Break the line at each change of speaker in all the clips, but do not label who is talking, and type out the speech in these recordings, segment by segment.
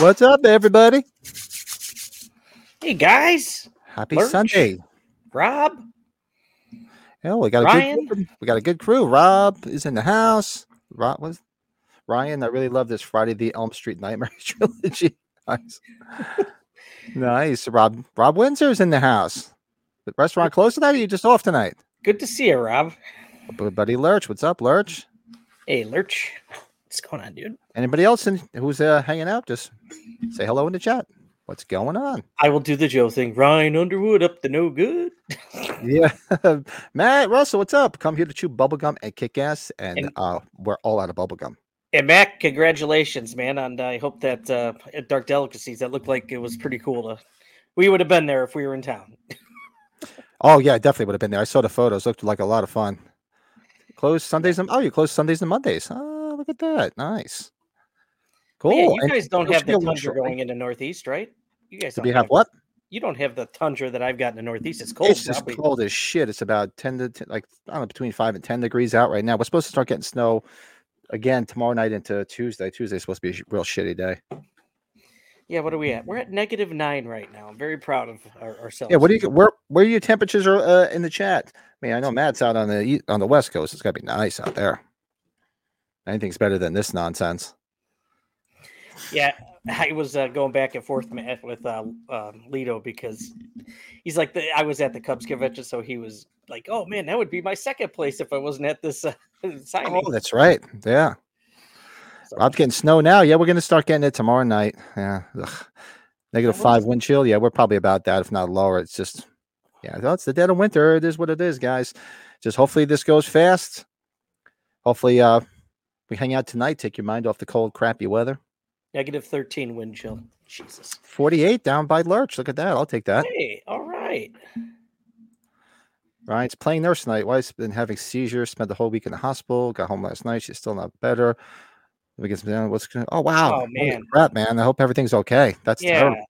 What's up, everybody?
Hey guys,
Happy
Lurch.
Sunday.
Rob,
Oh, we got a
Ryan.
good crew. we got a good crew. Rob is in the house. Rob was Ryan. I really love this Friday the Elm Street Nightmare trilogy. Nice. nice. Rob Rob Windsor's in the house. The restaurant closed tonight. Or you just off tonight?
Good to see you, Rob.
Bu- Buddy Lurch, what's up, Lurch?
Hey Lurch, what's going on, dude?
Anybody else in, who's uh, hanging out? Just say hello in the chat. What's going on?
I will do the Joe thing. Ryan Underwood up to no good.
Yeah, Matt Russell, what's up? Come here to chew bubblegum and kick ass, and,
And-
uh, we're all out of bubblegum.
And Mac, congratulations, man. And I hope that uh, at Dark Delicacies that looked like it was pretty cool. To, we would have been there if we were in town.
Oh yeah, I definitely would have been there. I saw the photos; looked like a lot of fun. Closed Sundays and oh, you closed Sundays and Mondays. Oh, look at that! Nice, cool.
Man, you
and
guys don't
it'll
have
be a
the
little
tundra
short,
going into Northeast, right? You guys
do
don't
we have what?
You don't have the tundra that I've got in the Northeast. It's cold.
it's just
probably.
cold as shit. It's about ten to 10, like I don't know between five and ten degrees out right now. We're supposed to start getting snow again tomorrow night into Tuesday. Tuesday's supposed to be a sh- real shitty day.
Yeah. What are we at? We're at negative nine right now. I'm very proud of our, ourselves.
Yeah, what do you where where your temperatures are uh, in the chat? I mean, I know Matt's out on the ea- on the west coast. It's got to be nice out there. Anything's better than this nonsense.
Yeah, I was uh, going back and forth Matt, with uh, um Lito because he's like, the, I was at the Cubs convention, so he was like, "Oh man, that would be my second place if I wasn't at this uh, signing."
Oh, that's right. Yeah.
So-
Rob's getting snow now. Yeah, we're gonna start getting it tomorrow night. Yeah, ugh. Negative
what
five
is-
wind chill. Yeah, we're probably about that, if not lower. It's just, yeah, that's the dead of winter. It is what it is, guys. Just hopefully this goes fast. Hopefully, uh, we hang out tonight. Take your mind off the cold, crappy weather.
Negative thirteen wind chill. Jesus.
Forty-eight down by Lurch. Look at that. I'll take that.
Hey, all right.
Ryan's playing nurse tonight. Wife's been having seizures. Spent the whole week in the hospital. Got home last night. She's still not better. We get some down. What's going? Oh wow!
Oh,
Holy
man.
crap, man! I hope everything's okay. That's
yeah.
terrible.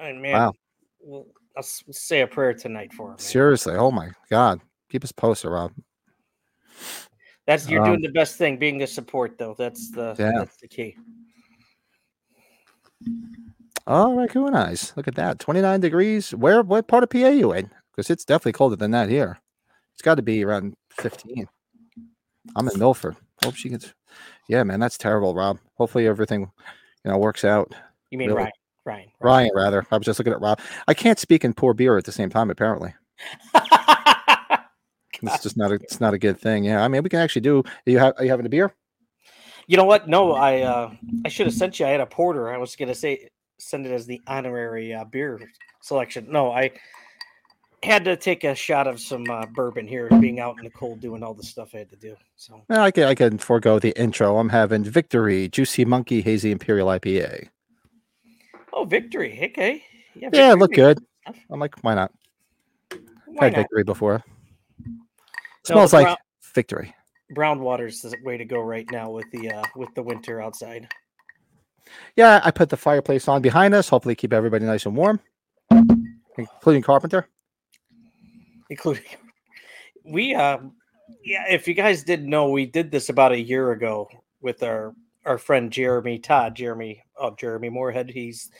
And man,
Wow.
well, I'll s- say a prayer tonight for him. man.
Seriously, oh my god, keep us posted, Rob.
That's you're
Um,
doing the best thing, being the support though. That's the
Yeah.
that's the key.
Oh, raccoon eyes. Look at that, twenty nine degrees. Where? What part of PA you in? Because it's definitely colder than that here. It's got to be around fifteen. I'm in Milford. Hope she gets. Yeah, man, that's terrible, Rob. Hopefully everything, you know, works out.
You mean
Really?
Ryan? Ryan.
Ryan, rather. I was just looking at Rob. I can't speak and pour beer at the same time. Apparently,
Ryan.
it's just not. A, it's not a good thing. Yeah, I mean, we can actually do. Are you, ha- are you having a beer?
You know what? No, I uh, I should have sent you. I had a porter. I was gonna say send it as the honorary uh, beer selection. No, I had to take a shot of some uh, bourbon here, being out in the cold, doing all the stuff I had to do. So
Well, I can. I can forego the intro. I'm having Victory Juicy Monkey Hazy Imperial IPA.
oh, victory. Okay. Yeah,
Yeah, it looked
victory.
good. I'm like, why not?
Why
I've had
not?
victory before.
the
Smells like
brown-
victory.
Brown water's the way to go right now with the uh, with the winter outside.
Yeah, I put the fireplace on behind us. Hopefully, keep everybody nice and warm, including Carpenter.
including we uh yeah if you guys didn't know we did this about a year ago with our our friend jeremy todd jeremy oh jeremy moorhead he's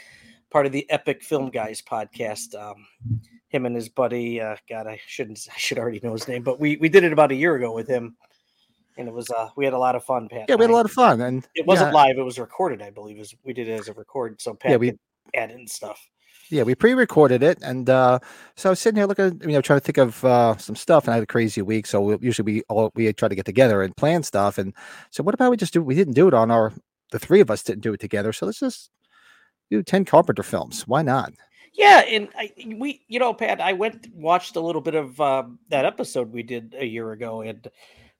part of the epic film guys podcast um him and his buddy uh god i shouldn't i should already know his name but we we did it about a year ago with him and it was uh we had a lot of fun pat
Yeah, we had a
and I-
lot of fun, and
it wasn't
yeah,
live it was recorded i believe is we did it as a record so pat
Yeah, we-
could add in stuff
yeah, we pre-recorded it, and uh, so I was sitting here looking, you know, trying to think of uh, some stuff, and I had a crazy week. So we, usually we all we try to get together and plan stuff, and so what about we just do? We didn't do it on our. The three of us didn't do it together, so let's just do ten Carpenter films. Why not?
Yeah, and I we you know Pat, I went watched a little bit of um, that episode we did a year ago, and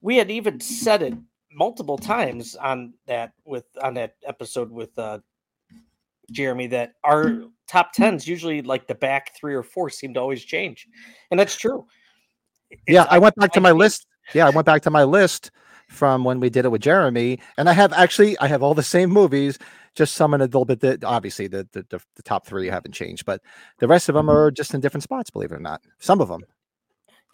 we had even said it multiple times on that with on that episode with uh, Jeremy that our top tens usually like the back three or four seem to always change, and that's true. It's-
yeah, I went back to
I
my
think-
list. Yeah, I went back to my list from when we did it with Jeremy, and I have actually I have all the same movies, just some in a little bit. That obviously the the, the, the top three haven't changed, but the rest of them
Mm-hmm.
are just in different spots. Believe it or not, some of them.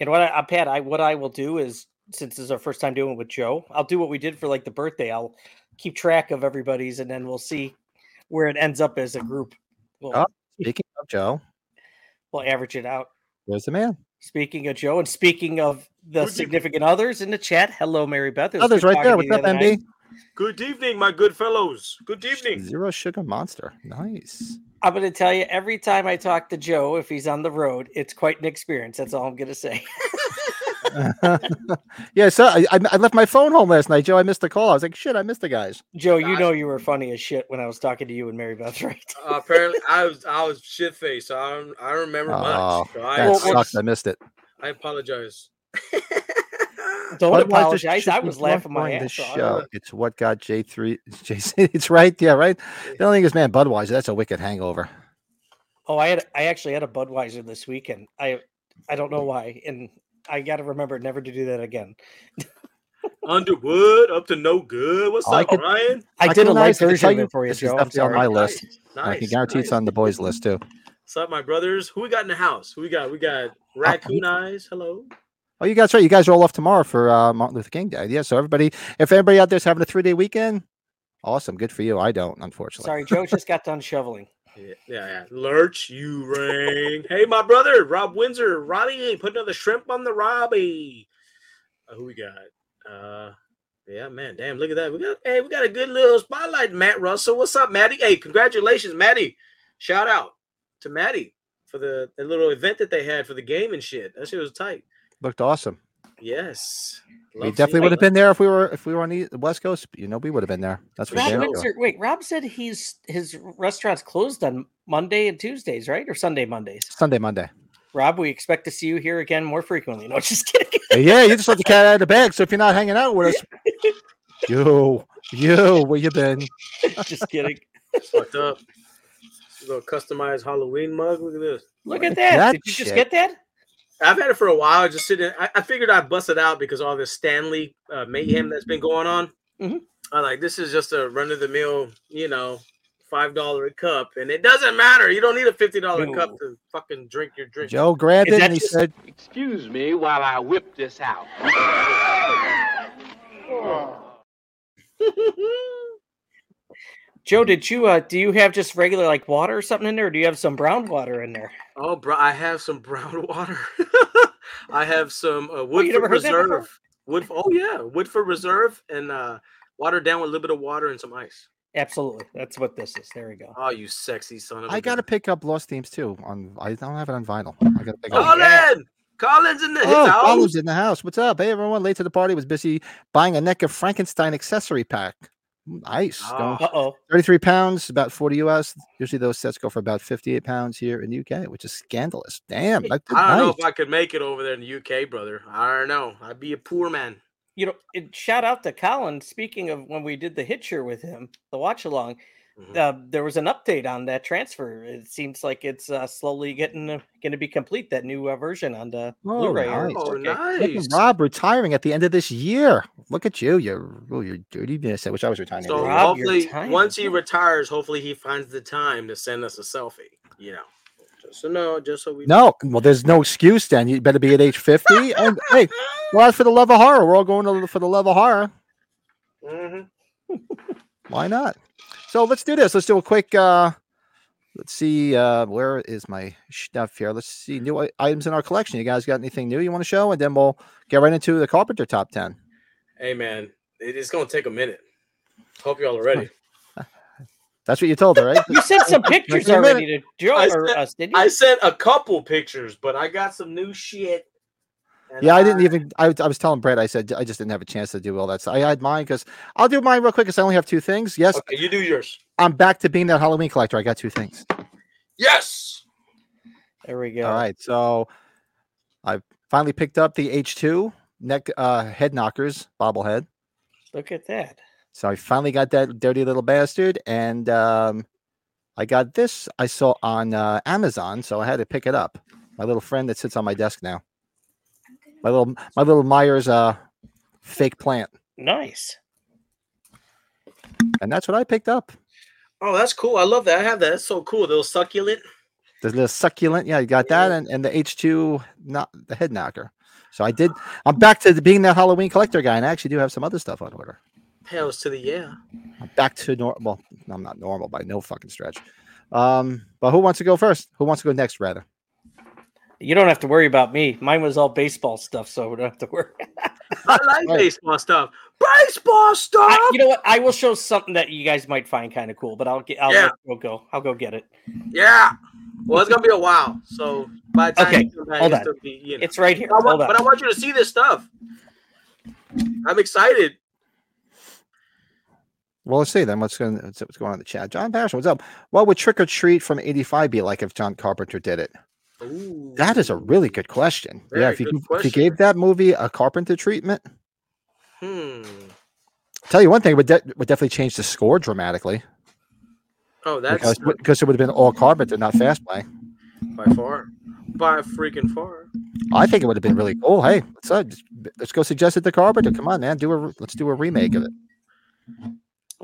And what I, uh, Pat, I what I will do is since this is our first time doing it with Joe, I'll do what we did for like the birthday. I'll keep track of everybody's, and then we'll see where it ends up as a group. We'll,
Oh. Speaking of Joe,
we'll average it out.
there's the man.
Speaking of Joe, and speaking of the
Good evening.
significant others in the chat, hello, Mary Beth. It was
Others
good
right there.
talking
What's
to you
up,
the other
MB?
night.
Good evening, my good fellows. Good evening.
Zero sugar monster. Nice.
I'm going to tell you every time I talk to Joe, if he's on the road, it's quite an experience. That's all I'm going to say.
yeah, so I, I I left my phone home last night, Joe. I missed the call. I was like, shit, I missed the guys.
Joe, you
Gosh.
know you were funny as shit when I was talking to you and Mary Beth, right?
Uh, apparently, I was I was shit faced. So I don't I don't remember
Oh,
much. So I,
That
Well, well,
sucks. I missed it.
I apologize.
Don't
Budweiser
apologize.
should
I
be
was laughing my
sponsoring
ass
this
off.
show. It's what got J3 JC. It's right. Yeah, right. The only thing is, man, Budweiser, that's a wicked hangover.
Oh, I had I actually had a Budweiser this weekend. I I don't
Mm.
know why, and I got to remember never to do that again.
Underwood up to no good. What's
I
up,
could-
Ryan?
I,
I
did a
can uh,
light
honestly tell
version of
you
it for you,
this is
Joe. I'm
definitely on my
sorry.
list. I can guarantee it's
nice.
on the boys list too.
What's up, my brothers? Who we got in the house? Who we got? We got Raccoon Eyes. Hello.
Oh, you guys right. You guys are all off tomorrow for uh, Martin Luther King Day. Yeah. So everybody, if anybody out there's having a three day weekend, awesome. Good for you. I don't, unfortunately.
Sorry, Joe just got done shoveling.
Yeah, yeah, yeah. Lurch, you ring. hey, my brother, Rob Windsor. Robbie, put another shrimp on the Robbie. Uh, who we got? Uh yeah, man. Damn, look at that. We got hey, we got a good little spotlight, Matt Russell. What's up, Maddie? Hey, congratulations, Maddie. Shout out to Maddie for the, the little event that they had for the game and shit. That shit was tight.
Looked awesome.
Yes.
we
Love
definitely
seeing
would have
that.
been there if we were if we were on the the West Coast. You know, we would have been there. That's for
Rob
Rob
sure.
Windsor-
Windsor, wait, Rob said he's his restaurant's closed on Monday and Tuesdays, right? Or Sunday Mondays.
Sunday, Monday.
Rob, we expect to see you here again more frequently. No, just kidding.
yeah, you just let the cat out of the bag. So if you're not hanging out with us, you, you, where you been?
just kidding.
It's fucked up. little customized Halloween mug. Look at this.
Look at that.
That
Did you
shit.
just get that?
I've had it for a while. Just sitting. I, I figured I'd bust it out because all this Stanley uh, mayhem
Mm-hmm.
that's been going on.
Mhm.
I'm like, this is just a run of the mill, you know, five dollar a cup, and it doesn't matter. You don't need a fifty dollar cup
No.
to fucking drink your drink.
Joe grabbed
Is
it
that
and he
just-
said,
Excuse me while I whip this out.
Joe, did you uh do you have just regular like water or something in there, or do you have some brown water in there?
Oh, bro, I have some brown water. I have some uh,
Oh, you never heard
Woodford
that before?
Reserve. Woodf- oh yeah, Woodford Reserve, and uh, watered down with a little bit of water and some ice.
Absolutely. That's what this is. There we go.
Oh, you sexy son of a
"I got
gun.
to pick up Lost Themes too. On I don't have it on vinyl. I got to pick up."
Oh,
Colin!
yeah.
Colin's in the
Oh,
house.
Colin's in the house. What's up? Hey, everyone. Late to the party. Was busy buying a neck of Frankenstein accessory pack. Mm, Nice. Going
Oh.
Uh oh.
33 pounds, about 40 US. Usually those sets go for about 58 pounds here in the UK, which is scandalous. Damn. That,
I don't know
nice.
if I could make it over there in the UK, brother. I don't know. I'd be a poor man.
You know, and shout out to Colin. Speaking of when we did the hitcher with him, the watch along,
Mhm.
uh, there was an update on that transfer. It seems like it's uh, slowly getting uh, going to be complete. That new uh, version on the
Oh,
Blu-ray. or
nice.
4K.
Look at
nice.
Rob retiring at the end of this year. Look at you. You're, oh, you're dirty. business. I wish I was retiring.
So
anyway.
Rob, you're
hopefully,
tired.
once he retires, hopefully he finds the time to send us a selfie. You know, just so no, just so we
no, well, there's no excuse then. You better be at age 50. and hey, well, for the love of horror, we're all going to, for the love of horror.
Mhm.
Why not? So let's do this. Let's do a quick. uh Let's see. uh Where is my stuff here? Let's see new i- items in our collection. You guys got anything new you want to show? And then we'll get right into the carpenter top ten.
Hey, man, it- it's gonna take a minute. Hope y'all are ready.
That's what you told her, right?
You sent some pictures
Wait a minute.
already to Joe
I
or
sent-
us, did you?
I sent a couple pictures, but I got some new shit. and
Yeah, I didn't even. I, was- I was telling Brett. I said I just didn't have a chance to do all that. So I had mine because I'll do mine real quick because I only have two things. Yes,
Okay, you do yours.
I'm back to being that Halloween collector. I got two things.
Yes.
there we go.
All right, so I finally picked up the H2 neck uh, head knockers bobblehead.
Look at that.
So I finally got that dirty little bastard, and um, I got this. I saw on uh, Amazon, so I had to pick it up. My little friend that sits on my desk now. My little my little Myers uh, fake plant,
Nice.
and that's what I picked up.
Oh, that's cool. I love that. I have that. That's so cool. Those succulent.
The little succulent, yeah, you got that,
Yeah.
and, and the H two not the head knocker. So I did. I'm back to the- being that Halloween collector guy, and I actually do have some other stuff on order.
Pales to the yeah.
Back to normal. Well, I'm not normal by no fucking stretch. Um, but who wants to go first? Who wants to go next, rather?
You don't have to worry about me. Mine was all baseball stuff, so we don't have to worry.
I like
Right.
baseball stuff. Baseball stuff.
I- you know what? I will show something that you guys might find kind of cool, but I'll get. I'll
Yeah.
I'll go. I'll go get it.
yeah. Well, it's gonna be a while. So by the time
Okay,
you come back,
hold
it's
on.
gonna be, you know.
It's right here.
I want-
Hold
but I
on.
want you to see this stuff. I'm excited.
Well, let's see then. What's going what's, what's going on in the chat? John Passion, what's up? What would Trick or Treat from '85 be like if John Carpenter did it?
Ooh.
That is a really good question. yeah,
Very
if you,
good
give- if you
question.
gave that movie a Carpenter treatment,
Hmm.
tell you one thing, it would de- would definitely change the score dramatically
Oh, that's
because because it would have been all Carpenter, not fast play.
by far, by freaking far.
I think it would have been really cool. Hey, let's uh, just- let's go suggest it to Carpenter. Come on, man, do a re- let's do a remake of it.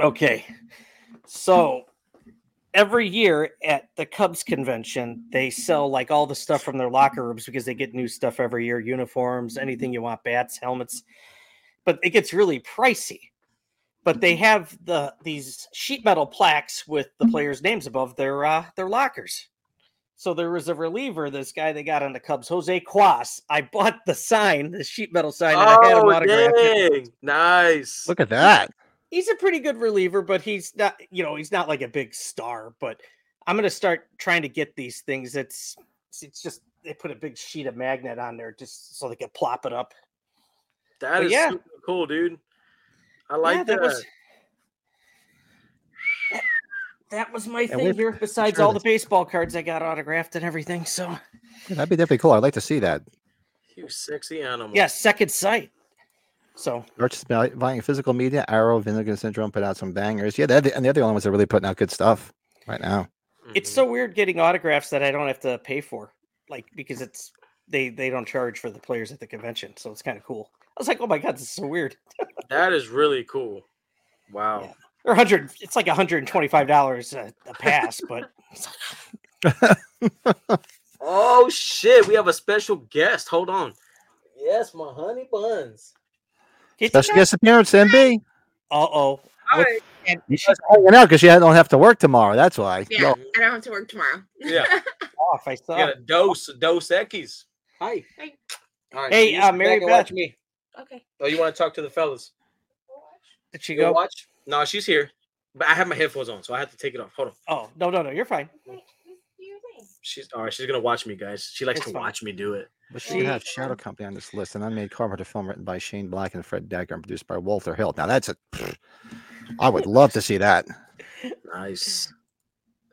Okay. So every year at the Cubs convention, they sell like all the stuff from their locker rooms because they get new stuff every year uniforms, anything you want, bats, helmets. But it gets really pricey. But
Mm-hmm.
they have the these sheet metal plaques with the players' names above their uh, their lockers. So there was a reliever, this guy they got on the Cubs, Jose Quas. I bought the sign, the sheet metal sign, and I had him
Oh,
autograph it
dang! Nice.
Look at that.
he's a pretty good reliever, but he's not, you know, he's not like a big star. But I'm gonna start trying to get these things. It's it's just they put a big sheet of magnet on there just so they could plop it up.
That
But
is
yeah.
super cool, dude. I like
Yeah,
that.
that- that was my
Yeah,
thing
we've-
here. Besides
sure
all the
that's-
baseball cards I got autographed and everything, so
Yeah, that'd be definitely cool. I'd like to see that.
You sexy animal.
yeah, second sight. So
Arch is buy- buying physical media. Arrow, Vinegar Syndrome put out some bangers. Yeah, they're the, and they're the only ones that are really putting out good stuff right now.
it's
Mhm.
so weird getting autographs that I don't have to pay for, like because it's they they don't charge for the players at the convention, so it's kind of cool. I was like, oh my god, this is so weird.
That is really cool. Wow.
Yeah. or 100 it's like 125 dollars a, a pass but
Oh shit! We have a special guest. Hold on. Yes, my honey buns.
Special guest appearance, MB.
uh-oh What- and
You guys are hanging out because you don't have to work tomorrow. That's why.
Yeah,
Yo,
I don't have to work tomorrow.
Yeah.
off i
We
saw
got
it.
a dose, dose Ekis. Hi.
Hey.
All right,
Hey,
you
uh,
sit back
Mary
and watch
Beth.
me.
Okay.
Oh, you want to talk to the fellas?
did she
You go
go
watch? No, she's here. But I have my headphones on, so I have to take it off. Hold on.
oh no no no you're fine
She's all right. She's gonna watch me, guys. She likes
It's
to
fine.
watch me do it.
But
There
she
you
had
go.
Shadow Company on this list, an unmade Carpenter film written by Shane Black and Fred Decker and produced by Walter Hill. Now that's a. I would love to see that.
Nice.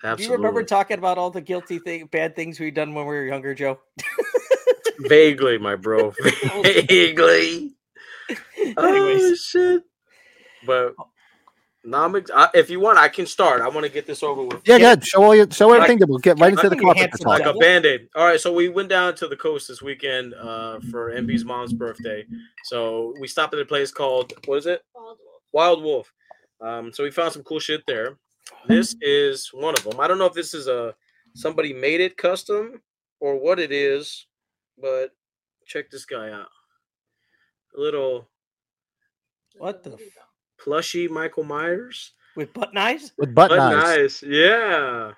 do
Absolutely.
you remember talking about all the guilty thing bad things we've done when we were younger joe
Vaguely, my bro. Vaguely. Oh
Anyways.
shit. But no, I'm ex- I, if you want, I can start. I want to get this over with.
Yeah, yeah. Show all your show
Like-
everything. that we'll get right into the
like a
carpenter
handsome
talk.
like
Yeah.
a band-aid all right so we went down to the coast this weekend uh for mb's mom's birthday so we stopped at a place called what is it wild wolf um so we found some cool shit there this is one of them i don't know if this is a somebody made it custom or what it is but check this guy out a little
what the f-
plushy michael myers
with button eyes
With butt
but
knives.
nice. Yeah.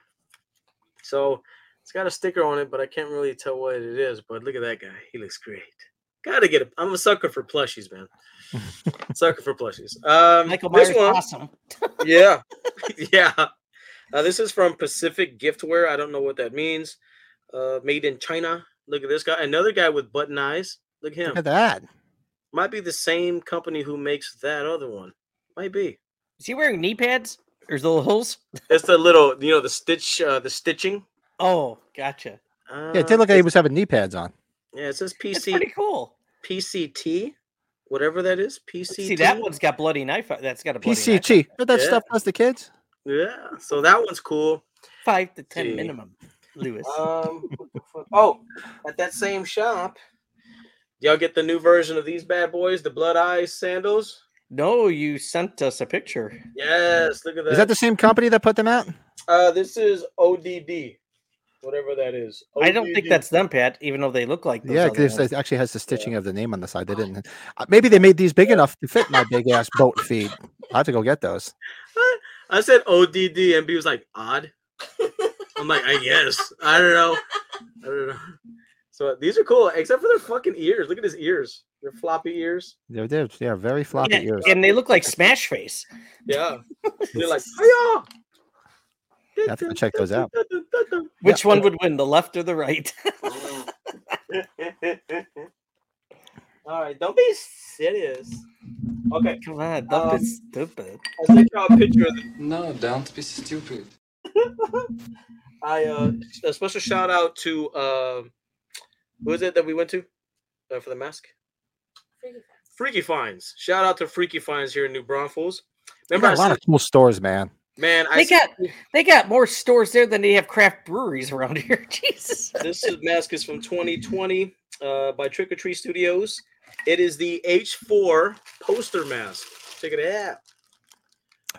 So it's got a sticker on it, but I can't really tell what it is. But look at that guy. He looks great. Gotta get a I'm a sucker for plushies, man. sucker for plushies. Um
michael myers
this one,
awesome
yeah. yeah. Uh, this is from Pacific Giftware. I don't know what that means. Uh made in China. Look at this guy. Another guy with button eyes. Look at him.
Look at that.
Might be the same company who makes that other one. Might be.
is he wearing knee pads or the little holes
It's the little, you know, the stitch, uh, the stitching.
oh gotcha
Uh,
Yeah, it did look like he was having knee pads on.
Yeah, it says
it's
PC
pretty cool
PCT, whatever that is. PCT.
see that one's got bloody knife uh, that's got a bloody knife.
PCT. What that
Yeah.
stuff does to kids?
Yeah. So that one's cool.
five to ten
Gee.
minimum lewis
Um. what the fuck- oh, at that same shop, y'all get the new version of these bad boys, the Blood Eyes sandals.
no you sent us a picture
Yes. Look at that.
Is that the same company that put them out?
uh, this is ODD, whatever that is.
I don't think
ODD.
that's them, Pat. Even though they look like those
Yeah,
other
because
ones.
it actually has the stitching of the name on the side. They didn't. uh, Maybe they made these big enough to fit my big ass boat feet. I have to go get those.
I said ODD, and B was like, odd. I'm like, I guess. I don't know. I don't know. So these are cool, except for their fucking ears. Look at his ears. They're floppy ears.
They're, they're, they're very floppy
Yeah,
ears.
and they look like Smash Face.
Yeah. They're like, hiya.
I have to go check those out.
Which
Yeah.
one would win, the left or the right?
All right, don't be serious. Okay,
Come on, don't
Um,
be stupid.
I sent y'all a picture of the
No, don't be stupid.
I uh, a special shout out to uh, who is it that we went to uh, for the mask? Freaky Finds. Shout out to Freaky Finds here in New Braunfels.
They
Remember,
got
I
a lot
said,
of cool stores, man.
man, I
They
said,
got they got more stores there than they have craft breweries around here. Jesus.
this is, mask is from 2020 uh, by Trick or Tree Studios. It is the H4 poster mask. Check it out.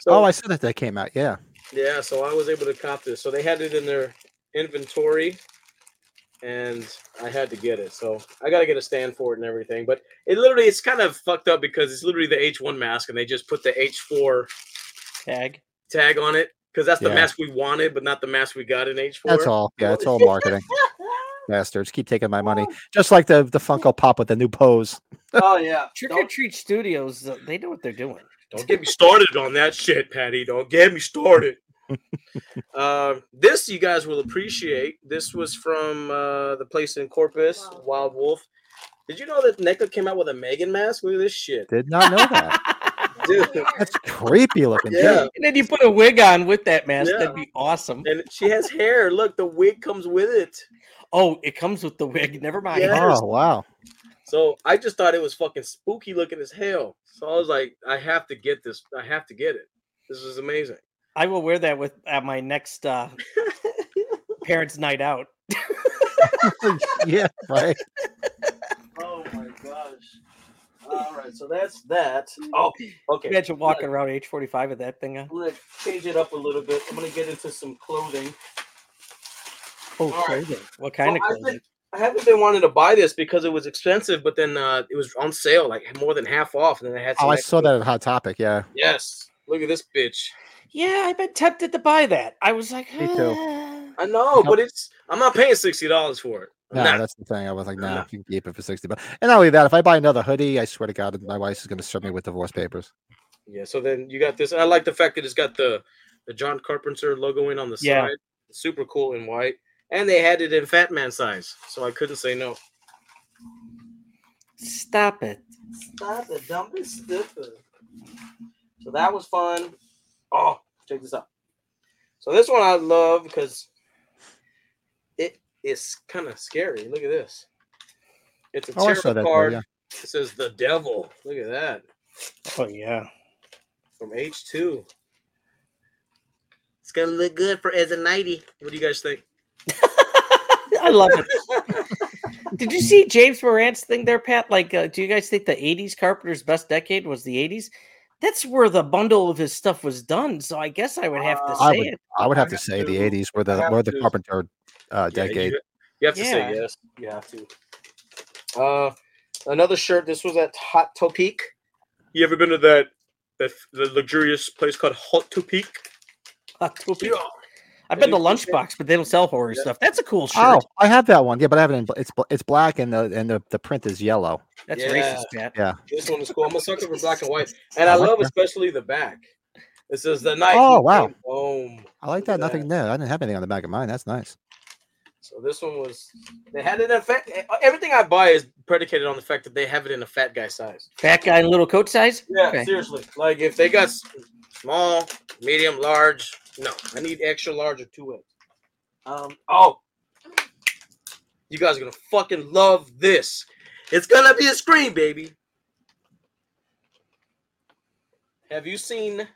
So-
oh, I saw that they came out. Yeah.
Yeah, so I was able to cop this. So they had it in their inventory, and I had to get it. So I got to get a stand for it and everything. But it literally, it's kind of fucked up because it's literally the H1 mask, and they just put the H4
Tag.
tag on it because that's the
Yeah.
mask we wanted, but not the mask we got in H4.
That's all. Yeah, it's all marketing. Bastards keep taking my money. Just like the, the Funko Pop with the new pose.
oh yeah.
Trick or
Don't,
Treat Studios, uh, they know what they're doing.
don't get me started on that shit, Patty. Don't get me started. Uh, this you guys will appreciate. This was from uh, the place in Corpus,
Wow.
Wild Wolf. Did you know that NECA came out with a Megan mask? Look at this shit.
Did not know that.
Dude.
That's creepy looking. dude.
Yeah.
And then you put a wig on with that mask.
Yeah.
That'd be awesome.
And she has hair. Look, the wig comes with it.
Oh, it comes with the wig. Never mind.
Yeah.
Oh wow.
So I just thought it was fucking spooky looking as hell. So I was like, I have to get this. I have to get it. This is amazing.
I will wear that with at my next uh, parents' night out.
yeah, right.
Oh my gosh. All right, so that's that. Oh, okay.
Imagine walking around age forty-five with that thing on.
I'm gonna change it up a little bit. I'm gonna get into some clothing.
Oh,
All right.
clothing. What kind
Well,
of
I've
clothing?
been- I haven't been wanting to buy this because it was expensive, but then uh, it was on sale, like more than half off, and then I had.
Oh,
some
I
extra-
saw that at Hot Topic. Yeah.
Yes, look at this bitch.
Yeah, I've been tempted to buy that. I was like,
Me too.
"Ah."
I know, but it's. I'm not paying sixty dollars for it. I'm
No,
not.
that's the thing. I was like,
No,
nah,
no.
you can keep it for 60 bucks. And not only that, if I buy another hoodie, I swear to God, my wife is going to serve me with divorce papers.
Yeah, so then you got this. I like the fact that it's got the the John Carpenter logo in on the
Yeah.
side. Super cool in white. And they had it in Fat Man size, so I couldn't say no.
Stop it.
Stop the dumbest stupid. So that was fun. Oh, check this out. So this one I love because it is kind of scary. Look at this. It's a
Oh, I
tarot
saw that. though,
card.
yeah.
It says the devil. Look at that.
Oh yeah.
from H2. It's gonna look good for as a 90. What do you guys think?
I love it. Did you see James Morant's thing there, Pat? Like, uh, do you guys think the '80s Carpenter's best decade was the '80s? That's where the bundle of his stuff was done. So I guess I would have to
Uh,
say
I would-
it.
I would have
I
to
have
say
to-
the 80s were the
have
were the
to-
Carpenter uh, decade.
You, you have to
Yeah.
say yes. You have to. Uh, another shirt. This was at Hot Topic. You ever been to that, that the luxurious place called Hot Topic?
Uh, to be- I've been to Lunchbox, but they don't sell horror
Yeah.
stuff. That's a cool shirt.
Oh, I have that one. Yeah, but I haven't. It's bl- it's black and the and the, the print is yellow.
That's
Yeah.
racist, Pat.
This one is cool. I'm a sucker for black and white, and I,
I like
love
that.
especially the back. It says the night.
Oh,
he
wow.
came Home.
I like
Look
that.
at
Nothing new. I didn't have anything on the back of mine. That's nice.
So this one was. They had it in a fat. Everything I buy is predicated on the fact that they have it in a fat guy size.
Fat guy in little coat size.
Yeah,
Okay.
seriously. Like if they got s- small, medium, large, no, I need extra large or two X. Um. Oh, you guys are gonna fucking love this. It's gonna be a screen, baby. Have you seen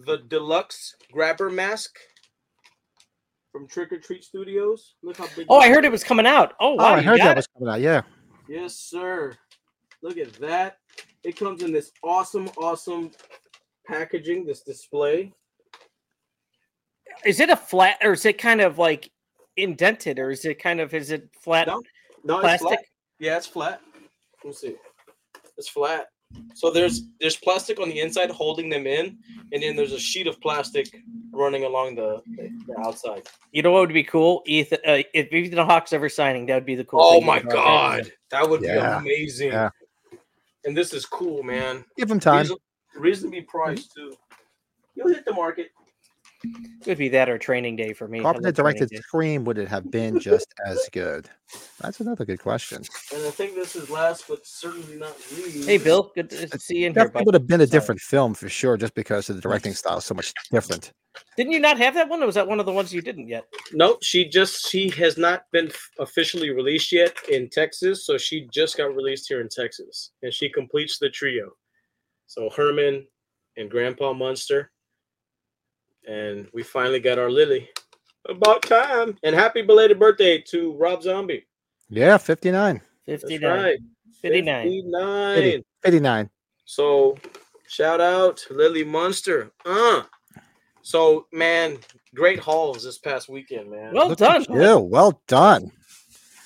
the deluxe grabber mask from Trick or Treat Studios? Look how big.
Oh, I heard it was coming out. Oh, wow,
oh, I
you
heard
got
that
it.
was coming out. Yeah.
Yes, sir. Look at that. It comes in this awesome, awesome packaging, this display.
Is it a flat or is it kind of like indented or is it kind of is it flat?
No, No, it's
Plastic?
flat. Yeah, it's flat. Let me see. It's flat.
So there's there's plastic on the inside holding them in, and then there's a sheet of plastic running along the, the, the outside.
You know what would be cool? Ethan, uh, if Ethan Hawke's ever signing, that would be the cool.
Oh
thing.
my god, that would
Yeah.
be amazing.
Yeah.
And this is cool, man.
Give him time.
Reason- reasonably priced too. You'll hit the market.
It would be that or training day for me. I
Carpenter
love Training
directed
Day.
Scream. Would it have been just as good? That's another good question.
And I think this is last, but certainly not least.
Hey Bill, good to see you in here.
Definitely
Bud.
would have been a
Sorry.
different film for sure, just because of the directing style is so much different.
Didn't you not have that one? Or was that one of the ones you didn't yet?
Nope, she just she has not been f- officially released yet in Texas, so she just got released here in Texas, and she completes the trio. So Herman and Grandpa Munster, and we finally got our Lily. About time, and happy belated birthday to Rob Zombie.
Yeah, 59.
That's
59.
right,
59.
59.
89.
So shout out
Lily Munster. Uh. So man, great hauls this past weekend, man.
Well
Look
done.
at you. Well done.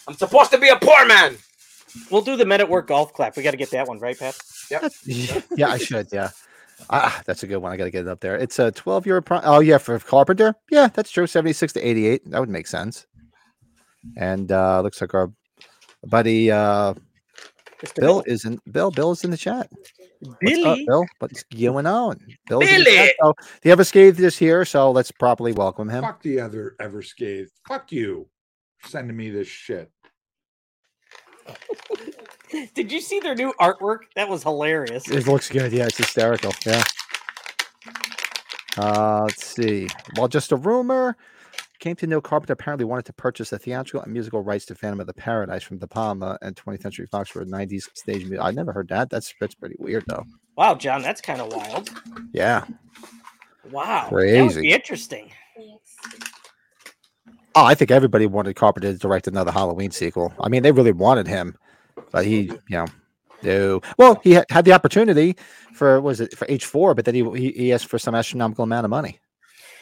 I'm supposed to be a poor man.
We'll do the men at work golf clap. We got to get that one right, Pat.
yeah, I should. Yeah. Ah, that's a good one. I got to get it up there. It's a 12 year. Pro- oh, yeah, for Carpenter. Yeah, that's true. 76 to 88. That would make sense. And uh looks like our buddy uh
Mr.
Bill is in Bill. Bill is in the chat. What's up,
Billy.
Bill? What's going on? Bill's in the chat. So, the Everscathed is here, so let's properly welcome him.
Fuck the other Everscathe. Fuck you. for Sending me this shit.
Did you see their new artwork? That was hilarious.
It looks good. Yeah, it's hysterical. Yeah. Uh, let's see. Well, just a rumor came to know Carpenter apparently wanted to purchase the theatrical and musical rights to Phantom of the Paradise from De Palma and 20th Century Fox for 90s stage music. I never heard that. That's that's pretty weird though.
Wow, John, that's kind of wild.
Yeah.
Wow, that would
Crazy.
be interesting.
Oh, I think everybody wanted Carpenter to direct another Halloween sequel. I mean, they really wanted him, but he, you know, no. Well, he had, had the opportunity for what was it for H four, but then he, he he asked for some astronomical amount of money.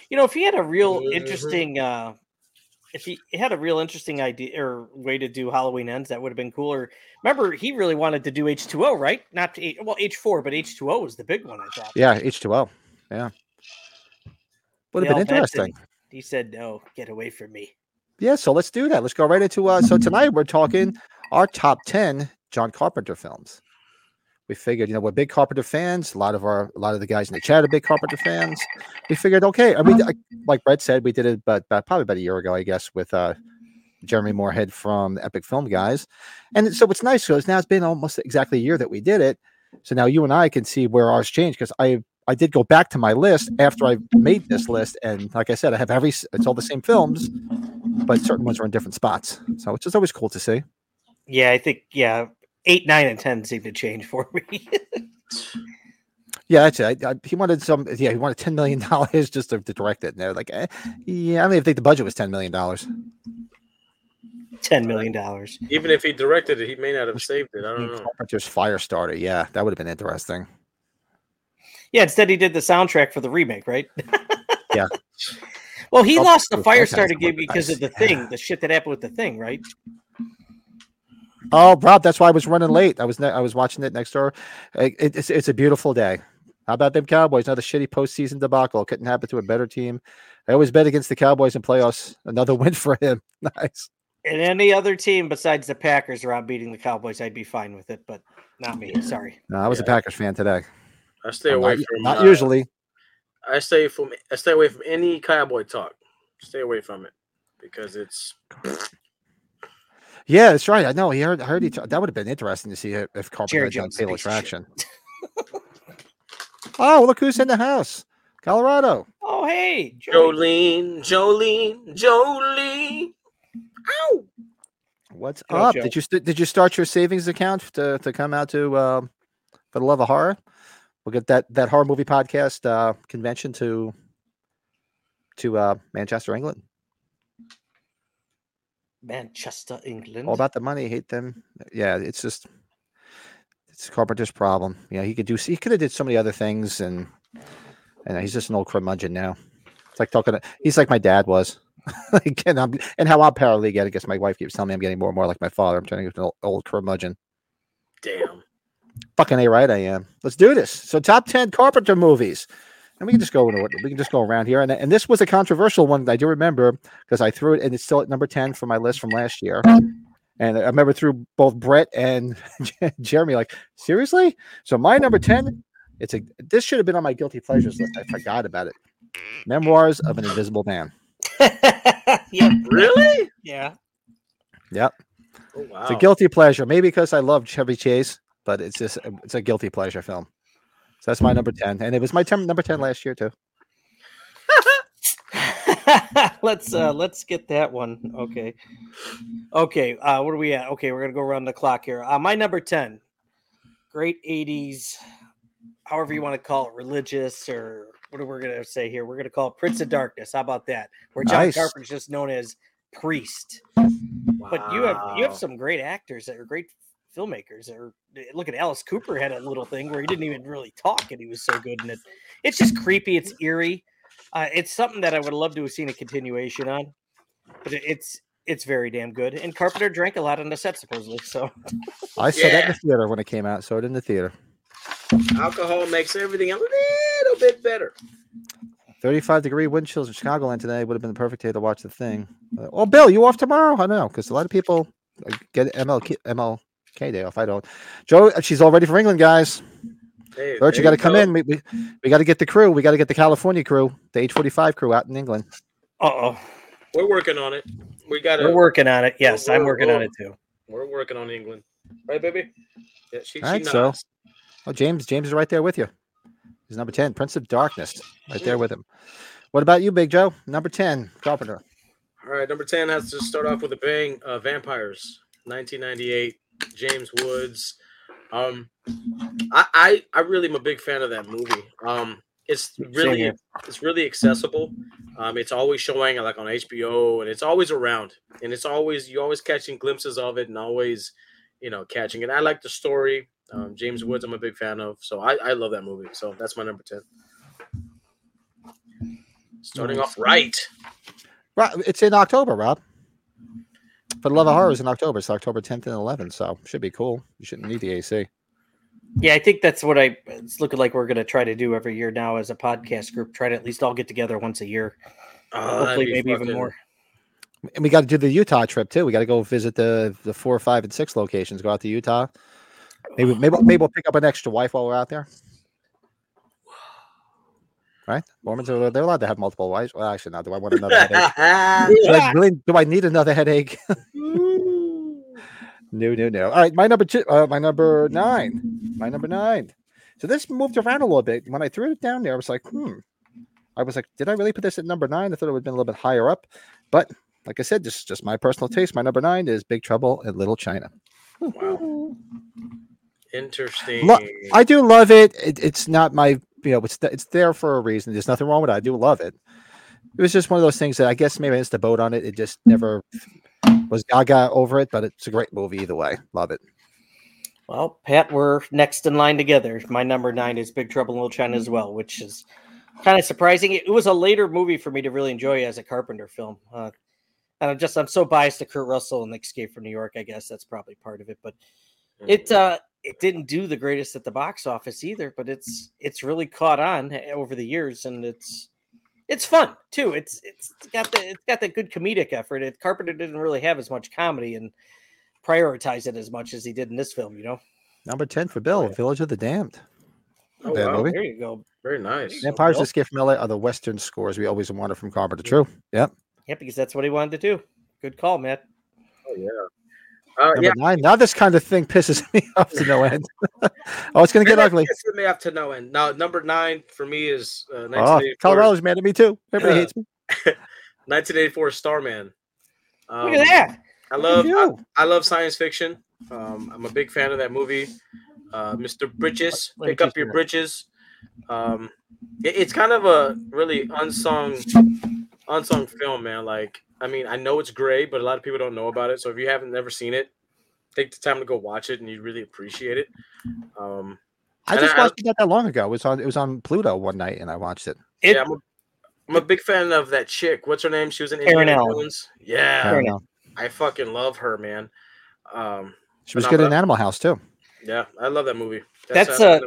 You know, if he had a real
Mhm.
interesting, uh, if he had a real interesting idea or way to do Halloween ends, that would have been cooler. Remember, he really wanted to do H two O, right? Not H- well H four, but H two O was the big one. I thought
Yeah, H two O. Yeah, would
They
have been
all bent and
interesting.
he said, "No, get away from me."
Yeah, so let's do that. Let's go right into uh so tonight we're talking our top 10 John Carpenter films. We figured, you know, we're big Carpenter fans. A lot of our a lot of the guys in the chat are big Carpenter fans. We figured, okay, I mean like- like Brett said, we did it but about, probably about a year ago, I guess, with uh Jeremy Moorhead from Epic Film Guys. And so what's nice is now it's been almost exactly a year that we did it. So now you and I can see where ours changed because I I did go back to my list after I made this list, and like I said, I have every s- it's all the same films, but
Mm-hmm.
certain ones are in different spots. So it's just always cool to see.
Yeah, I think yeah, eight, nine, and ten seemed to change for me.
Yeah, that's it. I, I, he wanted some. Yeah, he wanted ten million dollars just to, to direct it. And they're like, eh, yeah, I don't even think the budget was ten million dollars.
Ten million dollars.
even if he directed it, he may not have saved it. I don't know.
Carpenter's Firestarter. Yeah, that would have been interesting.
Yeah, instead he did the soundtrack for the remake, right?
Yeah.
Well, he
Oh,
lost the
those podcasts
Firestarter
were
game because of the
nice.
thing, the shit that happened with the thing, right?
Oh, Rob, that's why I was running late. I was ne- I was watching it next door. It- it- it's it's a beautiful day. How about them Cowboys? Another shitty postseason debacle. Couldn't happen to a better team. I always bet against the Cowboys in playoffs. Another win for him. Nice.
And any other team besides the Packers, Rob beating the Cowboys, I'd be fine with it, but not me. Sorry.
No, I was a Packers fan today.
I stay
I'm
away
not,
from
not
uh,
usually.
I stay from I stay away from any cowboy talk. Stay away from it because it's
Yeah, that's right. I know. He heard. I heard he. T- that would have been interesting to see if if Carpenter
Mm. Jerry
had done
Jones is a
Fatal
piece of shit.
Attraction. oh, look who's in the house! Colorado.
Oh hey, Joey.
Jolene, Jolene, Jolene. Ow!
What's
Hello,
up?
Joe.
Did you st- did you start your savings account to, to come out to um, for the love of horror? We'll get that that horror movie podcast uh, convention to to uh, Manchester, England.
Manchester, England.
All about the money. Hate them. Yeah, it's just it's Carpenter's problem. You know, he could do. He could have did so many other things, and and he's just an old curmudgeon now. It's like talking. To, he's like my dad was. Again, I'm, and how I'm paralegal. I guess my wife keeps telling me I'm getting more and more like my father. I'm turning into an old, old curmudgeon.
Damn.
Fucking a right, I am. Let's do this. So, top ten Carpenter movies, and we can just go into it. We can just go around here, and and this was a controversial one that I do remember because I threw it, and it's still at number ten from my list from last year. And I remember through both Brett and Jeremy, like seriously. So my number ten, it's a this should have been on my guilty pleasures list. I forgot about it. Memoirs of an Invisible Man.
yeah,
Really?
yeah.
Yep.
Oh, wow.
It's a guilty pleasure, maybe because I love Chevy Chase, but it's just it's a guilty pleasure film. So that's my number ten, and it was my tem- number ten last year too.
let's uh let's get that one. Okay. Okay, uh what are we at? Okay, we're gonna go around the clock here. Uh my number 10. Great 80s, however you want to call it, religious or what are we gonna say here? We're gonna call it Prince of Darkness. How about that? Where John
Nice.
Carpenter's just known as priest. But you have you have some great actors that are great filmmakers that are eh, look at Alice Cooper had a little thing where he didn't even really talk and he was so good in it. It's just creepy, it's eerie. Uh, it's something that I would love to have seen a continuation on. But it- it's it's very damn good. And Carpenter drank a lot on the set supposedly. So
I saw that in the theater when it came out. Saw it in the theater.
Alcohol makes everything a little bit better.
Thirty-five degree wind chills in Chicagoland today would have been the perfect day to watch the thing. Uh, oh, Bill, you off tomorrow? I know because a lot of people uh, get MLK MLK day off. I don't. Joe, uh, she's all ready for England, guys.
Hey,
Lurch, you
there
got to come
go.
in. We, we, we got to get the crew. We got to get the California crew, the H forty five crew out in England.
uh oh.
We're working on it. We got
We're
to.
working on it. Yes, I'm working on it too.
We're working on England.
Right, baby?
Yeah, she, she
All right,
nods.
so oh, James, James is right there with you. He's number ten, Prince of Darkness, right there with him. What about you, Big Joe? Number ten, Carpenter.
All right, number 10 has to start off with a bang. Uh, Vampires, 1998, James Woods. Um, I, I, I really am a big fan of that movie. Um, it's really
here.
it's really accessible. Um, it's always showing like on HBO, and it's always around, and it's always you always catching glimpses of it, and always, you know, catching it. I like the story. Um, James Woods, I'm a big fan of, so I, I love that movie. So that's my number ten. Starting off right.
Rob, it's in October, Rob. For the love of horror is in October. It's October 10th and 11th, so should be cool. You shouldn't need the AC.
Yeah, I think that's what I it's looking like we're gonna try to do every year now as a podcast group. Try to at least all get together once a year.
Oh, that'd
Hopefully
be
maybe even
fucking-
more.
And we got to do the Utah trip too. We got to go visit the the four, five, and six locations. Go out to Utah. Maybe maybe maybe we'll pick up an extra wife while we're out there. Right? Mormons are they're allowed to have multiple wives. Well, actually, now do I want another headache? Do I really do I need another headache? no, no, no. All right, my number two, uh, my number nine, my number nine. So this moved around a little bit. When I threw it down there, I was like, hmm. I was like, did I really put this at number nine? I thought it would have been a little bit higher up, but like I said, just just my personal taste. My number nine is Big Trouble in Little China.
Wow. Interesting.
Lo- I do love it. it. It's not my, you know, it's th- it's there for a reason. There's nothing wrong with it. I do love it. It was just one of those things that I guess maybe I missed the boat on it. It just
Hmm.
never was gaga over it, but it's a great movie either way. Love it.
Well, Pat, we're next in line together. My number nine is Big Trouble in Little China as well, which is kind of surprising. It it was a later movie for me to really enjoy as a Carpenter film. Uh, and I'm just I'm so biased to Kurt Russell and Escape from New York. I guess that's probably part of it, but
Mm.
it uh, it didn't do the greatest at the box office either. But it's it's really caught on eh, over the years, and it's it's fun too. It's it's got the it's got that good comedic effort. It, Carpenter didn't really have as much comedy and prioritize it as much as he did in this film. You know.
Number 10 for Bill, Village of the Damned.
Oh,
Bad
wow.
movie.
There you go.
Very nice.
Vampires
Bill?
Escape from LA are the Western scores we always wanted from Carpenter. True. Yep.
Yeah, because that's what he wanted to do. Good call, Matt.
Oh, yeah. Uh,
Number
yeah.
nine. Now this kind of thing pisses me off to no end. oh, it's going to get
Maybe I
ugly.
guess we may have to know. And now, number nine for me is uh,
Oh,
1984,
Colorado's mad at me too. Everybody
Yeah.
hates me.
1984 Starman. Um,
Look at that.
I
Look at
love I,
you.
I love science fiction. Um, I'm a big fan of that movie. Uh, Mr. Bridges,
Let me
pick up
just
your
do that.
bridges. Um, it- it's kind of a really unsung, unsung film, man. Like, I mean, I know it's great, but a lot of people don't know about it. So if you haven't never seen it, take the time to go watch it, and you'd really appreciate it. Um,
I
And
just
I-
watched it not that long ago. It was on it was on Pluto one night, and I watched it.
It,
yeah, I'm a, I'm a big fan of that chick. What's her name? She was in
Karen
Indiana
Allen.
Jones.
I
Yeah,
don't
Karen
know.
I fucking love her, man. Um,
She was good in
Phenomenal.
Animal House too.
yeah, I love that movie.
That's
how-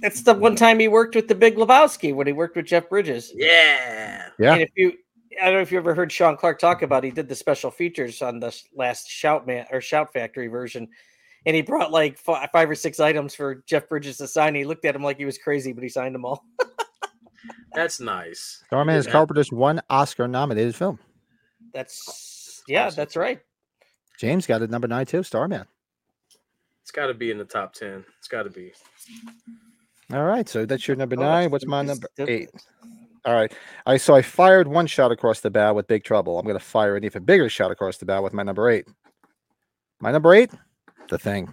That's the one time he worked with the Big Lebowski when he worked with Jeff Bridges.
yeah.
Yeah.
And if you, I don't know if you ever heard Sean Clark talk about, he did the special features on this last Shout Man or Shout Factory version, and he brought like fi- five or six items for Jeff Bridges to sign. He looked at him like he was crazy, but he signed them all.
That's nice.
Starman is
Yeah.
Carpenter's one Oscar nominated film.
That's yeah,
Awesome.
that's right.
James got it number nine too. Starman.
It's got to be in the top ten. It's got to be.
All right, so that's your number
Oh,
nine.
that's
What's my
the-
number
the-
eight? All right, I so I fired one shot across the bow with Big Trouble. I'm going to fire an even bigger shot across the bow with my number eight. My number eight, The Thing.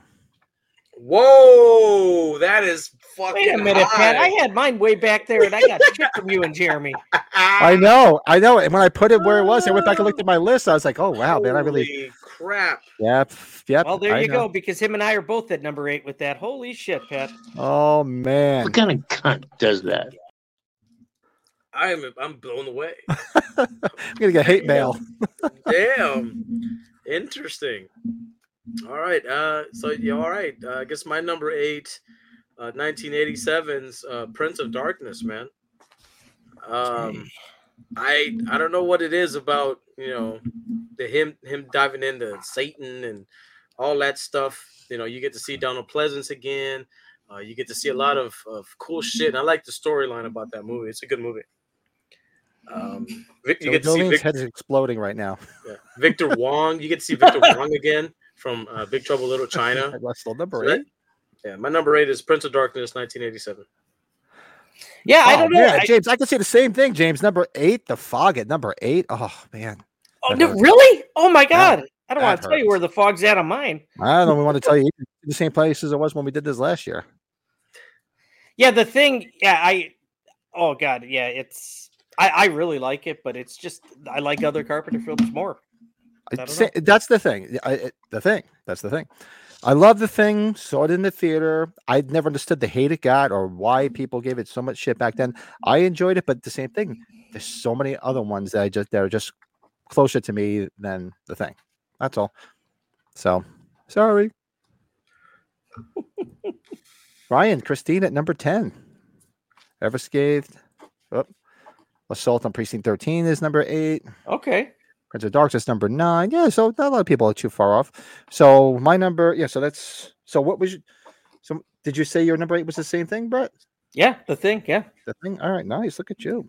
Whoa, that is fucking.
Wait a minute, Pat. I
high.
had mine way back there, and I got shit from you and Jeremy.
I know, I know. And when I put it where it was, I went back and looked at my list. I was like, oh wow, man, I really.
Holy crap.
Yep, yep.
Well, there
I
you
know.
go, because him and I are both at number eight with that. Holy shit, Pat.
Oh man,
What kind of cunt does that?
I am. I'm blown away.
I'm gonna get hate mail.
Damn. Interesting. All right. Uh, so yeah. All right. Uh, I guess my number eight, uh, 1987's uh, Prince of Darkness, man. Um, I I don't know what it is about you know the him him diving into Satan and all that stuff. You know, you get to see Donald Pleasance again. Uh, you get to see a lot of, of cool shit. And I like the storyline about that movie. It's a good movie. Um, Vic- you
So
get to see
Jolene's
Vic-
head is exploding right now.
yeah. Victor Wong. You get to see Victor Wong again from uh, Big Trouble Little China.
That's still
So
number
that-
eight.
yeah, my number eight is Prince of Darkness, 1987.
Yeah, I
Oh,
don't know.
man,
I-
James. I can say the same thing, James. Number eight, The Fog at number eight. Oh man.
oh,
That
no,
hurts.
really? Oh my god. I don't
That
want to tell you
hurts.
where the fog's at on mine.
I don't know. We want to tell you it's the same place as it was when we did this last year.
Yeah, the thing, yeah, I oh god, yeah, it's I, I really like it, but it's just I like other Carpenter films more. I don't
Sa- that's the thing. I, it- the thing. That's the thing. I love the thing. Saw it in the theater. I never understood the hate it got or
Mm-hmm.
why people gave it so much shit back then. I enjoyed it, but the same thing. There's so many other ones that I just that are just closer to me than the thing. That's all. So sorry. Ryan, Christine at number 10. Ever scathed. Oh. Assault on Precinct 13 is number eight.
Okay.
Prince of Darkness number nine. Yeah, so not a lot of people are too far off. So my number, yeah. So that's so. What was you? So did you say your number eight was the same thing, Brett?
Yeah, the thing, yeah.
The thing. All right, nice. Look at you.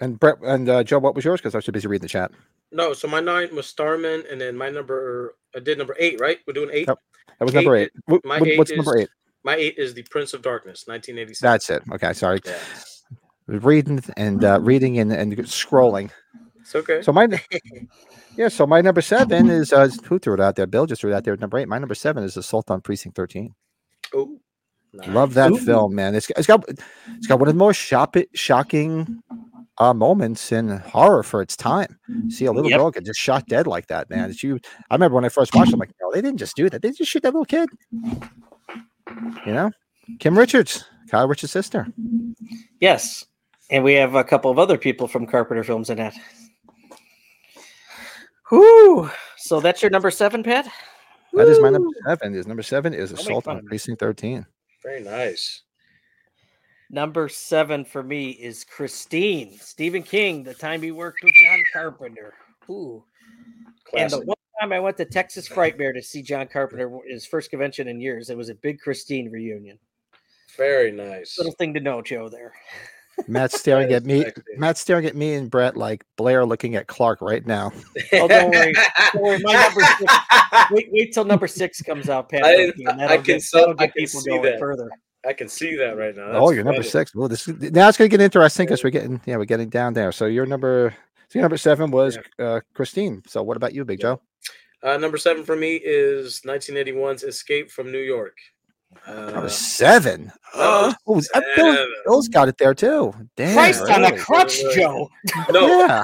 And Brett and uh, Joe, what was yours? Because I was too busy reading the chat.
No, so my nine was Starman, and then my number I did number eight, right? We're doing eight.
Yep. That was
Eight
number
is-
eight. Wh-
my
wh-
eight
what's
is-
number eight?
My eight is the Prince of Darkness, 1987.
That's it. Okay, sorry.
Yeah.
Reading and uh, reading and, and scrolling.
It's okay.
So my yeah. So my number seven is uh, who threw it out there? Bill just threw it out there. at Number eight. My number seven is Assault on Precinct Thirteen.
Ooh, nice.
Love that film, man. It's it's got it's got one of the most shop, shocking uh, moments in horror for its time. See a little
Yep.
girl get just shot dead like that, man. It's you. I remember when I first watched. it, I'm like, no, they didn't just do that. They just shoot that little kid. You know, Kim Richards, Kyle Richards' sister.
Yes. And we have a couple of other people from Carpenter Films in that. Whoo! So that's your number seven, Pat?
That is my number seven. Is number seven is
make
Assault
fun
on
of me.
Precinct Thirteen.
Very nice.
Number seven for me is Christine, Stephen King, the time he worked with John Carpenter. Ooh. And the
Classic.
one time I went to Texas Frightmare to see John Carpenter, his first convention in years, it was a big Christine reunion.
Very nice.
Little thing to know, Joe, there.
Matt's staring
is
at me.
sexy.
Matt's staring at me and Brett like Blair looking at Clark right now.
Oh, don't worry. Don't worry. My number six, wait, wait till number six comes out, Pat.
I-
Murphy, and
I
that'll
can
get-
so-
that'll
I
get
can
people
see
going
that.
Further.
I can see that right now.
oh,
That's
you're number
funny.
six. Well, this is- now it's going to get interesting because we're getting yeah we're getting down there. So your number so your number seven was uh, Christine. So what about you, Big Joe?
Uh, number seven for me is 1981's Escape from New York. Uh,
Number seven.
number
Oh, was- uh, Bill,
seven.
Bill's got it there too. Damn.
Christ on a
really?
crutch,
Really?
Joe.
no,
Yeah.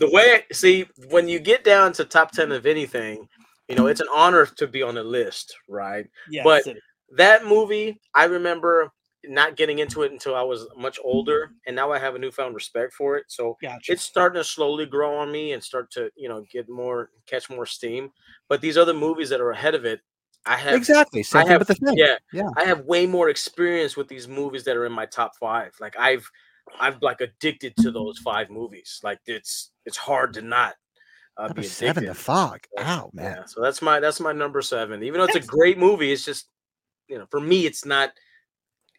the way see when you get down to top ten of anything, you know it's an honor to be on the list, right?
Yes.
But-
it-
That movie, I remember not getting into it until I was much older, and now I have a newfound respect for it. So
gotcha.
it's starting to slowly grow on me and start to you know get more catch more steam. But these other movies that are ahead of it, I have
Exactly. Same
I
thing
have-
with the thing.
yeah,
Yeah.
I have way more experience with these movies that are in my top five. Like I've, I'm like addicted to those five movies. Like it's it's hard to not uh,
Number
be
seven, The
addicted.
Fog.
That's-
Ow, man.
Yeah, so that's my that's my number seven. Even though it's a great movie, it's just you know for me it's not.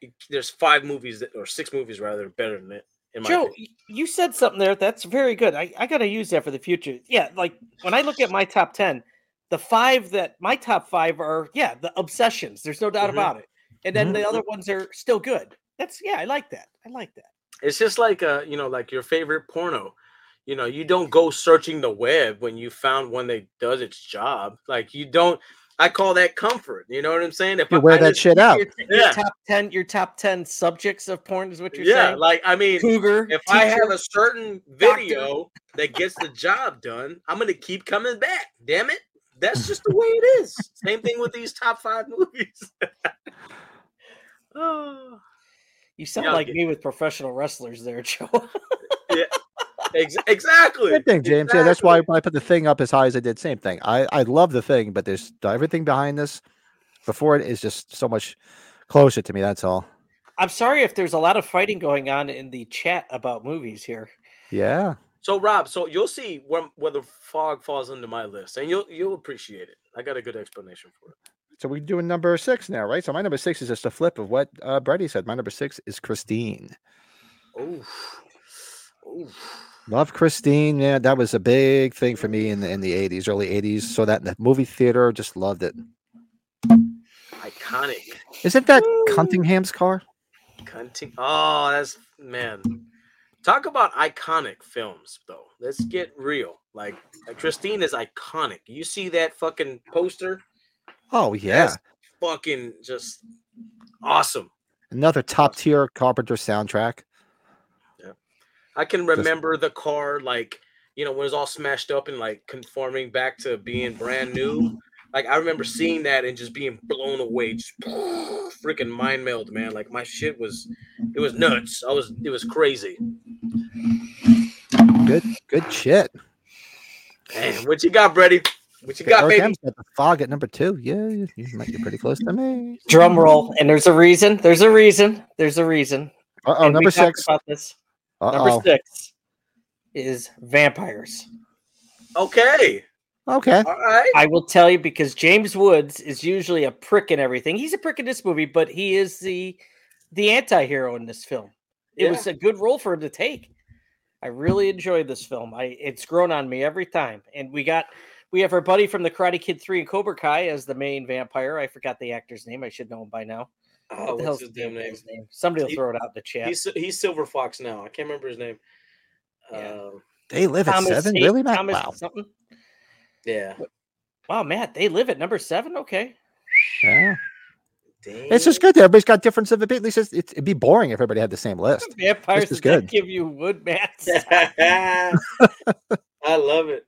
it- There's five movies that or six movies rather better than it. In my
Joe,
opinion.
y- you said something there. That's very good. I, I gotta use that for the future. Yeah, like when I look at my top ten, the five that my top five are yeah the obsessions. There's no doubt
Mhm.
about it. And then the other ones are still good. That's yeah, I like that. I like that.
it's just like uh you know like your favorite porno. You know you don't go searching the web when you found one that does its job. Like you don't. I call that comfort. You know what I'm saying? If
You
I-
wear
I
that
just-
shit out.
Your, t- your
Yeah.
top ten, your top ten subjects of porn is what you're
yeah,
saying.
like I mean,
Cougar.
if I have
teacher,
a certain
doctor.
video that gets the job done, I'm gonna keep coming back. Damn it. That's just the way it is. Same thing with these top five movies. oh,
you sound
Yeah,
like
okay.
me with professional wrestlers there, Joe.
ex- exactly.
Good thing, James. Yeah, that's why
Exactly.
when I put the thing up as high as I did, same thing. I, I love the thing, but there's everything behind this before it is just so much closer to me. That's all.
I'm sorry if there's a lot of fighting going on in the chat about movies here.
Yeah.
So Rob, so you'll see where, where the fog falls into my list, and you'll you'll appreciate it. I got a good explanation for it.
So we're doing number six now, right? So my number six is just a flip of what uh, Brady said. My number six is Christine.
Oof. Oof.
Love Christine. Yeah, that was a big thing for me in the, in the 80s, early 80s. Saw that in the movie theater. Just loved it.
Iconic.
Isn't that Cunningham's car?
Cunting. Oh, that's man. Talk about iconic films, though. Let's get real. Like, like Christine is iconic. You see that fucking poster?
Oh, yeah.
That's fucking just awesome.
Another top tier Carpenter soundtrack.
I can remember the car, like you know, when it was all smashed up and like conforming back to being brand new. Like I remember seeing that and just being blown away, just freaking mind meld, man. Like my shit was, it was nuts. I was, it was crazy.
Good, good shit.
Man, what you got, Brady? What you got,
Eric
baby?
M's got the fog at number two. Yeah, you you might be pretty close to me.
Drum roll, and there's a reason. There's a reason. There's a reason.
Uh oh,
And we
number
talked
six.
About this.
Uh
Number
oh.
six is vampires.
Okay.
Okay.
All right.
I will tell you because James Woods is usually a prick in everything. He's a prick in this movie, but he is the the anti-hero in this film. It
Yeah.
was a good role for him to take. I really enjoyed this film. I it's grown on me every time. And we got we have our buddy from the Karate Kid 3 and Cobra Kai as the main vampire. I forgot the actor's name. I should know him by now.
Oh,
What the
what's
hell's
his
the
damn name?
guy's name? Somebody will
He-
throw it out in the chat.
He's he's Silver Fox now. I can't remember his name.
Yeah.
Um,
They live at seven.
H-
Really, Matt?
Thomas
Wow.
something.
yeah.
Wow, Matt, they live at number seven. Okay.
Yeah.
Damn.
It's just good. that Everybody's got difference of opinion. At least it's, it's, it'd be boring if everybody had the same list.
Vampires
This is
that
good.
give you wood mats.
I love it.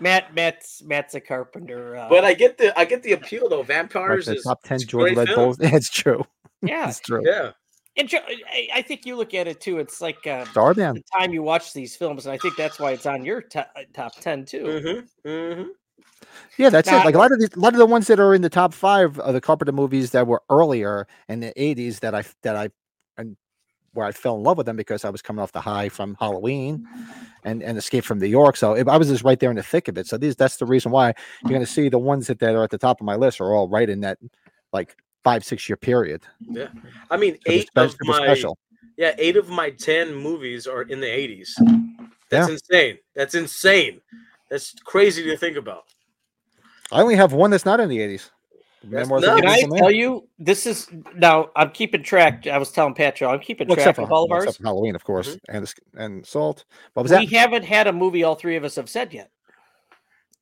Matt Matt's Matt's a carpenter.
But
Uh, but
I get the I get the appeal though.
Like
Vampires
the
is
top ten
it's a
Jordan
great
Red Bulls. it's true.
yeah,
It's true.
Yeah.
and Joe, I, I think you look at it too. It's like uh,
Starman.
the time you watch these films, and I think that's why it's on your to- uh, top ten too.
Mm-hmm. Mm-hmm.
Yeah, that's
Now,
it. Like a lot of these, a lot of the ones that are in the top five are the Carpenter movies that were earlier in the '80s that I f- that I and where I fell in love with them because I was coming off the high from Halloween and and Escape from New York. So it, I was just right there in the thick of it. So these that's the reason why you're going to see the ones that, that are at the top of my list are all right in that like five six year period.
I mean,
So they're
eight
spe-
of
they're
my
special.
yeah, eight of my ten movies are in the eighties. That's insane. That's insane. That's crazy to think about.
I only have one that's not in the '80s. Memoirs of a
nuts.
Can I
Wimpy Man.
tell you? This is now. I'm keeping track. I was telling Pat Joe, I'm keeping
Well,
track
except
of
for,
all of
well,
ours.
except for Halloween, of course,
Mm-hmm.
and Esca- and Salt. What was
We
that?
haven't had a movie all three of us have said yet.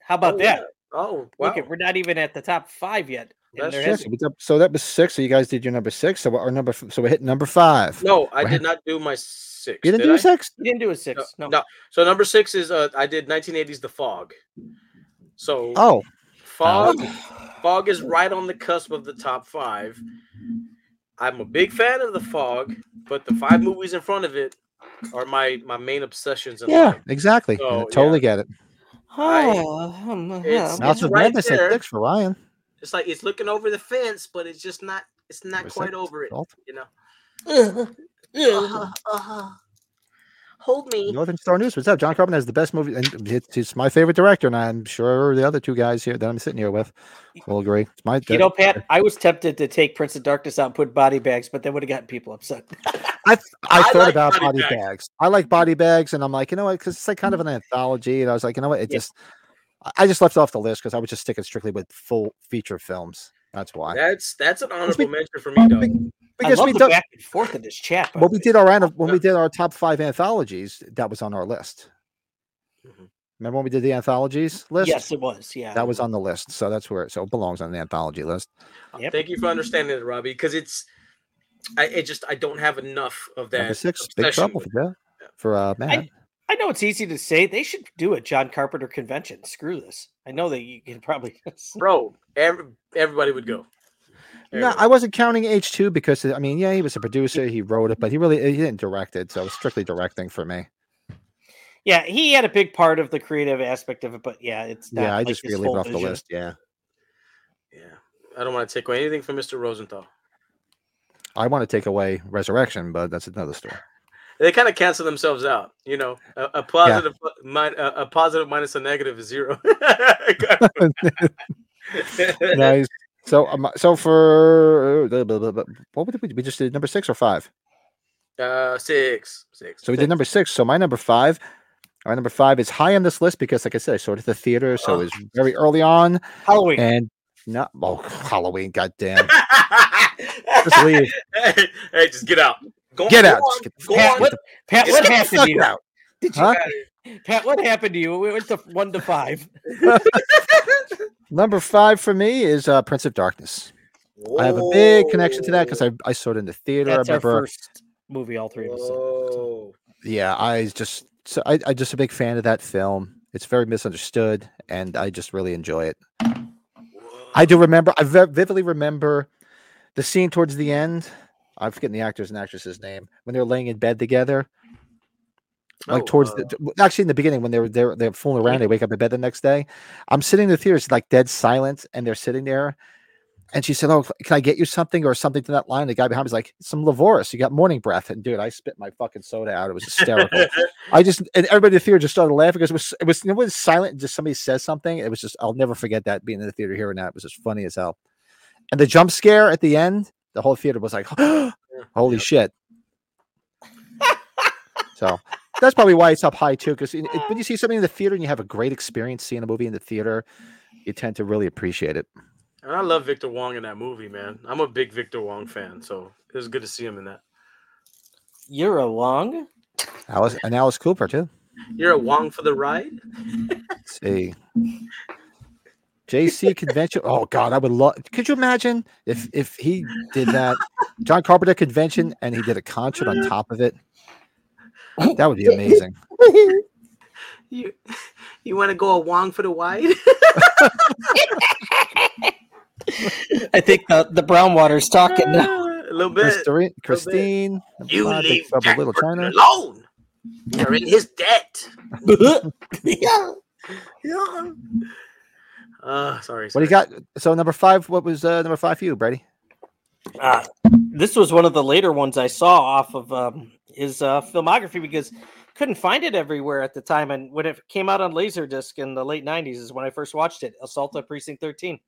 How about
Oh,
that?
yeah. Oh wow.
Look, at, we're not even at the top five yet. and
That's
there
true.
Yeah,
has-
so, we did- so that was six. So you guys did your number six. So our number, f- so we hit number five.
No, I
Wow.
did not do my six.
you didn't
did
do
I?
six.
You didn't do a six.
No,
No,
no. So number six is uh, I did 1980s The Fog. So
Oh,
Fog, Fog is right on the cusp of the top five. I'm a big fan of the Fog, but the five movies in front of it are my my main obsessions in
yeah,
life.
exactly. Yeah,
So,
totally get it.
I-
Oh, um,
it's-
yeah.
Mouth of
right
Madness at
there.
six for Ryan.
It's like it's looking over the fence, but it's just not. It's not
Was that
quite over it.
salt?
You know.
Yeah.
Hold me.
Northern Star News. What's up? John Carpenter has the best movie, and it's, it's my favorite director, and I'm sure the other two guys here that I'm sitting here with will agree. It's my.
You know, Pat, I was tempted to take Prince of Darkness out and put body bags, but that would have gotten people upset.
I, th- I,
I
thought
like
about
body
body
bags.
bags. I like body bags, and I'm like, you know what? Because it's like kind of an anthology, and I was like, you know what? It
Yeah.
just, I- I just left off the list because I was just sticking strictly with full feature films. That's why.
That's that's an
we-
honorable mention for me, dog.
because
I love
we
the
done,
back and forth in this chat. by
when
the
we
way.
did our ana- when we did our top five anthologies, that was on our list.
Mhm.
Remember when we did the anthologies list?
Yes, it was. Yeah.
That was on the list, so that's where it so it belongs on the anthology list.
Yep.
Thank you for understanding it, Robbie, because it's. I it just I don't have enough of that.
Number six, Big
obsession
Trouble
with-
for, Jack- for uh, Matt.
I know it's easy to say they should do a John Carpenter convention. Screw this. I know that you can probably.
bro. Every, everybody would go.
No, I wasn't counting H two because I mean, yeah, he was a producer, he wrote it, but he really he didn't direct it, so it was strictly directing for me.
yeah, he had a big part of the creative aspect of it, but yeah, it's not
yeah, I
like
just
his
really
whole
off the
vision.
list. Yeah,
yeah. I don't want to take away anything from Mr. Rosenthal.
I want to take away Resurrection, but that's another story.
They kind of cancel themselves out, you know. A, a positive, mi- a, a positive minus a negative is zero.
nice. So, um, so for uh, blah, blah, blah, blah, what did we do? we just did number six or five?
Uh, six, six.
So we did number six. So my number five, our number five is high on this list because, like I said, I saw it at the theater, so
Uh-huh.
it was very early on,
Halloween.
and not oh Halloween, goddamn, just
just
leave,
Hey, hey, just get out.
Go,
get
go
out,
on-
just get,
go
Pat,
on.
what, Pat,
just
what
get the
happened
fuck
to you?
out.
Did you,
Huh?
Pat, what happened to you? We went to one to five.
Number five for me is uh, Prince of Darkness. I have a big connection to that because I, I saw it in the theater.
That's
I
our
remember,
first movie. All three of us. saw. So-
Whoa.
yeah, I just so I, I just a big fan of that film. It's very misunderstood, and I just really enjoy it. I do remember. I vi- vividly remember the scene towards the end. I'm forgetting the actors and actresses' name when they're laying in bed together. Like
Oh,
towards
uh,
the t- actually in the beginning when they were they're they're fooling around, they wake up in bed the next day. I'm sitting in the theater, it's like dead silence, and they're sitting there. And she said, "Oh, can I get you something or something to that line?" The guy behind me's like, "Some Lavoris. You got morning breath." And dude, I spit my fucking soda out. It was hysterical. I just and everybody in the theater just started laughing because it was it was it was silent. And just somebody says something. It was just I'll never forget that being in the theater hearing that it was just funny as hell. And the jump scare at the end, the whole theater was like, "Holy shit!" so that's probably why it's up high too. Because when you see something in the theater and you have a great experience seeing a movie in the theater, you tend to really appreciate it.
And I love Victor Wong in that movie, man. I'm a big Victor Wong fan, so it was good to see him in that.
You're a long.
Alice and Alice Cooper too.
You're a Wong for the ride.
Let's see. JC convention. Oh God, I would love. Could you imagine if if he did that, John Carpenter convention, and he did a concert on top of it? That would be amazing.
You, you want to go a Wong for the wide?
I think the the brown water's talking now.
a little bit.
Christine, Christine, number
You
five, Big
leave
Trouble in
Jack
Little
Burton
China.
alone. You're in his debt.
yeah.
Uh, sorry.
What do
sorry.
you got? So number five. What was uh, number five for you, Brady?
Uh, this was one of the later ones I saw off of um, his uh, filmography because couldn't find it everywhere at the time. And when it came out on Laserdisc in the late '90s is when I first watched it, Assault on Precinct 13.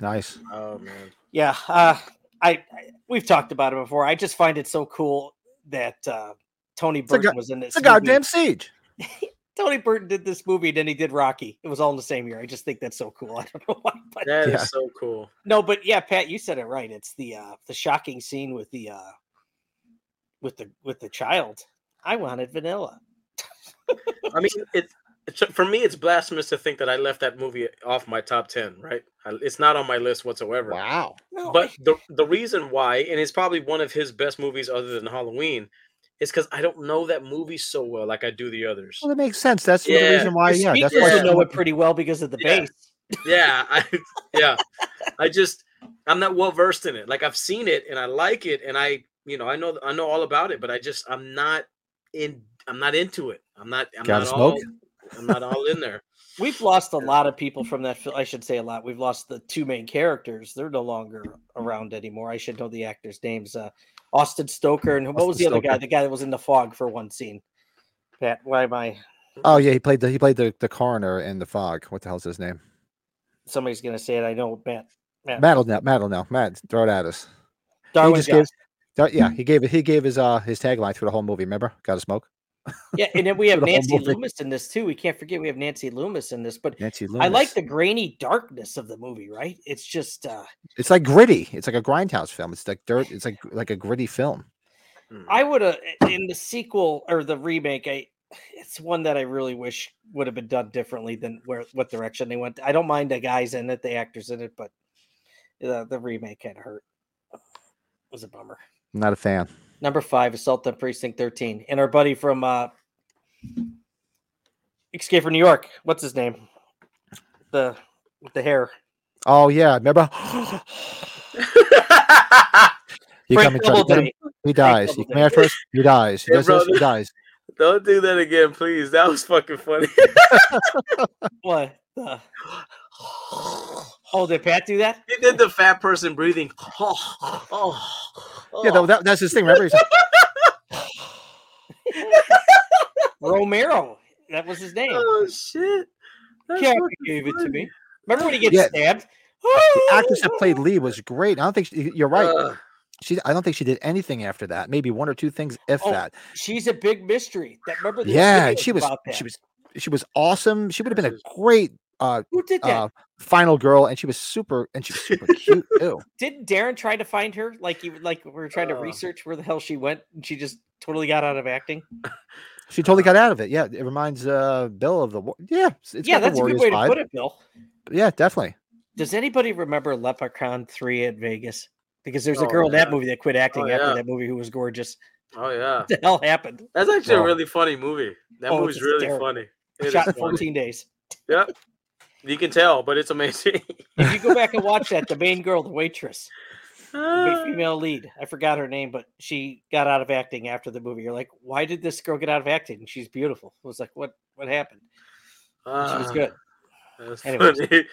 Nice.
Oh man.
Yeah, uh, I, I we've talked about it before. I just find it so cool that uh, Tony
a
Burton
go-
was in this.
It's a
movie.
goddamn siege.
Tony Burton did this movie, then he did Rocky. It was all in the same year. I just think that's so cool. I don't know why, but
that is
Yeah.
so cool.
No, but yeah, Pat, you said it right. It's the uh the shocking scene with the uh with the with the child. I wanted vanilla.
I mean, it it's- for me, it's blasphemous to think that I left that movie off my top ten. Right? I- It's not on my list whatsoever.
Wow.
No,
But the the reason why, and it's probably one of his best movies other than Halloween, is because I don't know that movie so well like I do the others.
Well, that makes sense. That's
Yeah.
the reason why. Yeah,
you
that's why.
speakers
so
know
much-
it pretty well because of the
Yeah.
bass.
yeah, I, yeah. I just I'm not well versed in it. Like I've seen it and I like it and I you know I know I know all about it, but I just I'm not in I'm not into it. I'm not I'm
Gotta
not all
smoke?
I'm not all in there.
We've lost a lot of people from that. fil- I should say a lot. We've lost the two main characters. They're no longer around anymore. I should know the actors' names. Uh, Austin Stoker and what was the
Austin
other guy?
Stoker.
The guy that was in the fog for one scene. Pat, why am I?
Oh yeah, he played the he played the, the coroner in the fog. What the hell's his name?
Somebody's gonna say it. I know Matt. Matt.
Matt will know. Matt will know. Matt, throw it at us.
Darwin
just
Johnson.
gives- Dar- yeah, he gave he gave his uh his tagline through the whole movie. Remember, got to smoke.
Yeah, and then we have
the whole
Nancy
movie.
Loomis in this too. We can't forget we have Nancy Loomis in this. But
Nancy Loomis.
I like the grainy darkness of the movie. Right? It's just. uh
It's like gritty. It's like a grindhouse film. It's like dirt. It's like like a gritty film.
I would have in the sequel or the remake. I it's one that I really wish would have been done differently than where what direction they went. I don't mind the guys in it, the actors in it, but the the remake kind of hurt. was a bummer.
I'm not a fan.
Number five, Assault on Precinct Thirteen, and our buddy from uh Escape from New York. What's his name? The with the hair.
Oh yeah, remember? you come
Frank
and try to get him.
Doubleday.
He dies. You
Doubleday.
come after us. He dies. He
Hey,
does this. He
brother.
dies.
Don't do that again, please. That was fucking funny.
What? The... Oh, did Pat do that?
he did the fat person breathing.
Yeah, that, that- that's his thing. Remember, He's like,
Romero. That was his name.
Oh shit! That's
Carrie
fucking
gave it to
funny.
me. Remember when he gets
Yeah.
stabbed? Oh!
the actress that played Lee was great. I don't think she, you're right.
Uh,
she, I don't think she did anything after that. Maybe one or two things, if
Oh,
that.
She's a big mystery. That remember? the
Yeah,
videos
she was.
about
She
that.
was. She was awesome. She would have been a great uh,
Who did that?
uh, final girl, and she was super. And she was super cute too.
Didn't Darren try to find her? Like you, like we were
Oh.
trying to
Uh.
research where the hell she went, and she just totally got out of acting.
She totally
Uh-huh.
got out of it. Yeah, it reminds uh, Bill of the. wa- Yeah, it's it's
yeah,
got the
that's a good
Warriors
way to
vibe.
put it, Bill.
Yeah, definitely.
Does anybody remember Leprechaun Three at Vegas? Because there's a
Oh,
girl in that
yeah.
movie that quit acting
Oh,
after
yeah.
that movie who was gorgeous.
oh yeah,
What the hell happened?
that's actually a
Well.
really funny movie. That
Oh,
movie's
it's
really
hysterical.
funny. It is
Shot in
funny.
14 days.
You can tell, but it's amazing.
If you go back and watch that, the main girl, the waitress, the
Ah.
female lead. I forgot her name, but she got out of acting after the movie. You're like, why did this girl get out of acting? She's beautiful. It was like, what what happened? And she was
Ah,
good.
that's
Anyways.
funny.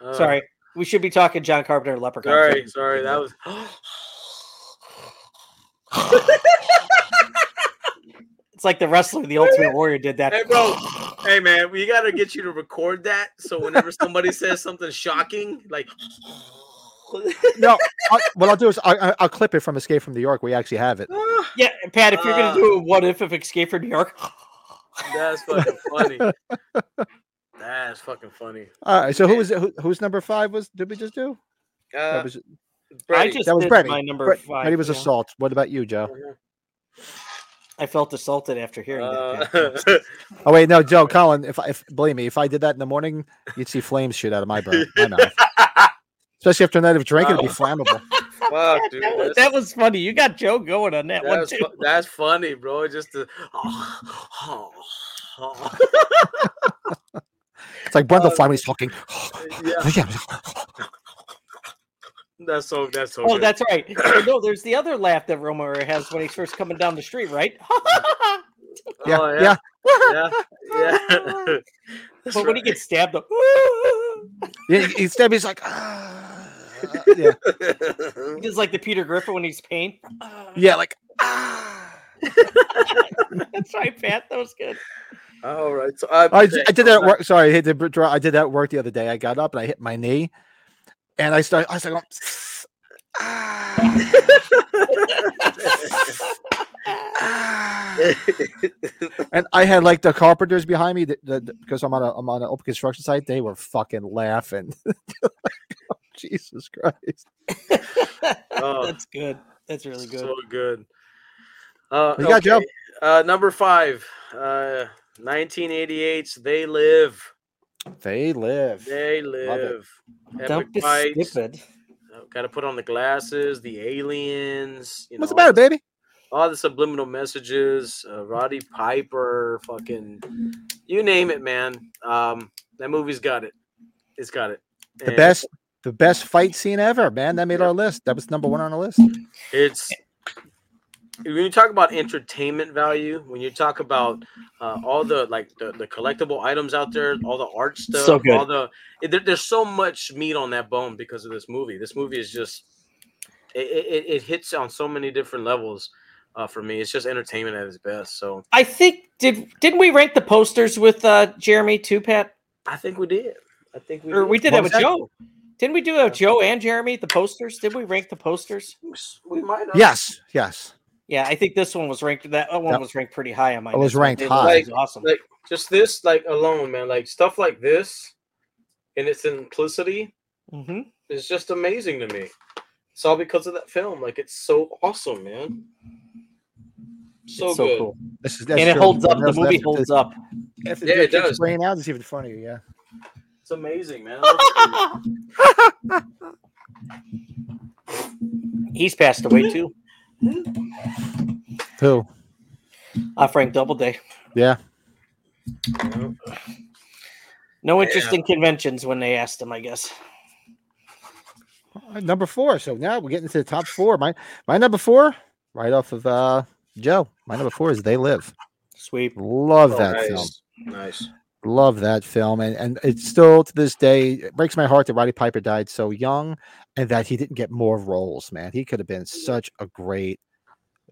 Ah,
Sorry. We should be talking John Carpenter and Leprechaun.
sorry, sorry. That was
It's like the wrestler, the Ultimate Warrior, did that.
Hey, bro. Hey, man, we gotta get you to record that. So whenever somebody says something shocking, like
No, I, what I'll do is I, I, I'll clip it from Escape from New York. We actually have it.
ah,
Yeah, Pat, if you're
Ah.
gonna do a what if of Escape from New York,
that's fucking funny. That's fucking funny.
All right. So who was it? Who, who's number five? Was did we just do?
Uh,
That was,
I
Brady.
just
That was
did
Brady.
my number
Brett,
five.
Brady was
yeah.
assault. What about you, Joe?
uh-huh.
I felt assaulted after hearing
Uh,
that. Pat.
Oh wait, no, Joe, Colin. If I, if believe me, if I did that in the morning, you'd see flames shoot out of my, brain, my mouth. Especially after a night of drinking, it'd be flammable.
fuck, dude.
that, was,
that's-
that was funny. You got Joe going on that one
That's,
too.
fu- that's funny, bro. Just the
It's like Brundle Fly when he's talking.
yeah, that's so that's so.
Oh,
good.
that's right. Oh, no, there's the other laugh that Romero has when he's first coming down the street, right?
yeah,
Oh,
yeah.
yeah, yeah.
but
That's
when he
right.
gets stabbed, the
yeah. he- Instead, he's like, ah. yeah,
just like the Peter Griffin when he's pain.
yeah, like ah.
That's right, Pat. That was good.
All right, so I,
I, d- I did that at work. Sorry, I hit the br- draw. I did that at work the other day. I got up and I hit my knee, and I started. I started going. and I had like the carpenters behind me that, that- because I'm on a I'm on an open construction site. They were fucking laughing. oh, Jesus Christ!
Oh.
That's good. That's really good.
So good. Uh,
What you got, Joe?
okay, Uh, number five, uh, 1988's They Live.
They live.
They
it.
Live.
Don't be
Epic fights.
stupid.
Got to put on the glasses, the aliens. You
What's the
know, all
matter, baby?
all the subliminal messages, uh, Roddy Piper, fucking, you name it, man. Um, that movie's got it. It's got it.
The
And
best, the best fight scene ever, man. That made our list. That was number one on the list.
It's when you talk about entertainment value, when you talk about uh, all the like the, the collectible items out there, all the art stuff,
So good.
all the there, there's so much meat on that bone because of this movie. This movie is just it, it, it hits on so many different levels uh, for me. It's just entertainment at its best. So
I think did didn't we rank the posters with uh Jeremy too, Pat?
I think we did. I think we
Or we did
What
that
was
with
that?
Joe. Didn't we do that with Joe and Jeremy? The posters? Did we rank the posters?
we might have.
Yes, yes.
Yeah, I think this one was ranked. That one
Yep.
was ranked pretty high on my.
It was
list. I
ranked
think
high.
It was awesome.
Like just this like alone, man. Like stuff like this in its simplicity
hmm
is just amazing to me. It's all because of that film. Like it's so awesome, man.
So,
it's so
good.
cool,
This is
and it holds up. The movie holds up.
Yeah, it does.
Playing out, it's even funnier. Yeah.
It's amazing, man.
He's passed away too.
Who?
Uh, Frank Doubleday.
Yeah.
No interest in conventions when they asked him. I guess.
All right, Uh, Number four. So now we're getting to the top four. My my number four, right off of uh Joe. My number four is They Live.
Sweep.
Love that
Oh, nice.
film.
Nice.
Love that film. And and it's still to this day, it breaks my heart that Roddy Piper died so young and that he didn't get more roles, man. He could have been such a great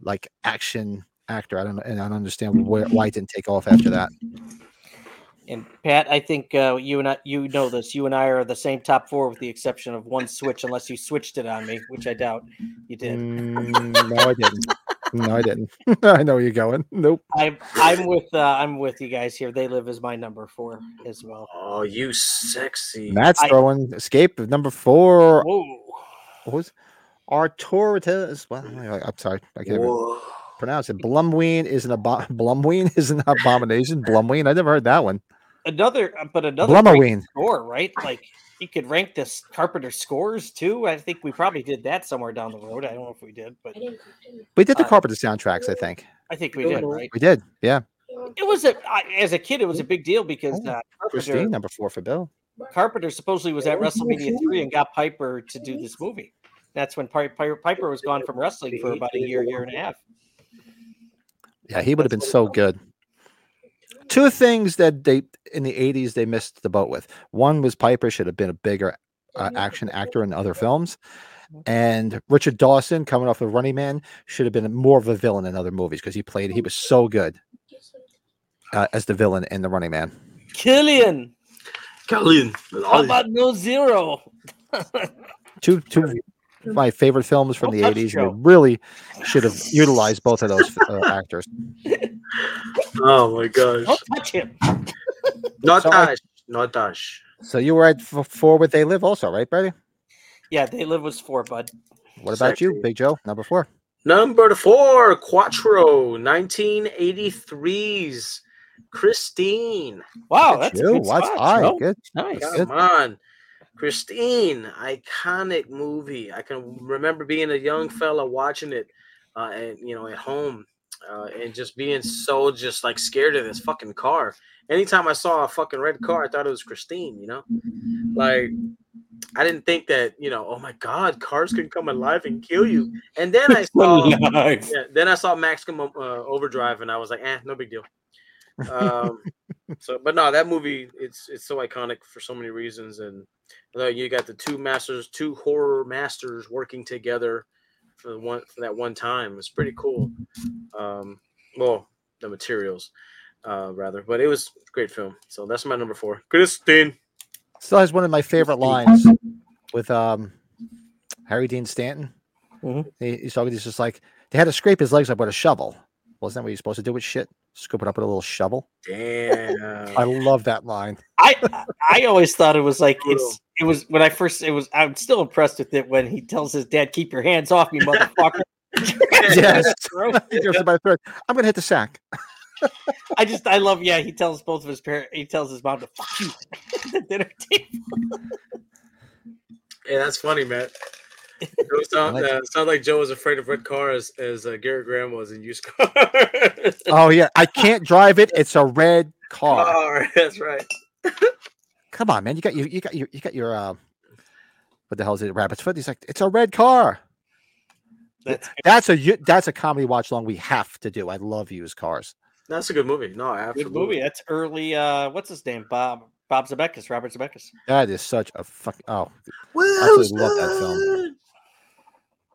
like action actor. I don't know, and I don't understand where, why it didn't take off after that.
And Pat, I think uh, you and I, you know this. You and I are the same top four, with the exception of one switch, unless you switched it on me, which I doubt you did.
Mm, no, I didn't. No, I didn't. I know where you're going. Nope.
I'm I'm with uh, I'm with you guys here. They live as my number four as well.
Oh, you sexy.
Matt's
I-
throwing escape of number four.
Whoa,
What was Artoritas? Well, I- I'm sorry, I can't even
Whoa.
pronounce it. Blumween is an abo- Blumween is an abomination. Blumween. I never heard that one.
another uh, but another great
Blumween.
score, right? Like you could rank this Carpenter scores too. I think we probably did that somewhere down the road. I don't know if we did, but
We did the
Uh,
Carpenter soundtracks. I think
I think we did, right?
we did. Yeah,
It was a I, as a kid, it was a big deal because
Oh,
uh,
Christine
Carpenter,
number four for Bill.
Carpenter supposedly was
Oh,
at WrestleMania three and got Piper to do this movie. That's when Pi- Pi- Piper was gone from wrestling for about a year, year and a half.
Yeah, he would have been so good. Two things that they in the '80s they missed the boat with. One was Piper should have been a bigger
Mm-hmm.
uh, action actor in other films, and Richard Dawson coming off of Running Man should have been more of a villain in other movies because he played he was so good uh, as the villain in the Running Man.
Killian,
Colin.
how about no zero?
Two two of my favorite films from
Don't
the
touch
'80s. And
Joe.
they really should have utilized both of those uh, actors.
Oh my gosh.
Don't touch him.
Not
So I-
Dash. Not Dash.
So you were at f- four with They Live, also, right, Brady?
Yeah, they live was four, bud.
What about you,
Exactly.
Big Joe? Number four.
Number four, Quattro, 1983's Christine.
Wow,
Look at
that's a
you.
good
What's
spot,
I?
Joe.
Good.
Nice.
That's
Come on. Christine, iconic movie. I can remember being a young fella watching it, uh, and you know, at home, uh, and just being so just like scared of this fucking car. Anytime I saw a fucking red car, I thought it was Christine. You know, like I didn't think that you know, oh my god, cars can come alive and kill you. And then I saw,
Oh, Nice.
yeah, then I saw Maximum uh, Overdrive, and I was like, eh, no big deal. Um, so, but no, that movie it's it's so iconic for so many reasons, and you, know, you got the two masters, two horror masters working together for the one for that one time. It's pretty cool. Um, well, the materials, uh, rather, but it was a great film. So that's my number four, Christine.
Still has one of my favorite lines with um Harry Dean Stanton.
Mhm.
He, he's talking. He's just like they had to scrape his legs up with a shovel. Well, isn't that what you're supposed to do with shit? Scoop it up with a little shovel. I
Damn.
love that line.
I I always thought it was like
Brutal.
it's it was when I first it was I'm still impressed with it when he tells his dad keep your hands off me motherfucker.
Yes. It goes to my throat. I'm gonna hit the sack.
I just I love yeah he tells both of his parents he tells his mom to fuck you at the dinner table.
Yeah, that's funny, man. It sound,
I like
uh, sounds like Joe was afraid of red cars as uh, Gary Graham was in used car.
Oh yeah, I can't drive it. It's a red
Uh,
car.
Car, that's right.
Come on, man. You got you you got your uh, you got your um. What the hell is it? Rabbit's foot. He's like, it's a red car.
That's
That's a u- that's a comedy watch long we have to do. I love used cars.
That's a good movie. No,
a
absolutely.
good movie. That's early. Uh, what's his name? Bob Bob Zemeckis. Robert Zemeckis.
That is such a fucking oh, absolutely love that film.
Wilson!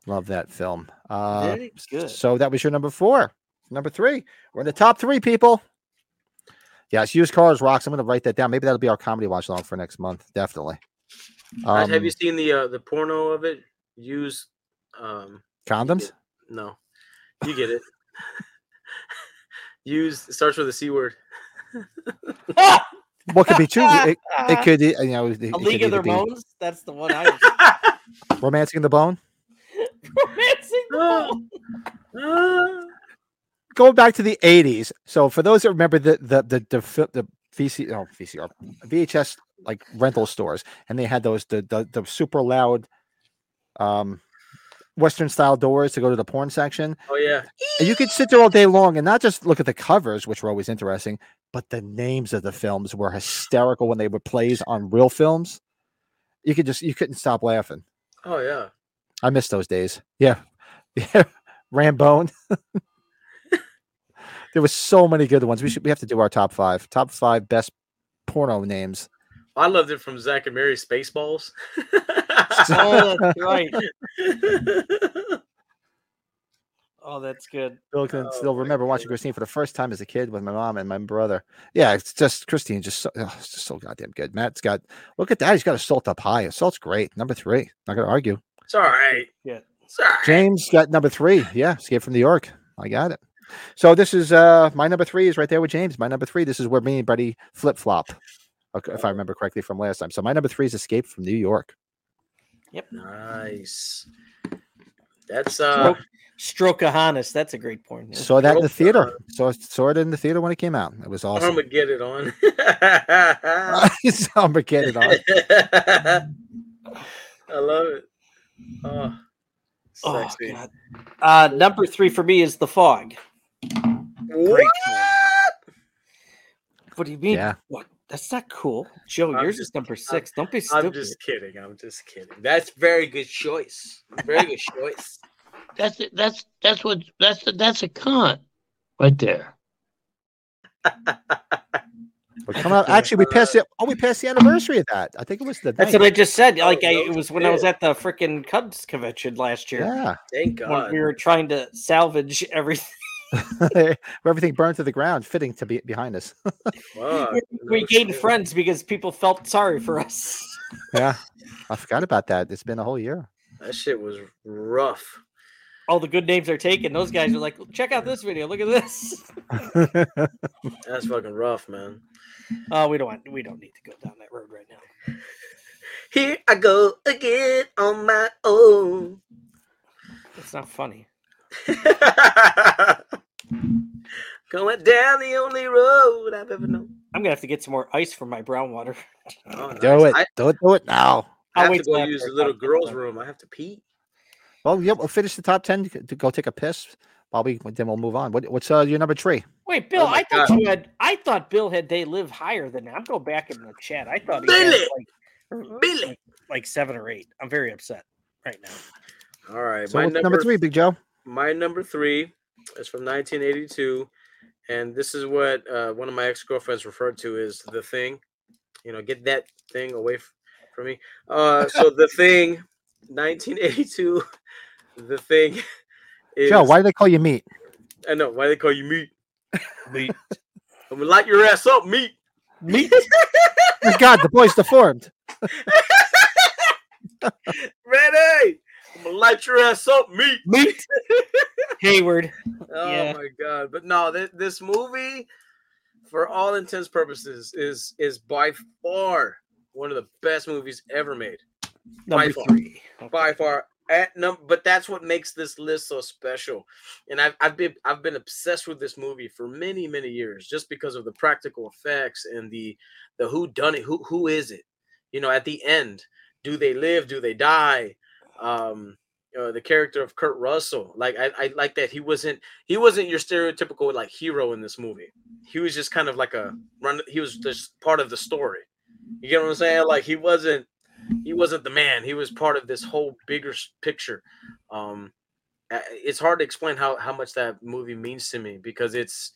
love that film. Uh,
Very good.
So that was your number four. Number three. We're in the top three, people. Yes, used cars rocks. I'm going to write that down. Maybe that'll be our comedy watch along for next month. Definitely.
Guys, Have
Um,
you seen the uh, the porno of it? Use um
condoms?
no, you get it. Use it starts with a c word.
Ah!
What could be two? It, it could, you know, it, it
a
could
League of
either
Their
be
Bones. That's the one I was
romancing the bone.
romancing. the Bone.
Ah.
Going back to the 80s. So for those that remember the the the the, fi- the VC, oh, VCR, VHS like rental stores, and they had those the the, the super loud, um, Western style doors to go to the porn section.
oh yeah.
And you could sit there all day long and not just look at the covers, which were always interesting, but the names of the films were hysterical when they were plays on real films. You could just you couldn't stop laughing.
Oh yeah.
I miss those days. Yeah. Yeah. Rambone. there was so many good ones. We should we have to do our top five. Top five best porno names.
I loved it from Zach and Mary Spaceballs.
Oh, that's right.
That's
Oh, that's good.
Still can
Oh
still
my
remember watching Christine for the first time as a kid with my mom and my brother. Yeah, it's just Christine just so, oh, it's just so goddamn good. Matt's got look at that. He's got assault up high. Assault's great. Number three. Not gonna argue.
all right.
Yeah.
It's all right.
James got number three. Yeah, Escape from New York. I got it. So this is uh my number three is right there with James. My number three. This is where me and Buddy flip flop, if I remember correctly from last time. So my number three is Escape from New York.
Nice. That's uh
Stroke of Hannes. That's a great porn. name.
Saw that in the
Nope.
theater. Saw saw it in the theater when it came out. It was awesome.
Armageddon on.
It's Armageddon. on.
I love it. Oh,
Oh,
sexy.
God. Uh, number three for me is The Fog.
What?
What do you mean?
Yeah.
What? That's not cool. Joe,
I'm
yours
just-
is number 6 Don't be
I'm
stupid.
just kidding. I'm just kidding. That's very good choice. Very good choice.
That's that's that's what that's that's a con, right there.
We're coming out. Actually, we passed it. Oh, we passed the anniversary of that. I think it was the.
That's
ninth.
what I just said. Like I,
Oh, no,
it was when I was at the freaking Cubs convention last year
Yeah,
Thank
when
God.
we were trying to salvage everything.
where everything burned to the ground. Fitting to be behind us.
Fuck,
we
no
gained
shit.
friends because people felt sorry for us.
yeah, I forgot about that. It's been a whole year.
That shit was rough.
All the good names are taken. Those guys are like, check out this video. Look at this.
That's fucking rough, man.
Oh, we don't want. We don't need to go down that road right now.
Here I go again on my own.
It's not funny.
Going down the only road I've ever known.
I'm gonna have to get some more ice for my brown water.
Oh,
Do it.
nice. I,
Don't do it now.
I
I'll
have
wait
to
till
go
after
use
our
the little
podcast,
girl's
though.
room. I have to pee.
Well, yep. We'll finish the top ten. To to go take a piss, Bobby. Then we'll move on. What, what's uh, your number three?
Wait, Bill.
Oh my
I thought you had. I thought Bill had. They live higher than that. I'm going back in the chat. I thought he had
Billy!
like,
Billy!
like seven or eight. I'm very upset right now.
All right.
So
my
what's number,
number
three, Big Joe.
my number three is from 1982 and this is what uh, one of my ex-girlfriends referred to as the thing you know get that thing away f- from me uh, so the thing 1982 the thing is
Joe, why do they call you meat?
i know why they call you meat meat i'm gonna light your ass up meat meat
My God, the boy's deformed.
ready i'm gonna light your ass up meat
Meat Hayward.
Oh
Yeah.
my god! But no, th- this movie, for all intents purposes, is is by far one of the best movies ever made.
Number
far.
three.
By far, at num- but that's what makes this list so special. And I've I've been I've been obsessed with this movie for many many years, just because of the practical effects and the the who done it, who who is it? You know, at the end, do they live? Do they die? Um, uh, the character of Kurt Russell, like I, I like that he wasn't he wasn't your stereotypical like hero in this movie. He was just kind of like a run. He was just part of the story. You get what I'm saying? Like he wasn't he wasn't the man. He was part of this whole bigger s- picture. Um, uh, it's hard to explain how how much that movie means to me because it's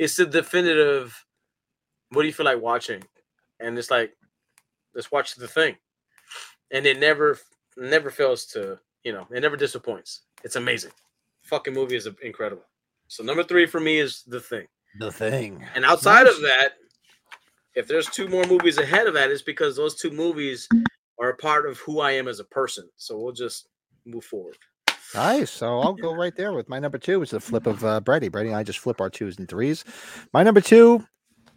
it's the definitive. What do you feel like watching? And it's like, let's watch the thing, and it never never fails to you know it never disappoints. It's amazing. Fucking movie is incredible. So number three for me is the thing.
The thing.
And outside of that, if there's two more movies ahead of that, it's because those two movies are a part of who I am as a person. So we'll just move forward.
Nice. So I'll go right there with my number two, which is the flip of uh, Brady. Brady and I just flip our twos and threes. My number two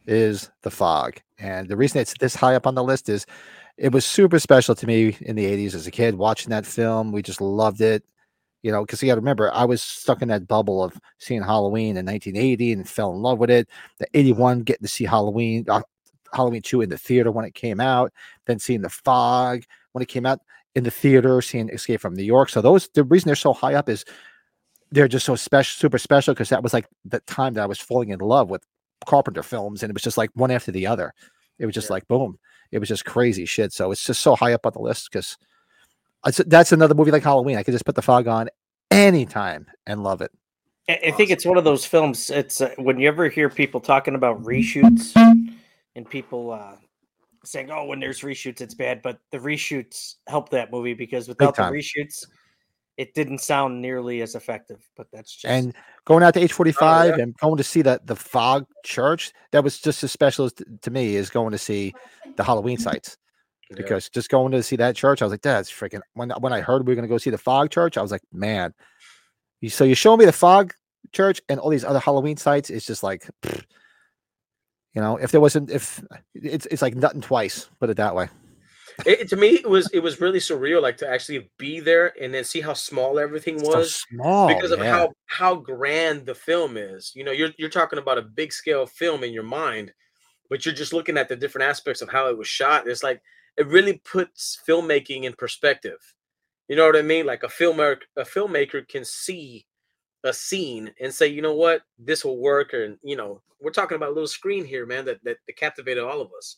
is The Fog. And the reason it's this high up on the list is it was super special to me in the 80s as a kid watching that film. We just loved it. You know, because you got to remember, I was stuck in that bubble of seeing Halloween in 1980 and fell in love with it. The 81, getting to see Halloween, uh, Halloween 2 in the theater when it came out, then seeing The Fog when it came out in the theater, seeing Escape from New York. So those the reason they're so high up is they're just so special, super special, because that was like the time that I was falling in love with Carpenter films, and it was just like one after the other. It was just like boom, it was just crazy shit. So it's just so high up on the list because that's another movie like Halloween. I could just put the fog on anytime and love it.
I, I think it's one of those films. It's uh, when you ever hear people talking about reshoots and people uh, saying, "Oh, when there's reshoots, it's bad," but the reshoots helped that movie because without the
time.
reshoots, it didn't sound nearly as effective. But that's just
And going out to age 45 and going to see that the fog church that was just as special as t- to me is going to see the Halloween sites.
Yeah.
because just going to see that church, I was like, that's freaking. When when I heard we were gonna go see the Fog Church, I was like, man. You, so you show me the Fog Church and all these other Halloween sites. It's just like, pfft. you know, if there wasn't, if it's it's like nothing twice. Put it that way.
it, to me, it was it was really surreal, like to actually be there and then see how small everything
So
was
small
because of
Oh, yeah.
how how grand the film is. You know, you're you're talking about a big scale film in your mind, but you're just looking at the different aspects of how it was shot. It's like it really puts filmmaking in perspective. You know what I mean? Like a filmmaker a filmmaker can see a scene and say, you know what, this will work, and you know, we're talking about a little screen here, man, that that, that captivated all of us.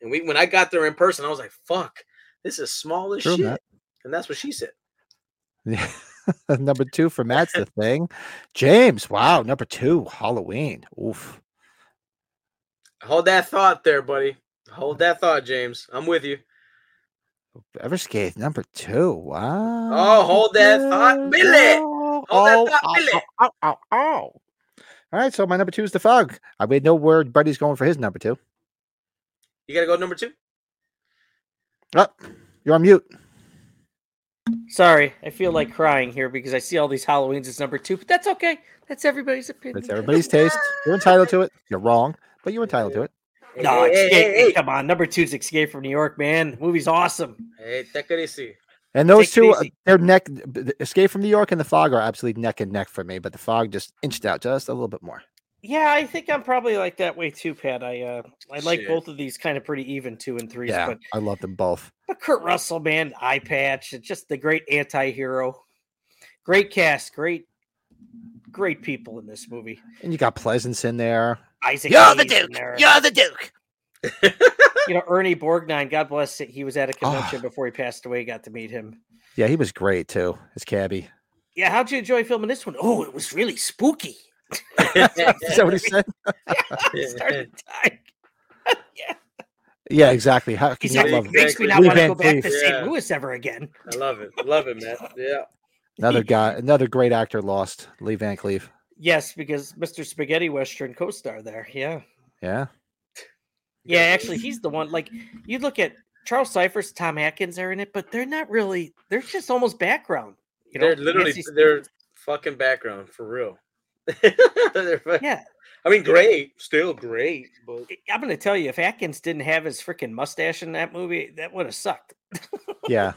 And we when I got there in person, I was like, fuck, this is small as
True,
shit.
Matt.
And that's what she said.
Yeah. number two for Matt's the thing. James, wow, number two, Halloween. Oof.
Hold that thought there, buddy. Hold that thought, James. I'm with you.
Everscathe, number two. Wow.
Oh, hold that thought, Billy.
Hold
Hold that
oh,
thought, Billy.
Ow, ow, ow. oh. All right, so my number two is the fog. I made no word Buddy's going for his number two.
You gotta go number two.
Oh, you're on mute.
sorry. I feel like crying here because I see all these Halloweens as number two, but that's okay. That's everybody's opinion.
It's everybody's taste. You're entitled to it. You're wrong, but you're entitled to it.
No,
hey,
Escape.
hey, hey, hey.
Come on, number two's Escape from New York, man. movie's awesome.
Hey, take it easy.
And
Take
those
it
two, uh,
easy.
they're neck. b- the Escape from New York and the fog are absolutely neck and neck for me, but the fog just inched out just a little bit more.
Yeah, I think I'm probably like that way too, Pat. I uh, I like
Shit.
both of these kind of pretty even two and threes,
Yeah,
but
I love them both.
But Kurt Russell, man, eye patch, it's just the great anti-hero. Great cast, great, great people in this movie.
And you got Pleasance in there.
Isaac, Hayes in there.
the Duke.
You know Ernie Borgnine. God bless it. He was
Ah.
at a convention before he passed away. Got to meet him.
Yeah, he was great too. His cabbie.
Yeah, how'd you enjoy filming this one? Oh, it was really spooky.
Is that what he said?
Started dying. yeah,
Yeah, exactly. How can
he's
you
like,
not love
it makes me
Exactly.
not
Lee
want to
Van
go back to
Cleef.
St.
Yeah.
Louis ever again.
I love it. Love it, man. Yeah.
another guy, another great actor lost, Lee Van Cleef.
Yes, because Mr. Spaghetti Western co-star there. Yeah.
Yeah.
Yeah, actually, he's the one. Like you look at Charles Cyphers, Tom Atkins are in it, but they're not really. They're just almost background. You know,
they're literally
Nancy-
they're fucking background for real. They're fuck-
Yeah.
I mean, great, still great, but
I'm gonna tell you, if Atkins didn't have his freaking mustache in that movie, that would have sucked.
Yeah.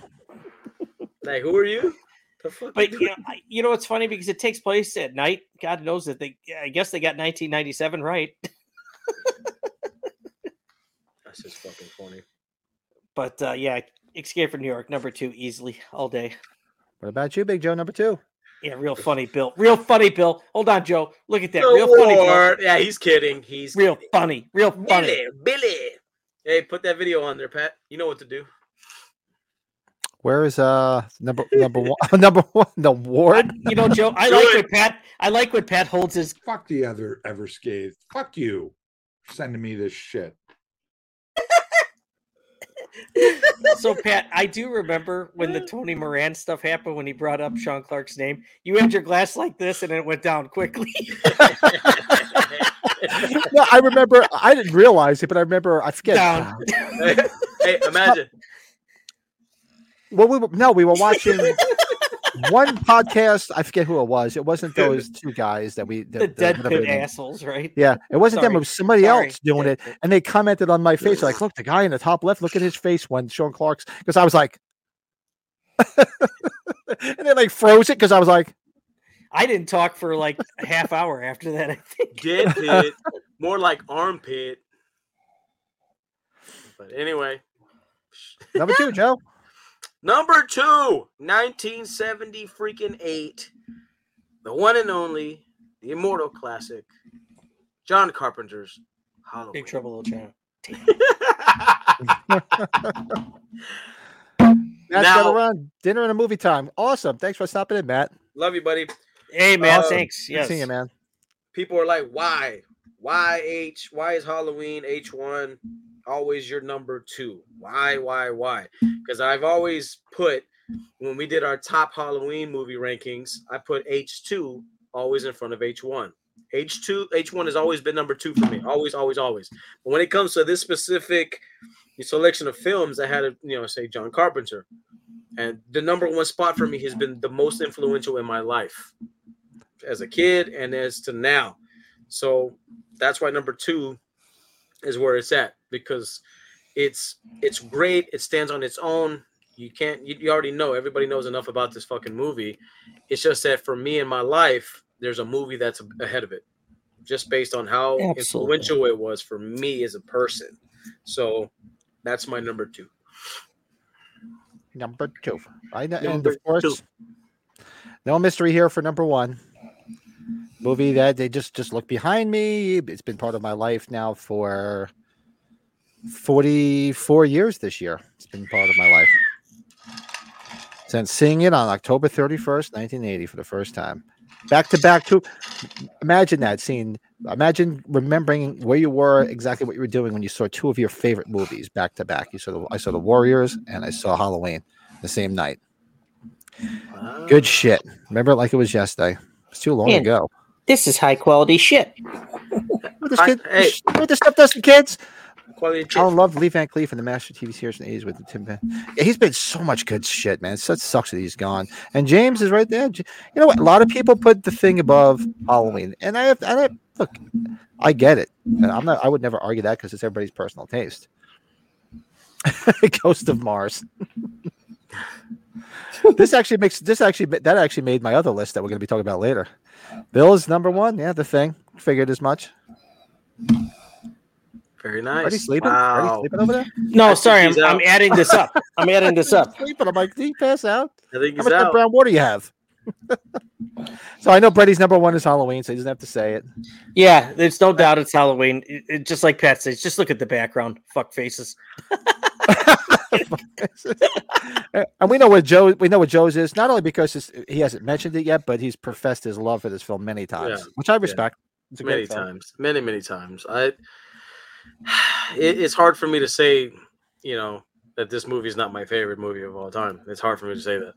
like, who are you? The fuck
But
you
you know, I- you know, it's funny because it takes place at night. God knows that they. I guess they got 1997 right,
doing? That's just fucking funny.
but uh, yeah, Escape from New York, number two, easily all day.
What about you, Big Joe, number two?
Yeah, real funny, Bill. Real funny, Bill. Hold on, Joe. Look at that.
The
Real funny, Bill.
war- Yeah, he's kidding. He's
Real funny. Real funny.
Billy, Billy. Hey, put that video on there, Pat. You know what to do.
Where is uh number number one number one the ward?
You know, Joe, I
Do
like
it.
what Pat. I like what Pat holds his.
Fuck the other ever scathed. Fuck you for sending me this shit.
So Pat, I do remember when the Tony Moran stuff happened when he brought up Sean Clark's name. You had your glass like this, and it went down quickly.
no, I remember I didn't realize it, but I remember I forget
down.
hey, hey, imagine.
Well, we were, no, we were watching one podcast. I forget who it was. It wasn't those two guys that we that,
the
that-
dead
whatever
pit
their name-
assholes, right?
Yeah, it wasn't them.
Sorry.
It was somebody
Sorry.
else doing it, and they commented on my face like, "Look, the guy in the top left. Look at his face when Sean Clark's." Because I was like, and they like froze it because I was like,
I didn't talk for like a half hour after that. I think.
Dead pit, more like armpit. But anyway,
"Number two, Joe."
number two, 1970 freaking eight, the one and only, the immortal classic, John Carpenter's Halloween.
Big Trouble in Little China.
Matt's
Now-
gotta run. Dinner and a movie time. Awesome. Thanks for stopping in, Matt.
Love you, buddy.
Hey man,
Um,
thanks.
Good
Yes.
seeing you, man.
people are like, why? Why H? Why is Halloween H1 always your number two? Why, why, why? Because I've always put, when we did our top Halloween movie rankings, I put H2 always in front of H1. H2, H1 has always been number two for me. Always, always, always. But when it comes to this specific selection of films, I had to, you know, say John Carpenter. And the number one spot for me has been the most influential in my life as a kid and as to now. So that's why number two is where it's at because it's it's great. It stands on its own. You can't. You, you already know. Everybody knows enough about this fucking movie. It's just that for me in my life, there's a movie that's ahead of it, just based on how
Absolutely.
influential it was for me as a person. So that's my number two.
Number two. I know, and
Number
of course,
two.
no mystery here for number one. Movie that they just just look behind me. It's been part of my life now for forty four years this year. It's been part of my life since seeing it on October thirty first, nineteen eighty, for the first time. Back to back to imagine that scene. Imagine remembering where you were, exactly what you were doing when you saw two of your favorite movies back to back. You saw the I saw the Warriors and I saw Halloween the same night. Good shit. Remember it like it was yesterday. It's too long
Yeah.
ago.
This is high quality shit.
What this
I-
kid?
hey.
What this stuff does to kids?
Quality.
I love Lee Van Cleef and the Master TV series in the 80s with the Tim Van. Yeah, he's been so much good shit, man. It such sucks that he's gone. And James is right there. J- You know what? A lot of people put the thing above Halloween, and I have. And I look, I get it. And I'm not. I would never argue that because it's everybody's personal taste. Ghost of Mars. this actually makes this actually ma- that actually made my other list that we're going to be talking about later. Bill's number one. Yeah, the thing. Figured as much.
Very
Already
nice.
sleeping? Already
Wow.
sleeping over there?
No,
think
sorry, I'm,
he's out.
I'm adding this up. I'm adding this up.
Sleeping. I'm like, did he pass out?
I
How
think he's
much that
out.
brown water you have? so I know Brady's number one is Halloween, so he doesn't have to say it.
Yeah, there's no doubt it's Halloween. It- it- just like Pat says, just look at the background. Fuck faces.
and we know what Joe we know what Joe's is, not only because it's, he hasn't mentioned it yet, but he's professed his love for this film many times,
Yeah.
which I respect. It's a
many
great film.
times, many many times. I it, it's hard for me to say, you know, that this movie is not my favorite movie of all time. It's hard for me to say that,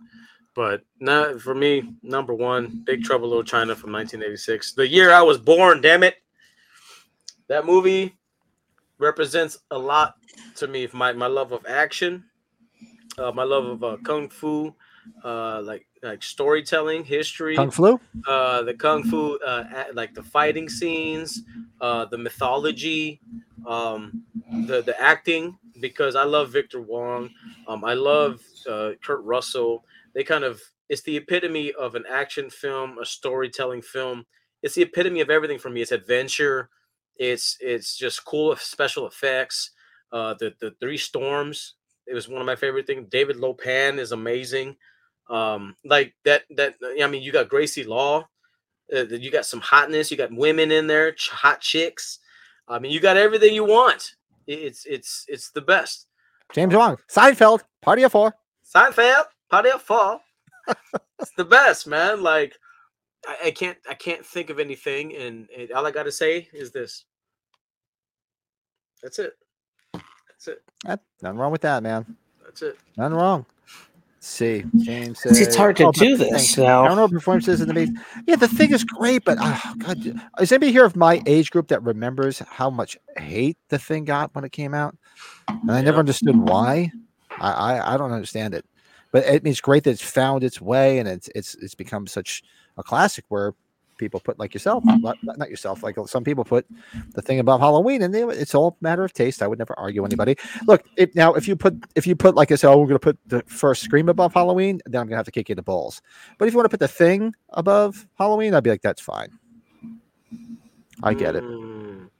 but not for me. Number one, Big Trouble in Little China from 1986, the year I was born. Damn it, that movie represents a lot to me. My my love of action, uh, my love of uh, kung fu, uh, like like storytelling, history,
Kung Flu?
uh, the kung fu, uh, at, like the fighting scenes, uh, the mythology, um, the the acting. Because I love Victor Wong, um, I love uh, Kurt Russell. They kind of it's the epitome of an action film, a storytelling film. It's the epitome of everything for me. It's adventure. It's it's just cool special effects. Uh, the the three storms. It was one of my favorite things. David Lopan is amazing um like that that i mean you got gracie law uh, you got some hotness you got women in there ch- hot chicks i mean you got everything you want I- it's it's it's the best
James Wong. Seinfeld, Party of Four.
Seinfeld, party of fall. it's the best, man. Like, I, I can't, I can't think of anything, and it, all I got to say is this. That's it. That's it.
That, Eh, nothing wrong with that, man.
That's it.
Nothing wrong. Let's see, James.
See, it's
said-
hard to
oh, but
do
the
this
thing-
now.
I don't know performances in the main. Yeah, the thing is great, but oh, God, d- is anybody here of my age group that remembers how much hate the thing got when it came out? And I never understood why. I, I I don't understand it, but it, it's great that it's found its way and it's it's it's become such a classic where people put like yourself, not, not yourself, like some people put the thing about Halloween, and they, it's all a matter of taste. I would never argue anybody. Look, if now if you put if you put like I said, oh, we're gonna put the first scream above Halloween, then I'm gonna have to kick you in the balls. But if you want to put the thing above Halloween, I'd be like, that's fine. I get it.
Mm.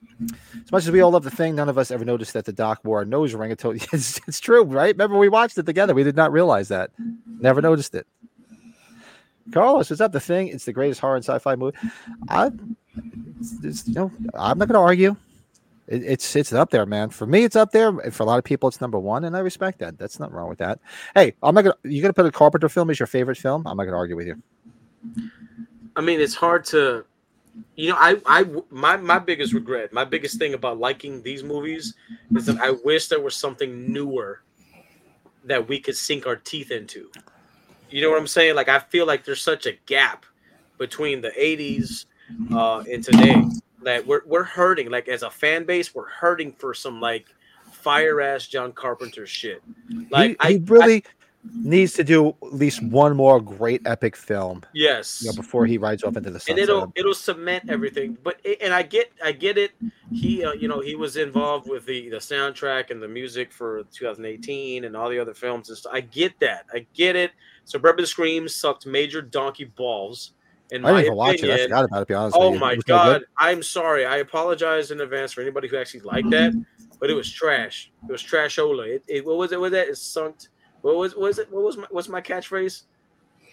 As much as we all love the thing, none of us ever noticed that the doc wore a nose ring until it's, it's true, right? Remember, we watched it together. We did not realize that. Never noticed it. Carlos, what's up? The thing. It's the greatest horror and sci-fi movie. I, it's, it's, you know, I'm not going to argue. It, it's it's up there, man. For me, it's up there. and For a lot of people, it's number one, and I respect that. That's not wrong with that. Hey, I'm not gonna. You're gonna put a Carpenter film as your favorite film. I'm not gonna argue with you.
I mean, it's hard to, you know, I, I, my, my biggest regret, my biggest thing about liking these movies is that I wish there was something newer that we could sink our teeth into. You know what I'm saying? Like, I feel like there's such a gap between the 80s uh, and today that we're, we're hurting. Like, as a fan base, we're hurting for some, like, fire ass John Carpenter shit. Like,
he,
I
he really needs to do at least one more great epic film
yes.
you know, before he rides off into the
and
sunset.
it'll it'll cement everything. But it, and I get I get it. He uh, you know he was involved with the the soundtrack and the music for 2018 and all the other films and stuff. I get that. I get it. Suburban Scream sucked major donkey balls. In
I
my
didn't even watch it. I
opinion,
forgot about it. To be honest.
oh
with you.
my
It was no
god!
good.
I'm sorry. I apologize in advance for anybody who actually liked that, but it was trash. It was trashola. It, it what was it? What was that? It sunk. What was was it? What was my what's my catchphrase?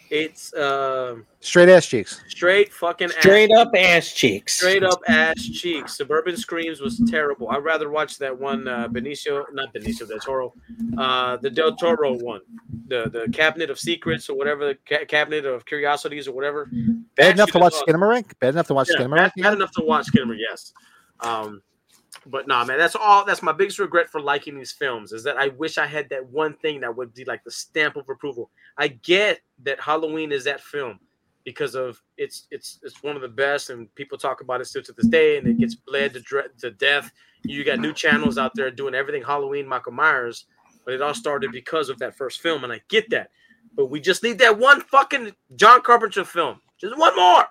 It's um
Straight ass cheeks.
straight fucking ass
Straight up ass cheeks.
straight up ass cheeks. Suburban Screams was terrible. I'd rather watch that one uh, Benicio, not Benicio del Toro, uh, the Del Toro one, the the Cabinet of Secrets or whatever, ca- Cabinet of Curiosities or whatever.
Bad
That
enough
shit
to
is
watch
awesome.
Skinamarink. Bad enough to watch
Yeah,
Skinamarink.
bad, bad enough to watch Skinner, yes. Um, but nah, man, that's all. That's my biggest regret for liking these films is that I wish I had that one thing that would be like the stamp of approval. I get that Halloween is that film because of it's it's it's one of the best, and people talk about it still to this day, and it gets bled to, dre- to death. You got new channels out there doing everything Halloween, Michael Myers, but it all started because of that first film, and I get that. But we just need that one fucking John Carpenter film, just one more.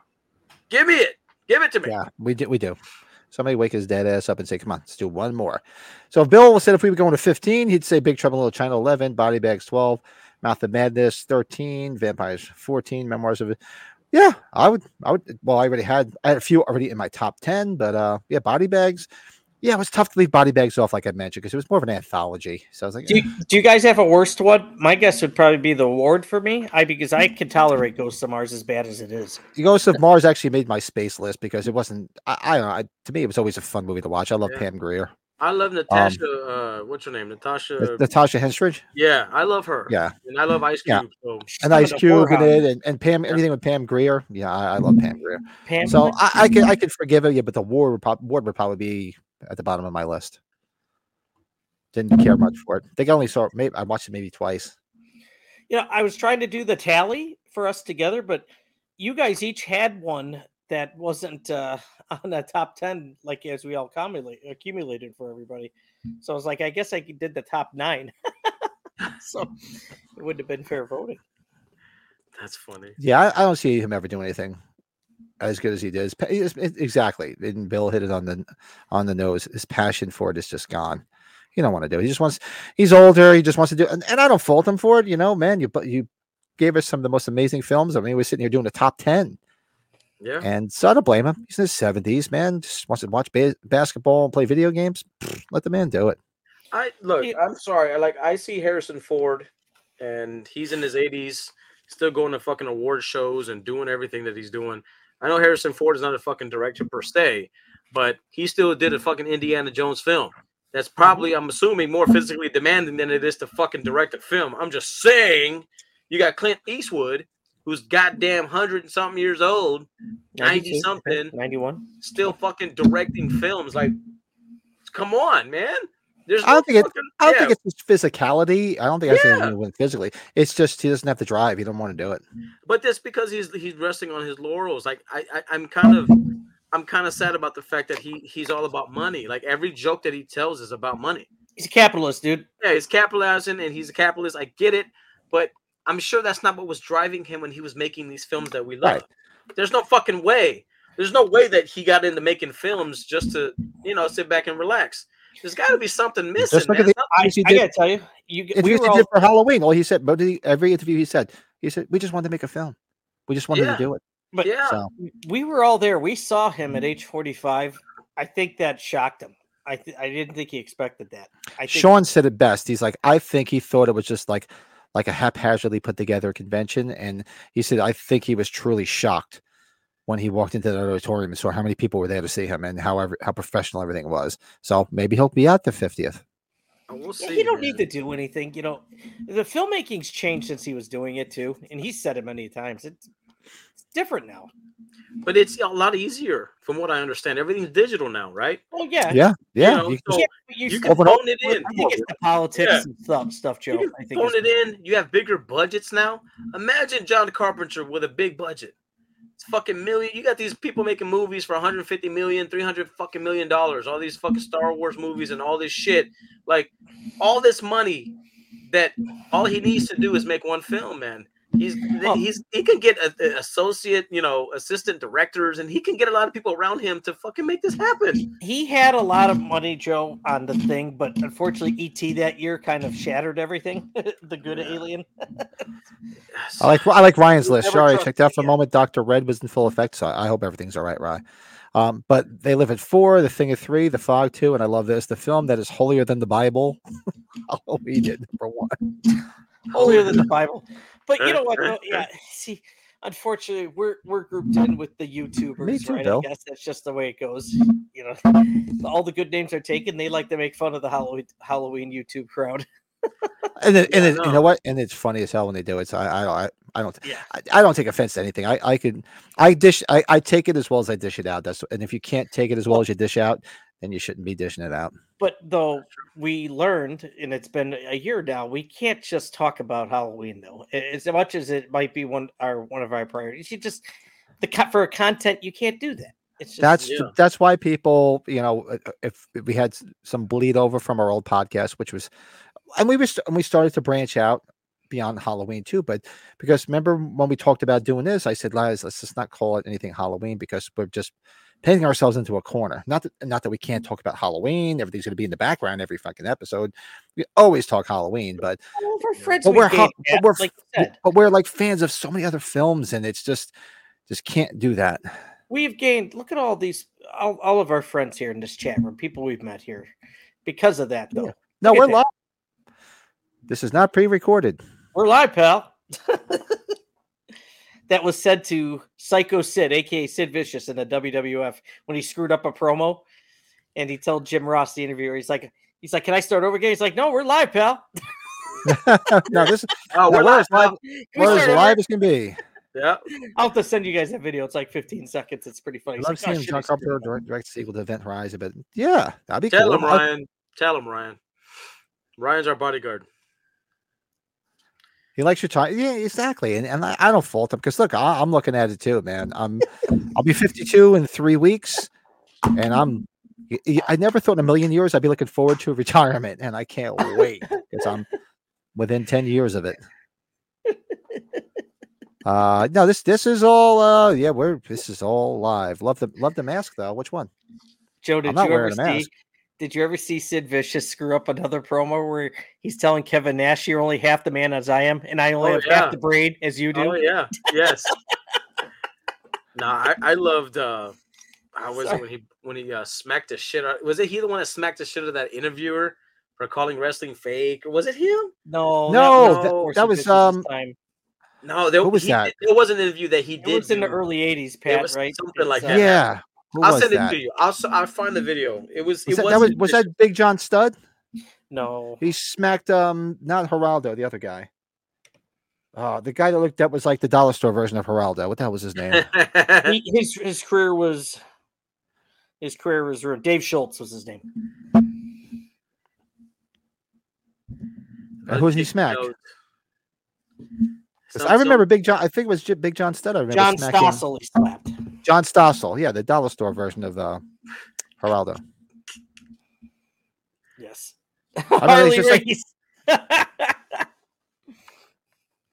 Give me it. Give it to me.
Yeah, we do. We do. Somebody wake his dead ass up and say, "Come on, let's do one more." So if Bill said if we were going to fifteen, he'd say Big Trouble in Little China eleven, Body Bags twelve, Mouth of Madness thirteen, Vampires fourteen, Memoirs of. Yeah, I would. I would. Well, I already had, I had a few already in my top ten, but uh, yeah, Body Bags. Yeah, it was tough to leave Body Bags off, like I mentioned, because it was more of an anthology. So I was like,
Do you, do you guys have a worst one? My guess would probably be the award for me. I because I can tolerate Ghosts of Mars as bad as it is.
Ghost of Mars actually made my space list because it wasn't. I, I don't know. I, to me, it was always a fun movie to watch. I love
Yeah.
Pam Grier,
I love Natasha.
Um,
uh, what's her name? Natasha.
Nat- Natasha Henstridge.
yeah, I love her.
Yeah,
and I love Ice
Yeah.
Cube. So
and
Son of
Ice
a
Cube in it,
whorehound.
and, and Pam. Anything with Pam Grier. Yeah, I, I love Pam Grier.
Pam,
So I, I could I could forgive it. Yeah, but the war would prob- Ward would probably be at the bottom of my list. Didn't care much for it. I think I only saw it. Maybe I watched it maybe twice.
you know, I was trying to do the tally for us together, but you guys each had one that wasn't uh, on the top ten, like as we all accumulate, accumulated for everybody. So I was like, I guess I did the top nine. so it wouldn't have been fair voting.
that's funny.
Yeah, I, I don't see him ever doing anything as good as he does. Pa- it's- it- Exactly, and Bill hit it on the on the nose. His passion for it is just gone. He don't want to do. It. He just wants. He's older. He just wants to do. And, and I don't fault him for it. You know, man, you but you gave us some of the most amazing films. I mean, we're sitting here doing the top ten,
Yeah,
and so I don't blame him. He's in his seventies, man. Just wants to watch ba- basketball and play video games. Pfft, let the man do it.
I look.
It-
I'm sorry. I like. I see Harrison Ford, and he's in his 80s, still going to fucking award shows and doing everything that he's doing. I know Harrison Ford is not a fucking director per se, but he still did a fucking Indiana Jones film. That's
Mm-hmm.
probably, I'm assuming, more physically demanding than it is to fucking direct a film. I'm just saying, you got Clint Eastwood, who's goddamn hundred and something years old, 90
92,
something,
91.
still fucking directing films. Like, come on, man. There's
I don't think it-
fucking-
I don't
yeah,
think it's just physicality. I don't think I said
Yeah.
anything with physically. It's just he doesn't have the drive. He don't want to do it.
but that's because he's he's resting on his laurels. Like I, I I'm kind of I'm kind of sad about the fact that he he's all about money. Like every joke that he tells is about money.
He's a capitalist, dude.
Yeah, he's capitalizing and he's a capitalist. I get it, but I'm sure that's not what was driving him when he was making these films that we love.
Right.
There's no fucking way. There's no way that he got into making films just to you know sit back and relax. There's got to be something missing.
look at
man.
the-
Something-
I,
Yes, he
I
did.
gotta tell you, you
It's
we
what
were
he
all,
did for Halloween. All he said, but he- every interview he said, he said, "We just wanted to make a film. We just wanted
Yeah.
to do it."
but
yeah,
So
we were all there. We saw him
Mm.
at age 45. I think that shocked him. I th- I didn't think he expected that. I think
Sean said it best. He's like, "I think he thought it was just like, like a haphazardly put together convention," and he said, "I think he was truly shocked." When he walked into the auditorium and saw how many people were there to see him and how every, how professional everything was, so maybe he'll be out the fiftieth.
we'll
Yeah,
see.
you don't
man.
need to do anything. You know, the filmmaking's changed since he was doing it too, and he said it many times. It's, it's different now.
but it's a lot easier, from what I understand. Everything's digital now, right?
Well, yeah,
Yeah, yeah.
you know,
you-
so
Yeah, but
you,
you, still
can
open up-
phone it
I
in.
think it's the politics
Yeah.
and stuff, stuff, Joe.
You
I
can
think
phone
it's-
it in. You have bigger budgets now.
Mm-hmm.
Imagine John Carpenter with a big budget. It's fucking million. You got these people making movies for 150 million, 300 fucking million dollars. All these fucking Star Wars movies and all this shit. Like all this money that all he needs to do is make one film, man. He's
Well-
he's he can get a, a associate, you know, assistant directors, and he can get a lot of people around him to fucking make this happen.
he had a lot of money, Joe, on the thing, but unfortunately, ET that year kind of shattered everything. the good alien.
I like I like Ryan's
You
list.
never
Sorry, I
trust
checked out for a
again.
moment. Doctor Red was in full effect, so I hope everything's all right, Ryan. Um, but they live at four, the thing at three, the fog two, and I love this. The film that is holier than the Bible. Halloween at number one.
holier than the Bible. But you know what?
Uh,
Though? Yeah. See, unfortunately, we're we're grouped in with the YouTubers,
Me too,
right?
Bill.
I guess that's just the way it goes. You know, all the good names are taken. They like to make fun of the Halloween Halloween YouTube crowd.
And it, and
Yeah,
it, you
no.
know what? And it's funny as hell when they do it. So I I I, I don't
Yeah.
I, I don't take offense to anything. I I can I dish I, I take it as well as I dish it out. That's and if you can't take it as well as you dish out, then you shouldn't be dishing it out.
But though we learned, and it's been a year now, we can't just talk about Halloween though. A- As much as it might be one our one of our priorities, you just the co- for content you can't do that. It's just,
that's
yeah.
th- that's why people you know uh, uh, if, if we had s- some bleed over from our old podcast which was and we was and we started to branch out beyond halloween too but because remember when we talked about doing this i said guys let's just not call it anything halloween because we're just painting ourselves into a corner not that not that we can't talk about halloween everything's going to be in the background every fucking episode we always talk halloween but
Well, for Fred's
But we're
weekend,
ho-
yeah,
but we're f-
like you
w-
said.
but we're like fans of so many other films and it's just just can't do that
we've gained look at all these all, all of our friends here in this chat room people we've met here because of that though
Yeah. no
Look at
we're
that.
live this is not pre-recorded
we're live pal that was said to psycho sid aka sid vicious in the wwf when he screwed up a promo and he told jim ross the interviewer he's like he's like can i start over again he's like no we're live pal
no, this no,
Oh, we're
we're
live.
as live,
Can we
we're
start
as
over?"
live as can be.
Yeah.
i'll have to send you guys that video it's like 15 seconds it's pretty funny
I
He's
love
like, "Oh,
seeing
shit, I
John
screwed
Carpenter
up."
direct, direct sequel to Event Horizon, but yeah, that'd be
Tell
cool.
him,
I-
Ryan. Tell him, Ryan. Ryan's our bodyguard.
he likes your time. Yeah, exactly. And and I, I don't fault him because look, I, I'm looking at it too, man. I'm I'll be 52 in three weeks, and I'm. y- y- I never thought in a million years I'd be looking forward to retirement, and I can't wait because I'm within 10 years of it. Uh no, this this is all uh yeah, we're this is all live. Love the love the mask though. Which one?
Joe, did you
not
ever
wearing a
see?
mask.
Did you ever see Sid Vicious screw up another promo where he's telling Kevin Nash, "You're only half the man as I am, and I only
Oh,
have
yeah.
half the brain as you do."
Oh yeah, yes. nah, I, I loved. uh How was it when he when he uh, smacked the shit out? Was it he the one that smacked the shit out of that interviewer for calling wrestling fake? Was it him?
No,
No,
that,
that-
before
that
Sid
was,
Vicious'
um,
time.
No, there
Who was
he
that?
did- There was an interview that he
It
did
was in the
do.
early '80s, Pat.
was
right?
something like
It's,
that.
Yeah. Who
I'll
was
send
that?
it to you. I'll s- I'll find the video. It was
Was
it
that, that was, was
Bishop.
that Big John Stud?
No,
He smacked um not Geraldo, the other guy. Uh, the guy that looked that was like the dollar store version of Geraldo. What the hell was his name?
he, his his career was his career was ruined. Dave Schultz was his name.
Uh, who was he
Take
smacked?
notes.
'Cause
Some-
I remember Big John. I think it was J- Big John Stud. I remember
John
smacking
Stossel he slapped.
John Stossel. Yeah, the dollar store version of uh, Geraldo.
Yes.
I remember
Harley
he's just like-
Race.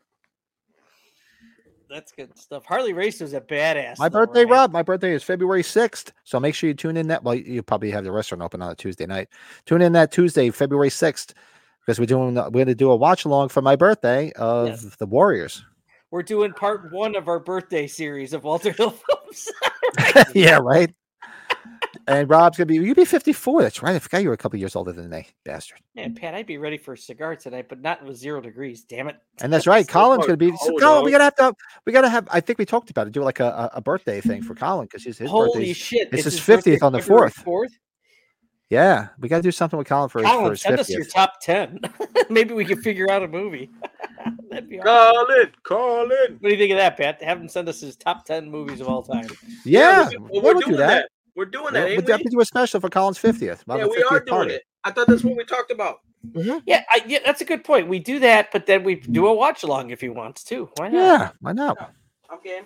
That's good stuff. Harley Race was a badass.
My
though,
birthday,
right?
Rob. My birthday is February 6th. So make sure you tune in that. Well, you probably have the restaurant open on a Tuesday night. Tune in that Tuesday, February 6th, because we're doing uh, we're going to do a watch along for my birthday of the Warriors.
We're doing part one of our birthday series of Walter Hill films.
yeah, right. and Rob's going to be you be 54. That's right. I forgot you were a couple years older than me, bastard.
Man, Pat, I'd be ready for a cigar tonight, but not with zero degrees. Damn it.
And that's right.
So
Colin's
far,
going to be so
cold
Colin.
out.
We got to have to. We got to have. I think we talked about it. Do like a, a a birthday thing
Mm-hmm.
for Colin because his his
Holy
birthday's-
shit.
it's his
birthday
50th on the
February
4th.
4th?
Yeah, we got to do something with Colin for his, for
Colin,
his
send us your
50th.
top 10. Maybe we can figure out a movie. That'd be awesome.
Call in, call in.
What do you think of that, Pat? Have him send us his top 10 movies of all time.
Yeah,
we- well,
we
we're
would do
doing
that.
that. We're doing
We'll,
that.
we'll
ain't
definitely do a special for Colin's 50th.
we?
We'll
Yeah,
have a
we are
50th
doing
party.
it. I thought that's what we talked about.
Yeah, I, yeah, that's a good point. We do that, but then we do a watch along if he wants to. Why not?
Mm. Yeah, why not?
I'm game.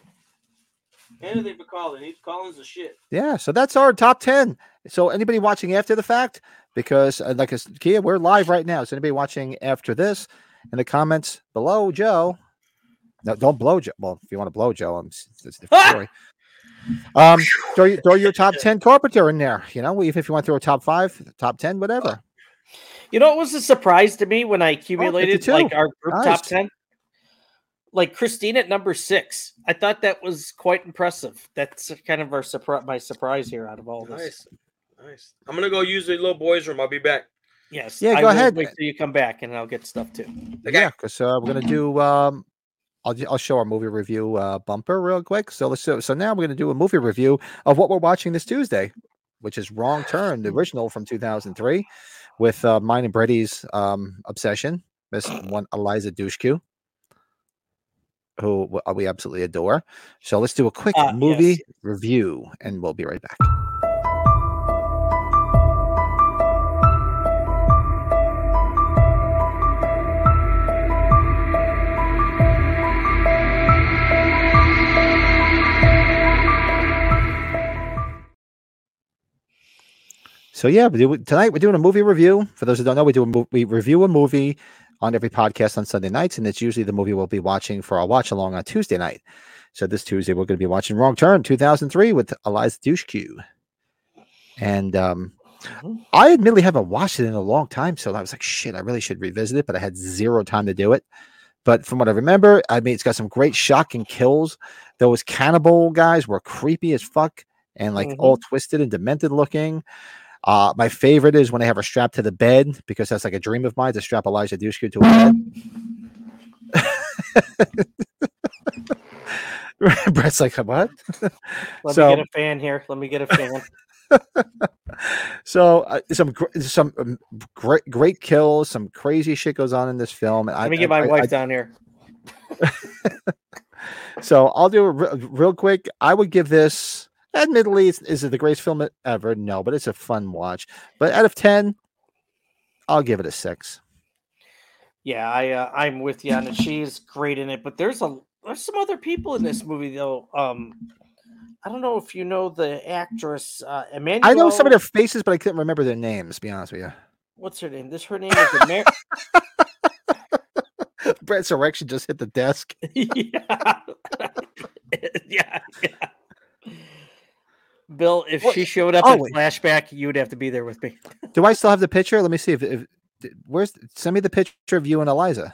Anything but Colin. He's Colin's the shit.
Yeah, so that's our top 10. So, anybody watching after the fact, because uh, like I said, Kia, we're live right now. So, anybody watching after this in the comments below, Joe? No, don't blow Joe. Well, if you want to blow Joe, I'm, that's a different story. Um, throw, your- throw your top 10 carpenter in there, you know, even if you want to throw a top five, top 10, whatever.
You know, it was a surprise to me
Oh,
when I accumulated
52.
like our group top
Nice.
10. Like Christine at number six. I thought that was quite impressive. That's kind of our surprise, my surprise here out of all this.
Nice, nice. I'm gonna go use the little boys' room. I'll be back.
Yes.
Yeah,
I
go
will
ahead.
Wait till you come back and I'll get stuff too.
Okay.
Yeah, because uh, we're gonna do. Um, I'll ju- I'll show our movie review uh, bumper real quick. So let's so, so now we're gonna do a movie review of what we're watching this Tuesday, which is Wrong Turn, the original from 2003, with uh, mine and Brady's um, obsession, Miss One Eliza Dushku, who w- we absolutely adore. So let's do a quick
Ah, yes,
movie
yes.
review, and we'll be right back. So yeah, we do, tonight we're doing a movie review. For those who don't know, we do a mo- we review a movie on every podcast on Sunday nights, and it's usually the movie we'll be watching for our watch along on Tuesday night. So this Tuesday we're going to be watching Wrong Turn 2003 with Eliza Dushku, and um,
Mhm.
I admittedly haven't watched it in a long time, so I was like, shit, I really should revisit it, but I had zero time to do it. But from what I remember, I mean, it's got some great shocking kills. Those cannibal guys were creepy as fuck and like
Mhm.
all twisted and demented looking. Uh, my favorite is when they have her strapped to the bed because that's like a dream of mine to strap Elijah Dushku to a bed. Brett's like, what?
Let
So-
me get a fan here. Let me get a fan.
So uh, some gr- some um, great great kills, some crazy shit goes on in this film. and I,
Let me
I-
get my
I-
wife down here.
I- so I'll do it re- real quick. I would give this. Admittedly, it's, is it the greatest film e-, ever? No, but it's a fun watch. But out of ten, I'll give it a six.
Yeah, I uh, I'm with you on it. She is great in it, but there's a there's some other people in this movie though. Um, I don't know if you know the actress uh, Emmanuel.
I know some of their faces, but I couldn't remember their names. To be honest with you.
What's her name? This her name is Amer-
Brett's erection just hit the desk.
yeah. yeah, yeah. Bill, if she showed up
Always.
in flashback, you would have to be there with me.
Do I still have the picture? Let me see if, if d- where's send me the picture of you and Eliza.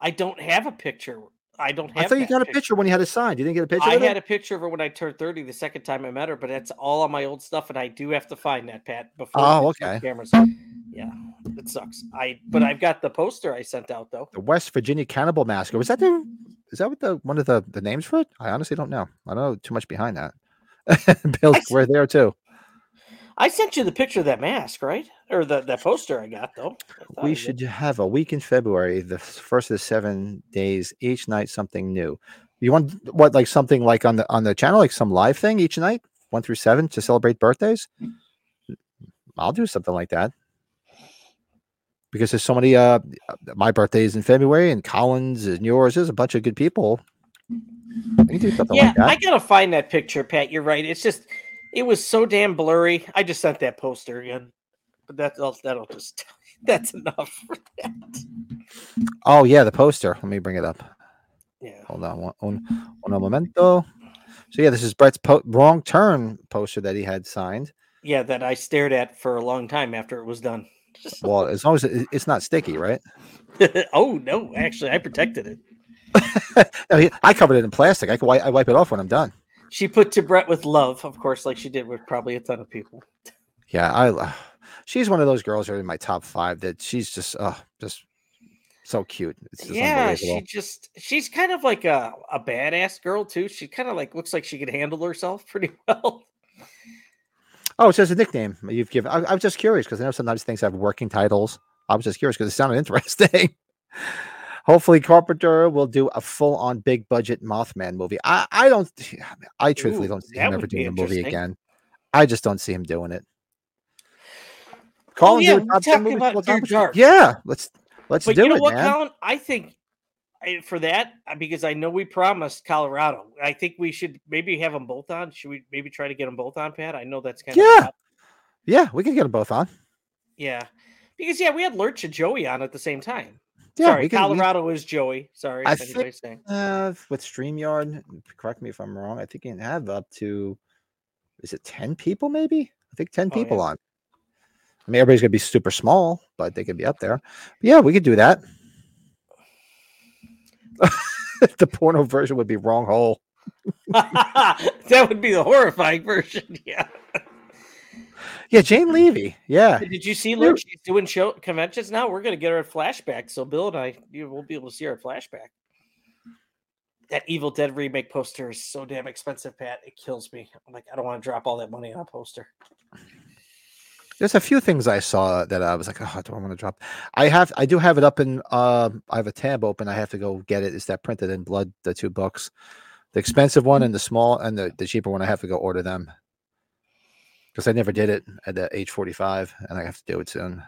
I don't have a picture. I don't have.
I thought you
that
got a picture when you had a sign. You didn't get a picture.
I
of it?
had a picture of her when I turned 30 the second time I met her, but that's all on my old stuff, and I do have to find that, Pat, before
Oh,
we switch
okay.
cameras. Yeah, it sucks. I but I've got the poster I sent out though.
the West Virginia Cannibal Massacre. Was that the? Is that what the one of the the names for it? I honestly don't know. I don't know too much behind that. Bill's,
I see.
we're there too.
I sent you the picture of that mask, right? Or the that poster I got though. I thought I
We
did.
should have a week in February, the f- first of the seven days, each night something new. You want what, like something like on the on the channel, like some live thing each night, one through seven, to celebrate birthdays. I'll do something like that because there's so many. Uh, my birthday is in February, and Collins and yours. There's a bunch of good people. We can do something
Yeah,
like that.
I gotta find that picture, Pat. You're right. It's just it was so damn blurry. I just sent that poster again. But that's all that'll just that's enough.
oh yeah, the poster. Let me bring it up.
yeah.
Hold on, one, un, un momento. So yeah, this is Brett's po- wrong turn poster that he had signed.
Yeah, that I stared at for a long time after it was done.
Well, as long as it, it's not sticky, right?
oh no, actually I protected it.
I, mean, I covered it in plastic. I can wi- I wipe it off when I'm done.
She put to Brett with love, of course, like she did with probably a ton of people.
Yeah, I. lo- She's one of those girls that are in my top five. That she's just, uh, just so cute. It's just
yeah, she
unbelievable.
just she's kind of like a, a badass girl too. She kind of like looks like she could handle herself pretty well.
Oh, it's just a nickname you've given. I, I was just curious because I know sometimes things have working titles. I was just curious because it sounded interesting. Hopefully, Carpenter will do a full-on big-budget Mothman movie. I, I don't. I truthfully
Ooh,
don't see him
that
ever
would be
doing a movie
interesting.
again. I just don't see him doing it. Collins,
Oh, yeah,
do a
we
top 10
talked
movies
about
of all time,
Dear
which-
Dark.
Yeah, let's let's
but
do
you know
it,
what,
man.
Colin? I think I- for that I- because I know we promised Colorado. I think we should maybe have them both on. Should we maybe try to get them both on, Pat? I know that's kind
Yeah.
of
Yeah, we can get them both on.
yeah, because yeah, we had Lurch and Joey on at the same time.
Yeah,
Sorry,
we can, we-
Colorado is Joey. Sorry,
I
if
think-
anybody's saying.
uh, with Streamyard, correct me if I'm wrong. I think you can have up to, is it ten people? Maybe I think ten
Oh, yeah.
people on. I mean, everybody's gonna be super small, but they could be up there. But yeah, we could do that. the porno version would be wrong hole.
that would be the horrifying version. Yeah.
Yeah, Jane Levy. Yeah,
Did you see
There-
Lurch? She's doing show conventions now. We're gonna get her a flashback. So Bill and I you will be able to see her at flashback. That Evil Dead remake poster is so damn expensive, Pat. It kills me. I'm like, I don't want to drop all that money on a poster.
there's a few things I saw that I was like, oh, do I want to drop? I have, I do have it up in. Uh, I have a tab open. I have to go get it. It's that printed in blood? The two books, the expensive one and the small and the, the cheaper one. I have to go order them because I never did it at the age 45, and I have to do it soon.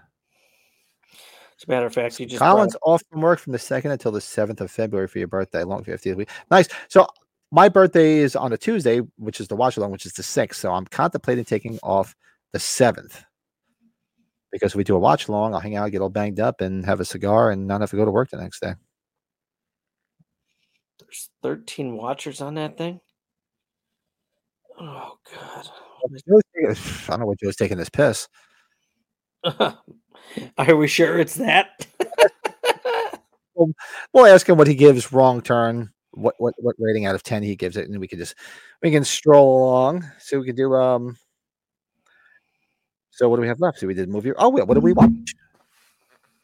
As a matter of fact, you just brought
Collins
up-
off from work from the second until the seventh of February for your birthday. Long 50th week. Nice. So my birthday is on a Tuesday, which is the watch along, which is the sixth. So I'm contemplating taking off the seventh. Because if we do a watch along, I'll hang out, get all banged up, and have a cigar and not have to go to work the next day.
there's 13 watchers on that thing. Oh god.
Joe's taking- I don't know what Joe's taking this piss.
Are we sure it's that?
We'll ask him what he gives wrong turn, what what what rating out of ten he gives it, and we can just we can stroll along. So we can do um so what do we have left? So we did movie. Oh yeah, what do we watch?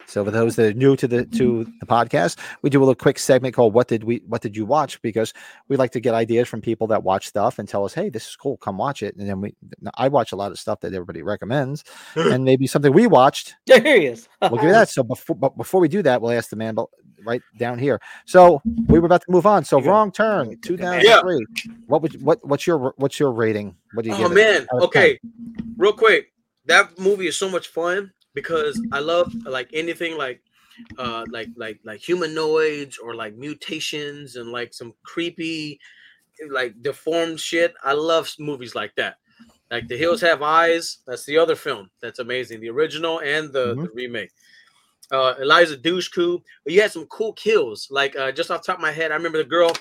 So for those that are new to the to the podcast, we do a little quick segment called "What did we What did you watch?" because we like to get ideas from people that watch stuff and tell us, "Hey, this is cool. Come watch it." And then we, I watch a lot of stuff that everybody recommends, and maybe something we watched
there he is.
we'll do that. So before, but before we do that, we'll ask the man bel- right down here. So we were about to move on. So
You go.
wrong turn, two
man.
thousand three. What would what what's your what's your rating? What do you
Oh
give? it?
man,
Out of
okay. Real quick, that movie is so much fun because I love like anything like uh like like like humanoids or like mutations and like some creepy like deformed shit. I love s- movies like that. Like The Hills Have Eyes, that's the other film that's amazing, the original and the,
Mm-hmm.
the remake. Uh Eliza Dushku, but you had some cool kills. Like uh just off the top of my head, I remember the girl,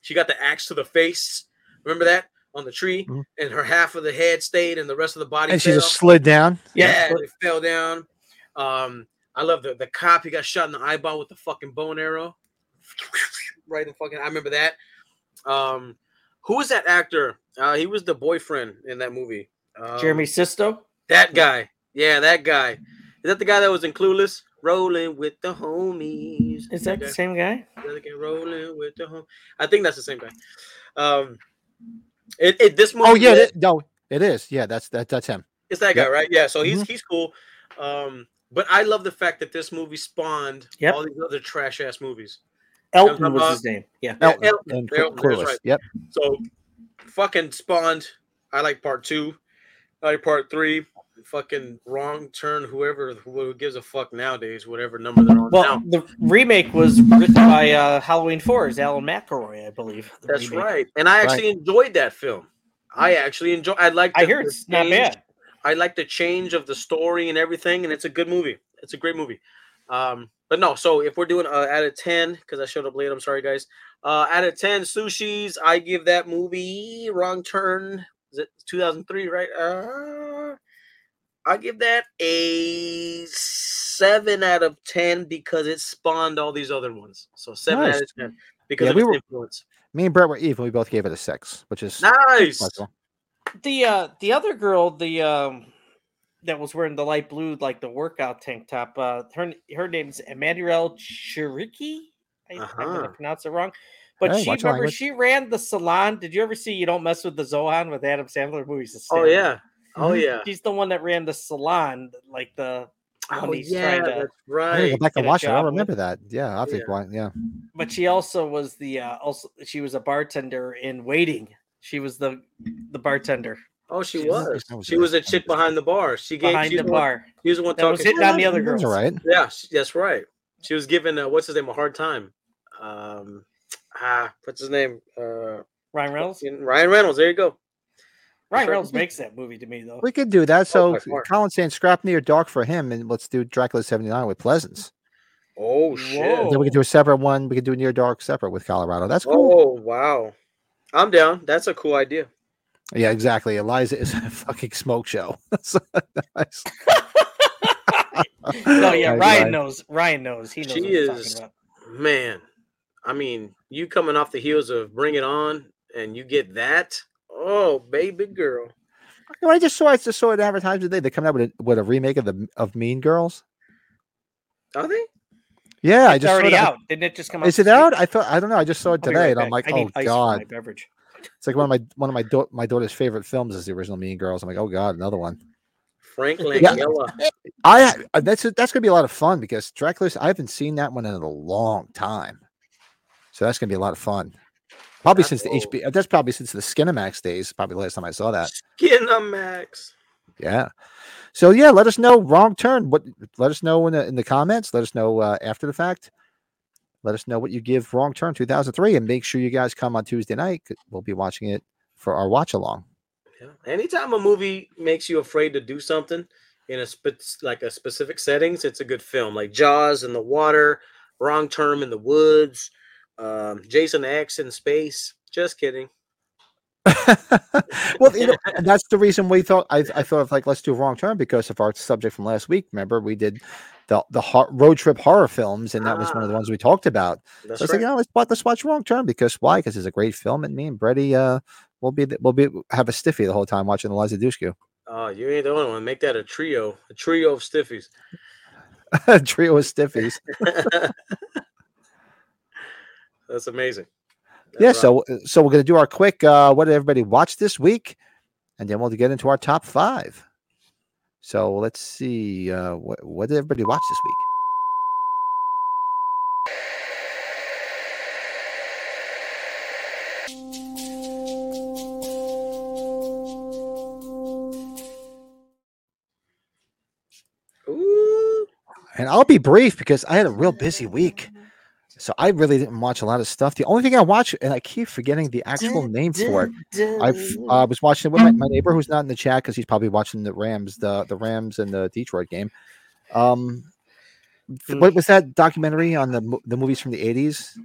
she got the axe to the face. Remember that on the tree?
Mhm.
and her half of the head stayed and the rest of the body
And she
fell.
just slid down.
yeah, it fell down. Um, I love the the cop. He got shot in the eyeball with the fucking bone arrow, right in the fucking. I remember that. Um, who was that actor? Uh, he was the boyfriend in that movie. Um,
Jeremy Sisto.
That guy. Yeah, that guy. Is that the guy that was in Clueless? Rolling with the homies.
Is that the
guy?
same guy?
Really get rolling with the home. I think that's the same guy. Um, It, it this movie.
Oh yeah,
is-
that- no, it is. Yeah, that's that, that's him.
it's that
Yep.
guy, right? Yeah, so he's he's cool. Um, but I love the fact that this movie spawned
Yep.
all these other trash ass movies.
Elton was his name. Yeah.
Yeah,
Elton
Elton.
And
Yeah,
Cl-
that's
Clueless.
right.
Yep.
So fucking spawned. I like part two. I like part three. Fucking wrong turn. Whoever who gives a fuck nowadays, whatever number they're on
Well,
now.
the remake was written by uh, Halloween Four is Alan McElroy, I believe. the
That's
remake. Mm.
right. And I actually enjoyed that film. I actually enjoy. I like.
I hear it's not bad.
I like the change of the story and everything, and it's a good movie. It's a great movie. Um, but no, so if we're doing uh, out of ten, because I showed up late, I'm sorry, guys. Uh, out of ten sushis, I give that movie Wrong Turn. Is it 2003? Right? Uh, I give that a seven out of ten because it spawned all these other ones. So seven out
Nice.
of ten because
Yeah,
of
we
its
were-
influence.
Me and Brett were even. We both gave it a six, which is
Nice.
The uh, the other girl, the um, that was wearing the light blue, like the workout tank top. Uh, her her name's Emmanuel Chiriki. I, I'm
Uh-huh.
gonna pronounce it wrong. But
Hey,
she
watch your
remember
language.
she ran the salon. Did you ever see You Don't Mess with the Zohan with Adam Sandler movies? The
Oh
Sandler.
yeah. Oh
Mhm.
yeah.
She's the one that ran the salon, like the when
Oh
he's trying to-
yeah. That's
I need to
right.
go back and
get a
watch it. I
job with-
remember that. Yeah, I'll have to
Yeah.
watch- yeah.
but she also was the uh also she was a bartender in waiting. She was the the bartender
Oh, she
She's-
was.
I was
She
there.
was
I
a
was
chick
there.
behind the bar. She gave.
behind
she's
the
the one-
bar.
She was the one
That was
talking.
hitting on the other
That's
girls.
all right.
Yeah, she- that's right. She was giving uh, what's his name a hard time. Um, ah, what's his name? Uh,
Ryan Reynolds.
Ryan Reynolds. There you go.
Ryan
sure.
Reynolds makes that movie to me though.
We could do that.
Oh,
So
by far.
Colin saying scrap near dark for him, and let's do Dracula seventy nine with Pleasance.
Oh shit.
And then we
Whoa.
can do a separate one. We could do near dark separate with Colorado. That's cool.
Oh wow. I'm down. That's a cool idea.
Yeah, exactly. Eliza is a fucking smoke show. So nice.
No, Oh, yeah,
Nice,
Ryan knows. Ryan knows. He knows
She
what we're talking
is-
about.
Man, I mean, you coming off the heels of Bring It On, and you get that. Oh, baby girl.
You know, I just saw I just saw it advertised today. They're coming out with a, with a remake of the of Mean Girls.
Are they?
Yeah, I
It's
just saw
already
that.
out. Didn't it just come out?
Is it
this week?
out? I thought I don't know. I just saw it
I'll be
today,
right
and I'm
back.
like,
I need
oh
ice for
god,
my beverage.
it's like one of my one of my da- my daughter's favorite films is the original Mean Girls. I'm like, oh god, another one.
Frank Langella.
I uh, that's that's gonna be a lot of fun because Dracula's. I haven't seen that one in a long time, so that's gonna be a lot of fun. Probably
That's
since the
old.
HB. That's probably since the Skinamax days. Probably the last time I saw that.
Skinamax.
Yeah. So yeah, let us know. Wrong turn. What? Let us know in the in the comments. Let us know uh, after the fact. Let us know what you give Wrong Turn 2003, and make sure you guys come on Tuesday night. 'cause We'll be watching it for our watch along.
Yeah. Anytime a movie makes you afraid to do something in a spe- like a specific settings, it's a good film. Like Jaws in the water, Wrong Term in the woods, um, Jason X in space. Just kidding.
well, you know, and that's the reason we thought I, I thought of like let's do wrong turn because of our subject from last week. Remember, we did the the hor- road trip horror films, and that was one of the ones we talked about.
Ah.
so
That's
I was
right.
like, you know, let's watch, let's watch wrong turn because why? Because it's a great film, and me and Brady uh will be th- we'll be have a stiffy the whole time watching Eliza Dushku.
Oh, you ain't the only one. Make that a trio, a trio of stiffies.
Trio of stiffies.
That's amazing. That's
yeah.
right.
So so we're gonna do our quick uh what did everybody watch this week, and then we'll get into our top five. So let's see uh what what did everybody watch this week.
Ooh,
And I'll be brief because I had a real busy week. So I really didn't watch a lot of stuff. The only thing I watched, and I keep forgetting the actual name for it. I uh, was watching it with my, my neighbor who's not in the chat because he's probably watching the Rams, the the Rams and the Detroit game. Um, th- what was that documentary on the mo- the movies from the eighties?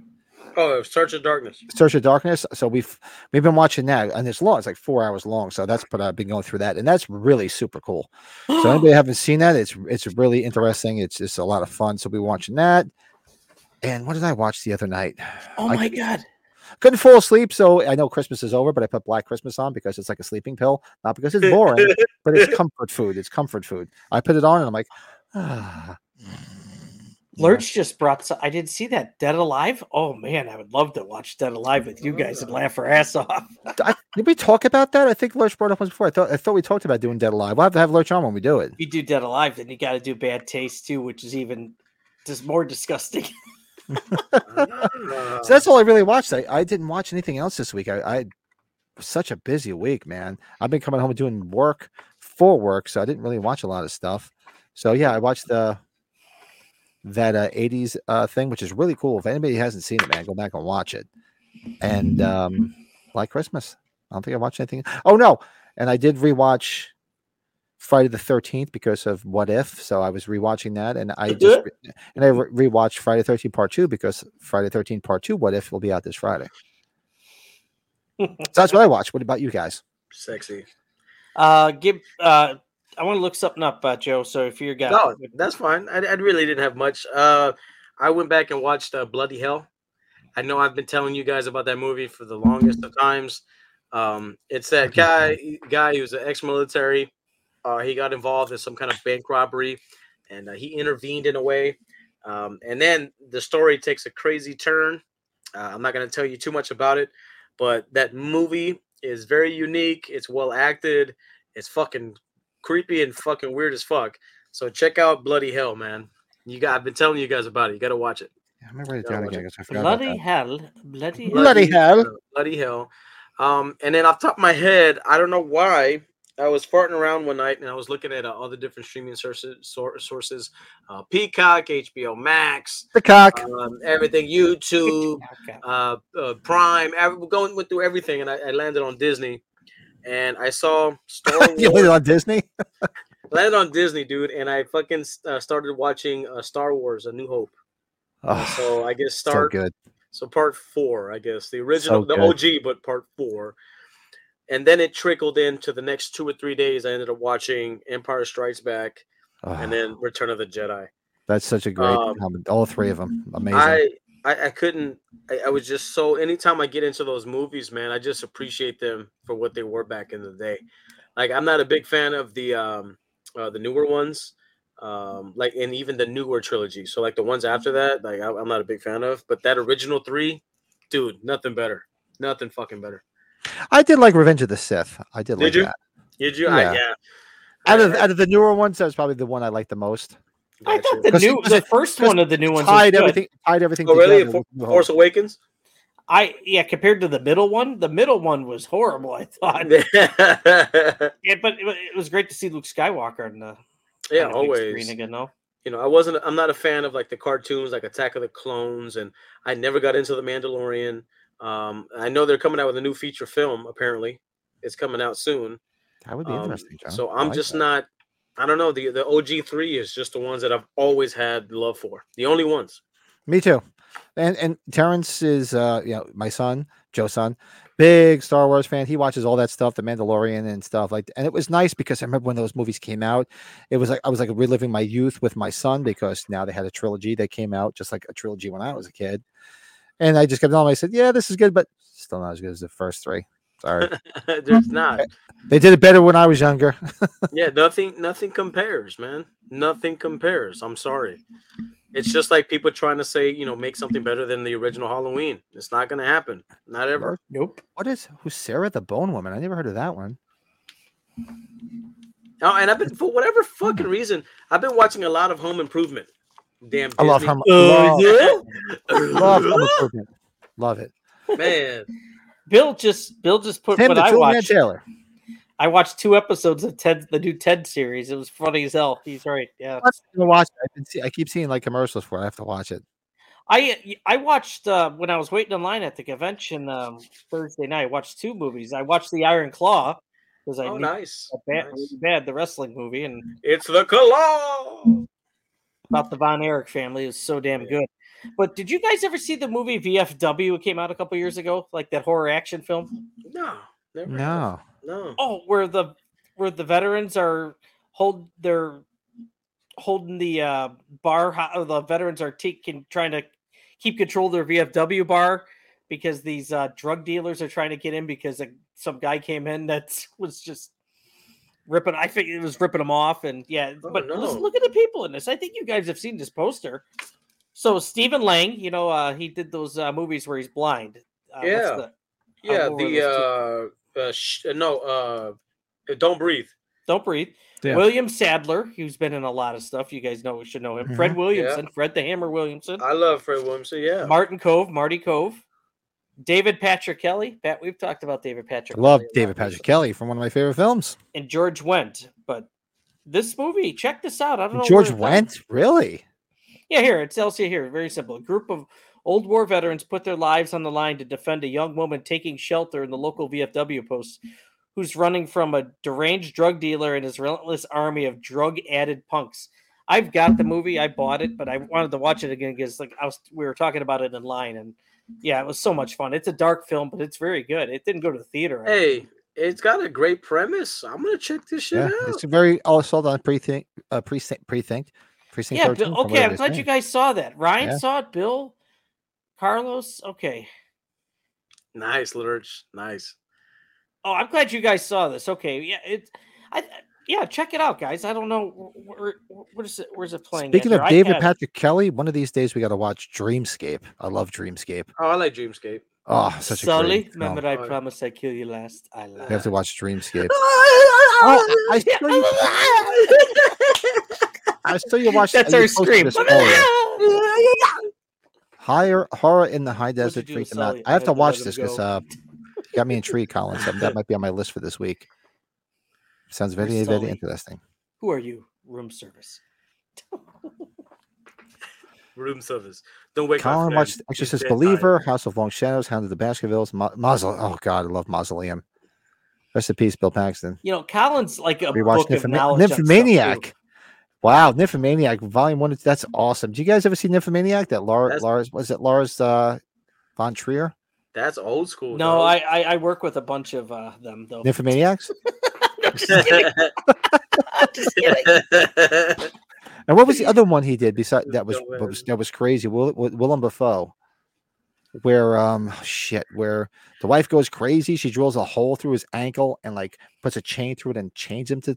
oh, Search of Darkness.
Search of Darkness. So we've we've been watching that, and it's long. It's like four hours long. So that's but I've been going through that, and that's really super cool. So anybody haven't seen that, it's it's really interesting. It's just a lot of fun. So we were watching that. And what did I watch the other night?
Oh
I-
my god!
Couldn't fall asleep, so I know Christmas is over, but I put Black Christmas on because it's like a sleeping pill, not because it's boring, but it's comfort food. It's comfort food. I put it on and I'm like, ah.
Lurch just brought. Some, I didn't see that Dead Alive. Oh man, I would love to watch Dead Alive with you guys and laugh our ass off.
I, did we talk about that? I think Lurch brought up once before. I thought I thought we talked about doing Dead Alive. We'll have to have Lurch on when we do it.
If you do Dead Alive, then you got to do Bad Taste too, which is even just more disgusting.
Uh,
Ah.
So that's all I really watched. I, I didn't watch anything else this week. I, I such a busy week, man. I've been coming home and doing work for work, so I didn't really watch a lot of stuff. So yeah, I watched the that uh, 80s uh, thing, which is really cool. If anybody hasn't seen it, man, go back and watch it. And um, like Christmas, I don't think I watched anything. Oh no, and I did rewatch Friday the 13th because of What If. So I was rewatching that, and I
Did
just re- and I re- rewatched Friday the 13th Part Two because Friday the 13th Part Two What If will be out this Friday. so that's what I watched. What about you guys?
Ah, Sexy.
Uh, give. Uh, I want to look something up, uh, Joe. So if you're guy,
No, that's fine. I, I really didn't have much. Uh, I went back and watched uh, Bloody Hell. I know I've been telling you guys about that movie for the longest of times. Um, it's that guy guy who's an ex-military. Uh, he got involved in some kind of bank robbery, and uh, he intervened in a way. Um, and then the story takes a crazy turn. Uh, I'm not going to tell you too much about it, but that movie is very unique. It's well acted. It's fucking creepy and fucking weird as fuck. So check out Bloody Hell, man. You got I've been telling you guys about it. You gotta watch it.
Yeah, I'm gonna write it
Gotta
down
watch
again because I forgot. about
bloody
that.
hell, bloody hell.
Bloody hell.
Bloody Hell. Um, and then off the top of my head, I don't know why I was farting around one night and I was looking at uh, all the different streaming sources, sor- sources, uh, Peacock, HBO Max,
The cock.
um, everything, YouTube,
Okay.
uh, uh, Prime. Every, we're going went through everything, and I, I landed on Disney, and I saw Star Wars.
you landed on Disney.
landed on Disney, dude, and I fucking uh, started watching uh, Star Wars: A New Hope.
Oh, so,
So I guess start
good.
so part four, I guess the original, the
good.
OG, but part four, and then it trickled into the next two or three days. I ended up watching Empire Strikes Back
Oh,
and then Return of the Jedi.
that's such a great.
um,
comment. all three of them, amazing.
I, I I couldn't. I, I was just so. Anytime I get into those movies, man, I just appreciate them for what they were back in the day. Like I'm not a big fan of the um uh, the newer ones, um like and even the newer trilogy. So like the ones after that, like I, I'm not a big fan of. But that original three, dude, nothing better. Nothing fucking better.
I did like Revenge of the Sith. I did, like
you?
that.
Did you? I-
Yeah.
Yeah.
Out of out of the newer ones, that was probably the one I liked the most.
I
Gotcha.
thought the
'Cause-
new,
'cause
the
it-
first
because
one of the new ones. was
Tied
good.
everything. Tied everything.
Oh really?
together.
For-
New Hope.
Force Awakens.
I yeah, compared to the middle one, the middle one was horrible. I thought,
yeah,
yeah, but it, wa- it was great to see Luke Skywalker on the on the big
always.
screen again. though.
you know, I wasn't. I'm not a fan of like the cartoons, like Attack of the Clones, and I never got into the Mandalorian. Um, I know they're coming out with a new feature film. Apparently, it's coming out soon.
That would be
Um,
interesting. John.
so
I
I'm
like
just
that.
not. I don't know. The the OG three is just the ones that I've always had love for. The only ones.
Me too. And and Terrence is uh you know my son, Joe's son, big Star Wars fan. He watches all that stuff, the Mandalorian and stuff like and it was nice because I remember when those movies came out, it was like I was like reliving my youth with my son because now they had a trilogy that came out just like a trilogy when I was a kid. And I just kept telling him I said, Yeah, this is good, but still not as good as the first three. Sorry.
There's not.
they did it better when I was younger.
Yeah, nothing. Nothing compares, man. Nothing compares. I'm sorry. It's just like people trying to say, you know, make something better than the original Halloween. It's not going to happen. Not ever.
Nope.
what is who's Sarah the Bone Woman? I never heard of that one.
Oh, and I've been for whatever
Hmm.
fucking reason, I've been watching a lot of Home Improvement. Damn,
I love
Disney.
home love, love Home
Home.
Improvement. Love it.
Man, oh,
Bill just Bill just put
Tim
what
the
I
Tool Man
watched.
Taylor.
I watched two episodes of Ted, the new Ted series. It was funny as hell. He's right. Yeah.
I'm gonna watch it. I've been see, I keep seeing like commercials for it. I have to watch it.
I I watched uh, when I was waiting in line at the convention um, Thursday night. I watched two movies. I watched The Iron Claw because I
oh
knew
nice.
that bad,
Nice. Mm-hmm.
really bad the wrestling movie and
It's the claw.
about the Von Erich family. It was so damn good. But did you guys ever see the movie VFW? It came out a couple years ago, like that horror action film.
No, never.
No,
no.
Oh, where the where the veterans are hold they're holding the uh, bar. ho- or The veterans are taking trying to keep control of their VFW bar because these uh, drug dealers are trying to get in because like, some guy came in that was just ripping. I think it was ripping them off, and yeah.
Oh,
but
no.
listen, look at the people in this. I think you guys have seen this poster. So Stephen Lang, you know, uh, he did those uh, movies where he's blind. Uh, what's
Yeah.
the-
Yeah,
what were
the uh, uh sh- uh, no, uh, don't breathe.
Don't breathe.
Yeah.
William Sadler, who's been in a lot of stuff. You guys know should know him.
Mm-hmm.
Fred Williamson, Fred the Hammer Williamson,
I love Fred Williamson. Yeah,
Martin Cove, Marty Cove, David Patrick Kelly. Pat, we've talked about David Patrick.
Love
Kelly a lot
David Patrick
recently.
Kelly from one of my favorite films.
and George Went. But this movie, check this out. I don't know.
George
where it
Went,
comes-
really?
Yeah, here it tells you here. Very simple. A group of old war veterans put their lives on the line to defend a young woman taking shelter in the local VFW post, who's running from a deranged drug dealer and his relentless army of drug-added punks. I've got the movie. I bought it, but I wanted to watch it again because, like, I was we were talking about it in line, and yeah, it was so much fun. It's a dark film, but it's very good. It didn't go to the theater. I don't
hey, it's got a great premise. I'm gonna check this shit
Yeah,
out.
it's very all sold on precinct, uh, precinct, precinct, precinct.
Yeah,
13
Bill,
from
okay.
where it
I'm
is
glad
now.
you guys saw that. Ryan
Yeah.
saw it. Bill, Carlos. Okay.
Nice, Lurch. Nice.
Oh, I'm glad you guys saw this. Okay. Yeah. It's. I. Yeah. Check it out, guys. I don't know wh- where. wh- Where's it? Where's it playing? at
Speaking
here?
of
I
David
had it.
Patrick Kelly, one of these days we got to watch Dreamscape. I love Dreamscape.
Oh, I like Dreamscape.
Oh, such a
Sully,
great film.
remember I
Oh.
promised I would kill you last. I lied.
We have to watch Dreamscape.
Oh,
I saw you, I saw you watch.
That's
you
our
posted
scream.
this earlier. Higher horror in the high desert
you do to
freaked him out.
Sully?
I have
I
to
had to
watch
let him
this because
go.
uh, you got me intrigued, Colin. So that might be on my list for this week. Sounds
Poor
very, very
Sully.
interesting.
Who are you? Room service.
Room service. Don't wake up.
Colin watched Exorcist Believer, House of Long Shadows, Hound of the Baskervilles, Mo- Mausole- Oh God, I love Mausoleum. Rest in peace, Bill Paxton.
You know, Colin's like a
We
book
watched
of knowledge. on stuff, too.
Nymphomaniac. Wow, Nymphomaniac, Volume One. That's awesome. Do you guys ever see Nymphomaniac? That Laura,
That's-
Lars was it Lars uh, von Trier?
That's old school.
No,
dog.
I, I I work with a bunch of uh, them though.
Nymphomaniacs.
Just kidding.
And what was the other one he did besides that was,
Don't
that
worry.
was that was crazy? Will Will- Willem Dafoe, where um shit, where the wife goes crazy, she drills a hole through his ankle and like puts a chain through it and chains him to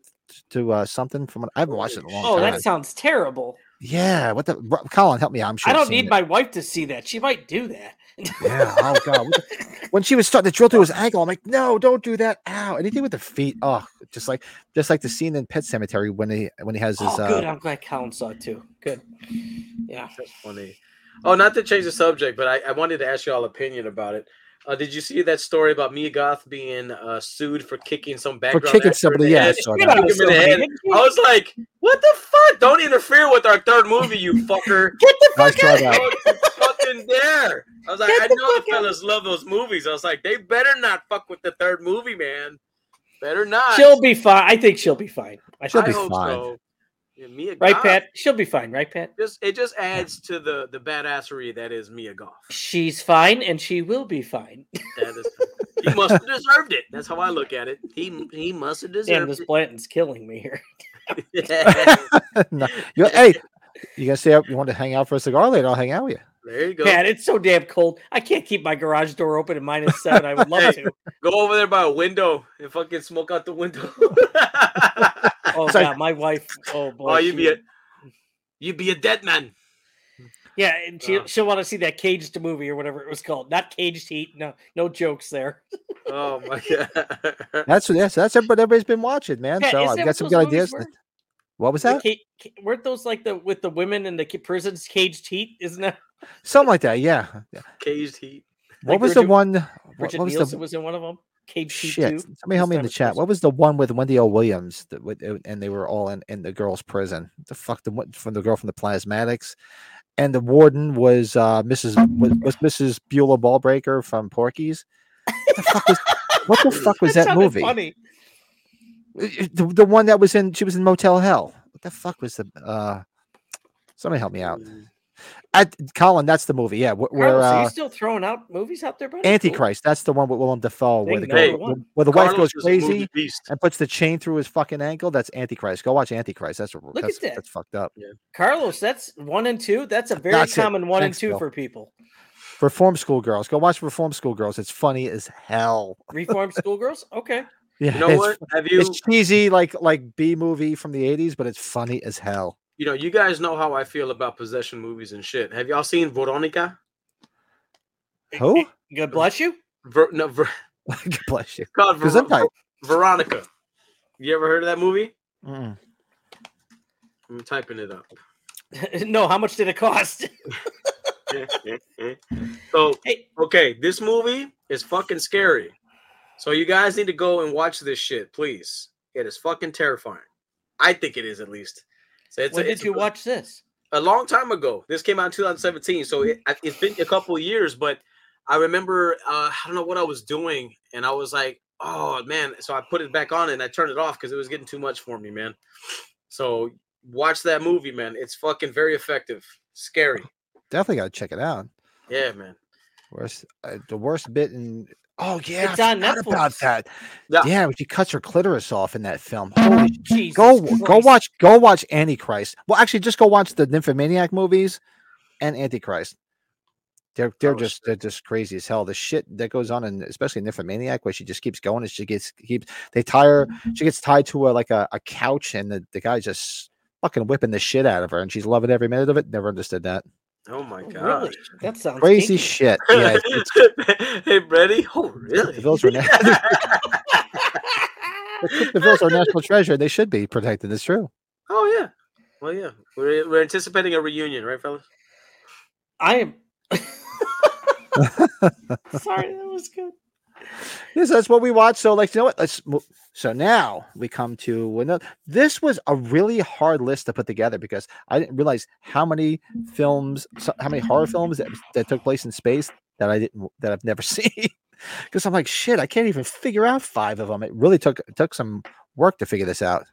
to uh, something from. an- I haven't watched it in a long
Oh,
time.
that sounds terrible.
Yeah, what the bro- Colin? Help me! out, I'm sure.
I
I've
don't
seen
need
it.
my wife to see that. She might do that.
Yeah. Oh god. what the- when she was starting to drill through his ankle, I'm like, no, don't do that. Ow! Anything with the feet. Oh, just like just like the scene in Pet Cemetery when he when he has his.
Oh,
uh,
good. I'm glad Colin saw it too. Good. Yeah.
That's funny. Oh, not to change the subject, but I, I wanted to ask you all opinion about it. Uh, did you see that story about Mia Goth being uh, sued for kicking some
for
background?
kicking
actor
somebody,
in the
yeah, I
head?
saw
Get
that.
out of
Give me the
somebody.
head. I was like, "What the fuck? Don't interfere with our third movie, you fucker!"
Get the
I
fuck
saw
out of
that.
Don't you fucking dare! I was like,
Get
"I
the
know the
fuck out.
fellas love those movies." I was like, "They better not fuck with the third movie, man. Better not."
She'll be fine. I think she'll be fine. I
She'll
I
be
think-
hope
fine.
so. Yeah, Mia
right,
Goth
Pat? She'll be fine, right, Pat?
Just it just adds to the the badassery that is Mia Goth.
She's fine and she will be fine.
That is, he must have deserved it. That's how I look at it. He he must have
Damn,
deserved
this Blanton's killing me here.
it.
No, you- hey, you gonna stay up? You want to hang out for a cigar later? I'll hang out with you.
there you go.
Pat, it's so damn cold. I can't keep my garage door open at minus seven. I would love
Hey.
to.
Go over there by a window and fucking smoke out the window.
Oh,
Sorry.
God, my wife. Oh, boy.
oh, you'd
she
be a
would-
you'd be a dead man.
yeah, and she,
Oh.
she'll want to see that Caged movie or whatever it was called. Not Caged Heat. No, no jokes there.
Oh my god.
That's what. Yes, that's what everybody's been watching, man.
Pat,
so
isn't
I
that
got
what
some
those
good ideas.
movies were?
What was
The
that?
ca- ca- weren't those like the with the women in the ca- prisons caged heat? Isn't that
Something like that. Yeah. Yeah.
Caged heat.
What
Like
was the
Bridget-
one? What,
Bridget
what was
Nielsen
the
was in one of them? Caged
shit?
heat too.
Somebody help me
This time
in the
it's
chat.
supposed-
What was the one with Wendy O. Williams that with, and they were all in, in the girls' prison? The fuck the one from the girl from the Plasmatics, and the warden was uh, Mrs. Was, was Mrs. Beulah Ballbreaker from Porky's. What the fuck was, what the fuck was that
sounded
movie?
Funny.
Uh, the, the one that was in she was in Motel Hell. What the fuck was the uh somebody help me out.
Mm.
At Colin, that's the movie. Yeah, wh- where
Carlos, are you
uh,
still throwing out movies out there, buddy?
Antichrist, that's the one with Willem Dafoe where
Ding
the
dong.
girl, wh- where the wife goes
Carlos is a movie
crazy
Beast.
and puts the chain through his fucking ankle. That's Antichrist. Go watch Antichrist. That's a
at
that's,
that.
that's fucked up.
Carlos, that's one and two. That's a very
That's it.
common one
Thanks,
and two
Bill.
for people.
Reform school girls. Go watch Reform School Girls. It's funny as hell.
Reformed schoolgirls. Okay,
Yeah,
You know
it's,
what? Have you
it's cheesy like like B movie from the 80s, but it's funny as hell.
you know, you guys know how I feel about possession movies and shit. Have y'all seen Veronica?
Who?
God bless you.
Ver, no, Ver,
God bless you.
it's called Ver-
Gesundheit.
Veronica. You ever heard of that movie?
Mm.
I'm typing it up.
no, how much did it cost?
so
Hey.
okay, this movie is fucking scary. So you guys need to go and watch this shit, please. It is fucking terrifying. I think it is at least. So it's a-
when
it's
did
a-
you watch this?
a long time ago. This came out in 2017, so it, I- it's been a couple of years. But I remember uh, I don't know what I was doing, and I was like, "Oh man!" So I put it back on and I turned it off because it was getting too much for me, man. So watch that movie, man. It's fucking very effective. Scary,
Definitely got to check it out.
yeah, man.
Worst, uh, the worst bit in. Oh yeah,
It's
I
on
forgot about
Netflix.
that.
Yeah.
Yeah. when she cuts her clitoris off in that film. Holy sh-
Oh Jesus
go go
Christ.
watch go watch Antichrist. Well, actually, just go watch the Nymphomaniac movies and Antichrist. They're they're
Oh,
just they're just crazy as hell. The shit that goes on, and especially Nymphomaniac, where she just keeps going and she gets keeps they tie her.
Mm-hmm.
She gets tied to a like a, a couch, and the the guy's just fucking whipping the shit out of her, and she's loving every minute of it. Never understood that
Oh my
Oh,
god.
Really? That sounds
crazy
kinky.
shit. Yeah, it's- it's-
hey, Brady. Oh, really?
the Bills were na- the Bills are national treasure. They should be protected. It's true.
oh yeah. Well, yeah. We're, we're anticipating a reunion, right, fellas?
I am. Sorry, that was good.
Yes, that's what we watched. So, like, you know what? Let's. mo- So now we come to another. This was a really hard list to put together because I didn't realize how many films, so- how many horror films that, that took place in space that I didn't, that I've never seen. Because I'm like, shit, I can't even figure out five of them. It really took took some work to figure this out.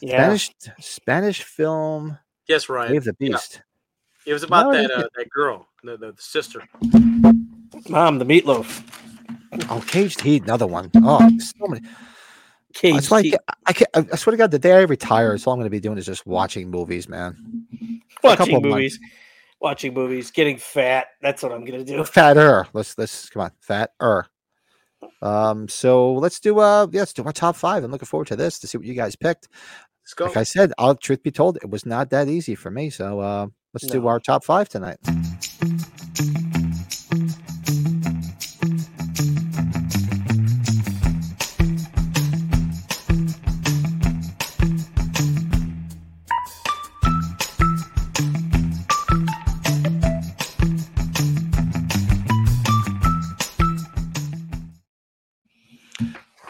Yeah.
Spanish Spanish film,
Yes, Ryan.
Dave the Beast.
It was about
No, I
that
didn't
uh, that girl, the, the, the sister.
Mom, the meatloaf.
Oh, Caged Heat, another one. Oh, so many. That's
Cage
why I,
teeth.
ca- I, ca- I- I swear to God, the day I retire, it's all I'm going to be doing is just watching movies, man. a couple
watching
of months.
movies. Watching movies, getting fat. That's what I'm gonna do.
Fatter. Let's let's come on, fatter. Um, so let's do uh, yeah, let's do our top five. I'm looking forward to this to see what you guys picked.
Let's go.
Like I said, I'll truth be told, it was not that easy for me. So uh, let's do
No.
our top five tonight.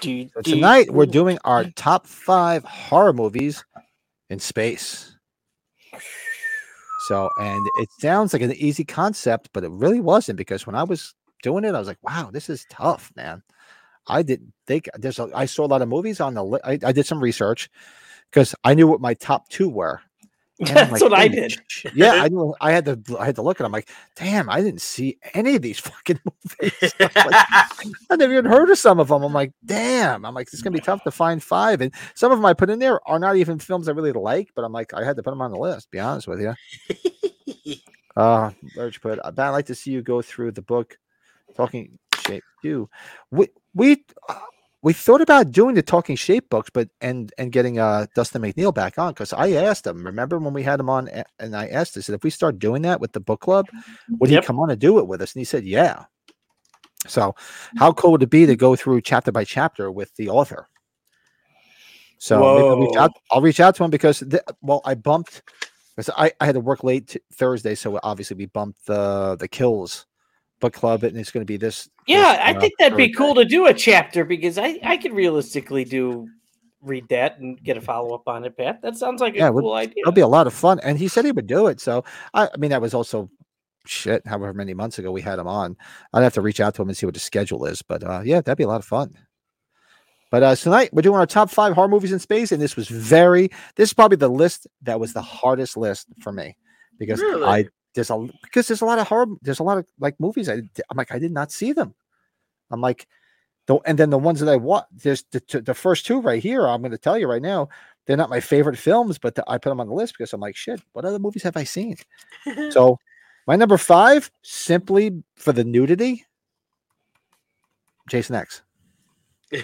Do you-
So
do you-
tonight we're doing our top five horror movies in space. So, and it sounds like an easy concept, but it really wasn't because when I was doing it, I was like, "Wow, this is tough, man." I didn't think there's. A, I saw a lot of movies on the. Li- I, I did some research because I knew what my top two were. And I'm
That's
like,
what I
"Holy
did.
shit." yeah, I knew. I had to. I had to look at. I'm like, damn, I didn't see any of these fucking movies. I'm like, I never even heard of some of them. I'm like, damn. I'm like, it's gonna be tough to find five. And some of them I put in there are not even films I really like, but I'm like, I had to put them on the list. to Be honest with you. Uh, Lurch put. I'd like to see you go through the book, talking shape too. We we uh, we thought about doing the talking shape books, but and and getting uh Dustin McNeil back on because I asked him. Remember when we had him on, a- and I asked him, I said if we start doing that with the book club, would
Yep.
he come on and do it with us? And he said, yeah. So, how cool would it be to go through chapter by chapter with the author? So maybe I'll reach, out, I'll reach out to him because th- well, I bumped because I, I had to work late t- Thursday, so obviously we bumped the the kills book club, and it's going to be this.
Yeah,
this,
I
uh,
think that'd be
Thursday.
cool to do a chapter because I I could realistically do read that and get a follow up on it. Pat, that sounds like a
Yeah, it would-
cool idea.
It'll be a lot of fun, and he said he would do it. So I, I mean, that was also shit. However many months ago we had him on, I'd have to reach out to him and see what his schedule is. But uh, yeah, that'd be a lot of fun. But uh, tonight we're doing our top five horror movies in space, and this was very. This is probably the list that was the hardest list for me because I
Really?
there's a because there's a lot of horror. There's a lot of like movies. I d- I'm like I did not see them. I'm like, the, and then the ones that I watch. There's the t- the first two right here. I'm going to tell you right now. They're not my favorite films, but the, I put them on the list because I'm like, shit. What other movies have I seen?
Hmm.
so my number five, simply for the nudity, Jason X.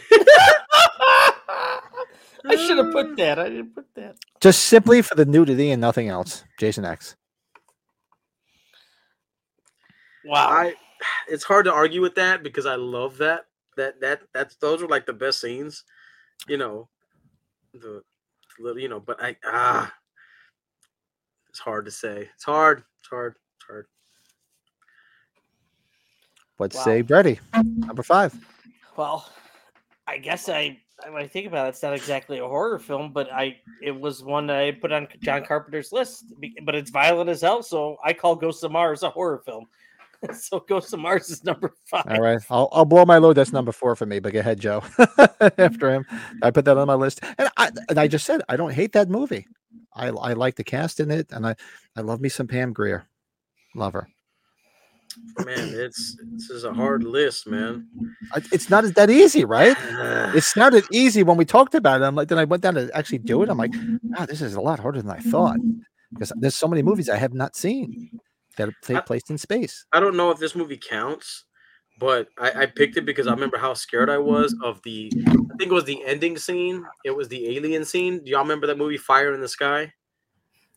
I should have put that. I didn't put that.
Just simply for the nudity and nothing else. Jason X.
Wow.
I it's hard to argue with that because I love that. That that that's those are like the best scenes, you know. The little you know, but I ah it's hard to say. It's hard, it's hard, it's hard.
What
Wow.
say Brady? Number five.
Well, I guess I when I think about it, it's not exactly a horror film, but I it was one that I put on John Carpenter's list. be- But it's violent as hell, so I call Ghost of Mars a horror film. so Ghost of Mars is number five.
All right. I'll, I'll blow my load. That's number four for me, but go ahead, Joe. After him. I put that on my list. And I and I just said I don't hate that movie. I I like the cast in it and I, I love me some Pam Greer. Love her.
Man, it's this is a hard list, man.
I- It's not that easy, right?
Ah,
It sounded easy when we talked about it. I'm like, then I went down to actually do it. I'm like, wow, this is a lot harder than I thought because there's so many movies I have not seen that
I-
take place in space.
I don't know if this movie counts, but I, I picked it because I remember how scared I was of the I think it was the ending scene. It was the alien scene. Do y'all remember that movie Fire in the Sky?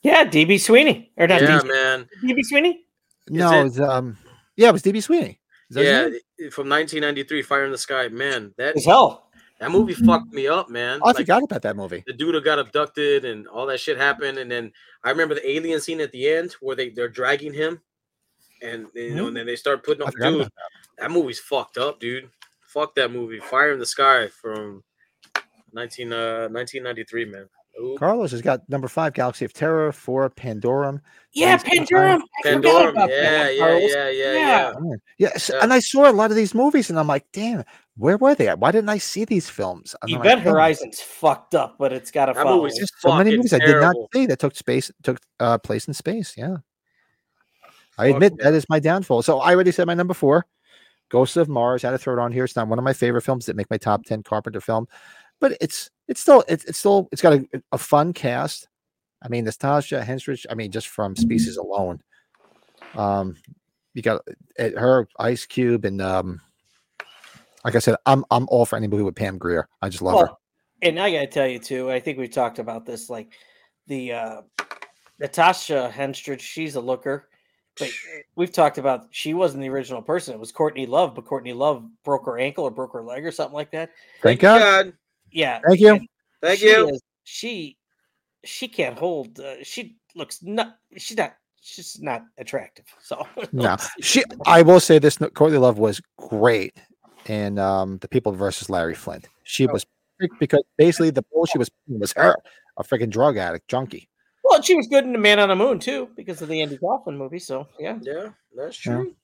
Yeah, DB Sweeney or not
Yeah, man.
DB Sweeney?
No,
it-
it was, um, yeah, it was DB Sweeney. Is that his
Yeah,
name?
it- from 1993, Fire in the Sky. Man, that
As hell.
that movie fucked me up, man.
Oh, I
Like,
forgot about that movie.
the dude who got abducted and all that shit happened, and then I remember the alien scene at the end where they they're dragging him, and you know, and then they start putting
I
on
forgot
dude.
about
That. movie's fucked up, dude. Fuck that movie, Fire in the Sky from 19 uh 1993, man. Ooh,
Carlos has got number five, Galaxy of Terror, four, Pandorum.
Yeah,
Thanks,
Pandorum. I forgot
Pandorum.
about
Yeah,
that,
yeah,
Carlos.
yeah, yeah, yeah,
Yeah.
Yes,
Yeah.
and I saw a lot of these movies, and I'm like, damn, where were they? at? Why didn't I see these films? And I'm like,
Event
damn,
Horizon's fucked up, but it's got a
That
follow.
movie's
there's so many
fucking
movies I did not
terrible.
see that took space took uh, place in space. Yeah, I
Fuck
admit
yeah.
that is my downfall. So I already said my number four, Ghost of Mars. I had to throw it on here. It's not one of my favorite films that make my top ten Carpenter film, but it's it's still it's, it's still it's got a, a fun cast. I mean, Nastasia Henstridge. I mean, just from Species alone, um, you got uh, her Ice Cube and um, like I said, I'm I'm all for any movie with Pam Grier. I just love her.
Well, and I gotta tell you too, I think we talked about this. Like the uh Natasha Henstridge, she's a looker. But we've talked about she wasn't the original person. It was Courtney Love, but Courtney Love broke her ankle or broke her leg or something like that.
Thank God.
God,
Yeah,
Thank you.
thank
she
you.
is- she she can't hold. Uh, she looks not. She's not. She's not attractive. So
No, she. I will say this: no- Courtney Love was great in um, the People versus Larry Flint. She was picked because basically the role she was playing was her, a freaking drug addict, junkie.
well, she was good in The Man on the Moon too, because of the Andy Kaufman movie. So yeah,
Yeah, that's
Yeah.
true.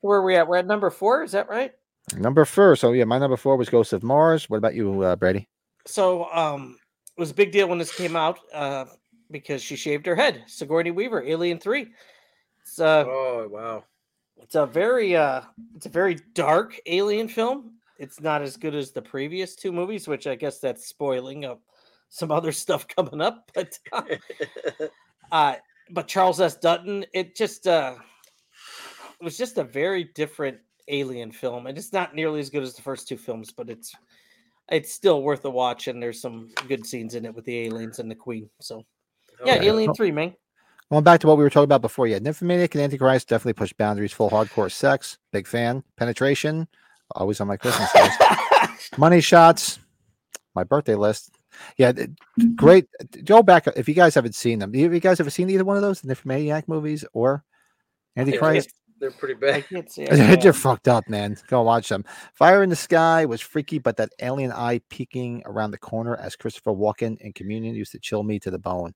where are we at? We're at number four. Is that right?
Number four. So yeah, my number four was Ghost of Mars. What about you, uh, Brady?
So um it was a big deal when this came out uh because she shaved her head. Sigourney Weaver, Alien 3. It's uh
Oh wow.
it's a very uh it's a very dark alien film. It's not as good as the previous two movies, which I guess that's spoiling of some other stuff coming up, but uh, uh but Charles S. Dutton, it just uh it was just a very different alien film, and it's not nearly as good as the first two films, but it's it's still worth a watch, and there's some good scenes in it with the aliens and the queen. So
Oh,
yeah,
Okay.
Alien Three, man.
Going back to what we were talking about before, yeah, Nymphomaniac and Antichrist definitely pushed boundaries. Full hardcore sex, big fan, penetration, always on my Christmas list. money shots my birthday list yeah th- th- great go back if you guys haven't seen them have you guys ever seen either one of those the Nymphomaniac movies or antichrist
They're pretty
I
bad.
can't say. I
they're
can't.
fucked up man go watch them fire in the sky was freaky but that alien eye peeking around the corner as christopher walken in communion used to chill me to the bone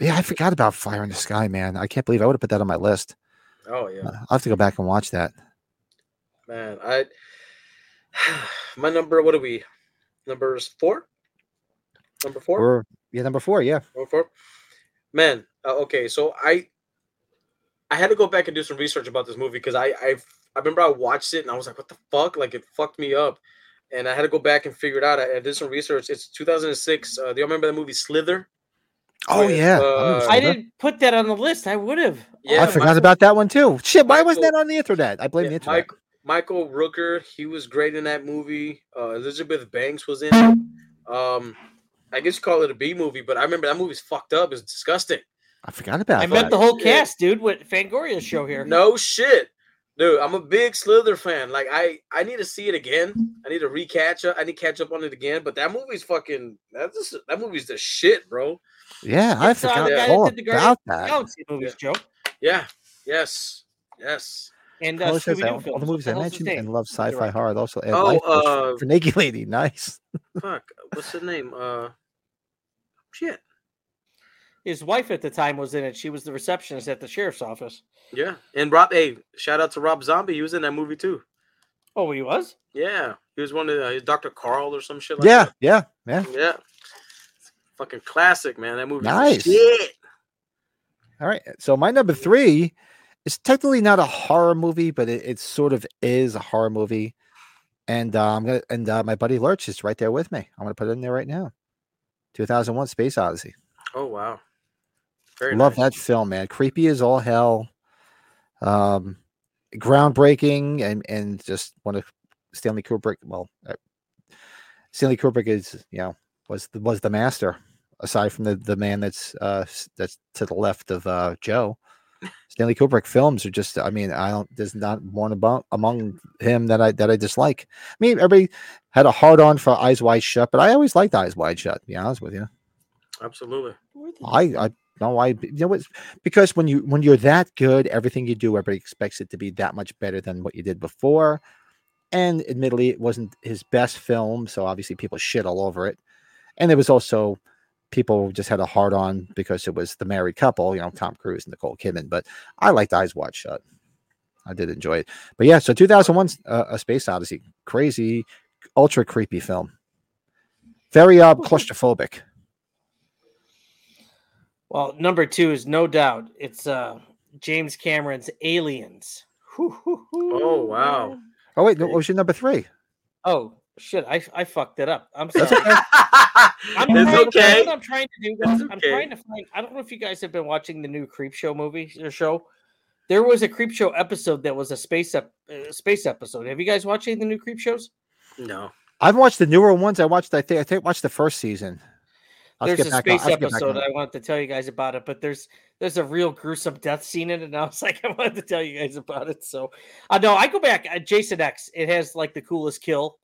yeah i forgot about fire in the sky man i can't believe i would have put that on my list
Oh yeah.
i'll have to go back and watch that
Man, I my number. What are we? Number four. Number four.
or yeah number four yeah
Number four. Man, uh, okay. So I I had to go back and do some research about this movie because I I I remember I watched it and I was like, what the fuck? Like it fucked me up, and I had to go back and figure it out. I, I did some research. It's 2006. Uh, do you remember that movie Slither?
oh
With,
yeah remember
uh,
I
seeing that.
didn't put that on the list. I would have.
Yeah,
I
my-
forgot about that one too. Shit, why wasn't
Michael-
that on the internet? I blame the
Yeah,
internet.
Michael, Michael Rooker, he was great in that movie. Uh, Elizabeth Banks was in. it. Um, I guess you call it a B movie, but I remember that movie's fucked up. It's disgusting.
I forgot about
I
that.
met the whole
Yeah.
cast, dude, with Fangoria's show here.
No shit, dude. I'm a big Slither fan. Like I, I need to see it again. I need to recatch up. I need to catch up on it again. But that movie's fucking. That's just, that movie's the shit, bro.
yeah, I
It's, uh, the
forgot
guy that
all
did the Guardians
about
of the
that.
Galaxy movies, Joe.
Yeah. Yes. Yes.
And uh,
Carlos says that
Scooby-Doo
all
films.
the movies I
What the hell's his
mentioned
name?
and love sci-fi
right.
horror. They also add
Oh,
life force
uh,
for Naked Lady. Nice.
Fuck. What's the name? Uh. Shit.
His wife at the time was in it. She was the receptionist at the sheriff's office.
Yeah. And Rob. Hey, shout out to Rob Zombie. He was in that movie too.
Oh, he was.
Yeah. He was one of the, Dr. Carl or some shit. Like
Yeah, yeah, yeah.
That. Yeah. Fucking classic, man. That movie.
Nice.
Shit.
All right. So my number three is technically not a horror movie, but it, it sort of is a horror movie. And uh, I'm gonna and uh, my buddy Lurch is right there with me. I'm gonna put it in there right now. 2001: Space Odyssey.
Oh wow. Very
Love
nice.
that film, man. Creepy as all hell. Um, groundbreaking and and just one of Stanley Kubrick. Well, uh, Stanley Kubrick is you know was the, was the master. Aside from the the man that's uh s- that's to the left of uh Joe, Stanley Kubrick films are just. I mean, I don't. There's not one among among him that I that I dislike. I mean, everybody had a hard on for Eyes Wide Shut, but I always liked Eyes Wide Shut. To be honest with you.
Absolutely.
I, I no, I you know it's because when you when you're that good, everything you do, everybody expects it to be that much better than what you did before. And admittedly, it wasn't his best film, so obviously people shit all over it. And there was also people just had a hard on because it was the married couple, you know, Tom Cruise and Nicole Kidman. But I liked Eyes Wide Shut. I did enjoy it. But yeah, so 2001, 's, uh, A Space Odyssey, crazy, ultra creepy film. Very uh, claustrophobic.
Well, number two is no doubt. It's uh, James Cameron's Aliens.
Oh
Oh
wow.
Oh wait, no, what was your number three?
Oh shit! I, I fucked it up. I'm
That's
sorry. I'm trying-
it's okay.
What I'm trying to do
It's
is I'm
okay.
trying to find. I don't know if you guys have been watching the new Creep Show movie or show. There was a Creep Show episode that was a space ep- uh, space episode. Have you guys watched any of the new Creep Shows?
No.
I've watched the newer ones. I watched, I think, I think, watched the first season. I'll
there's
get
a
back on-
space
I'll get back
episode
on
I wanted to tell you guys about it, but there's there's a real gruesome death scene in it, and I was like, I wanted to tell you guys about it. So, uh, no, I go back. Uh, Jason X. It has like the coolest kill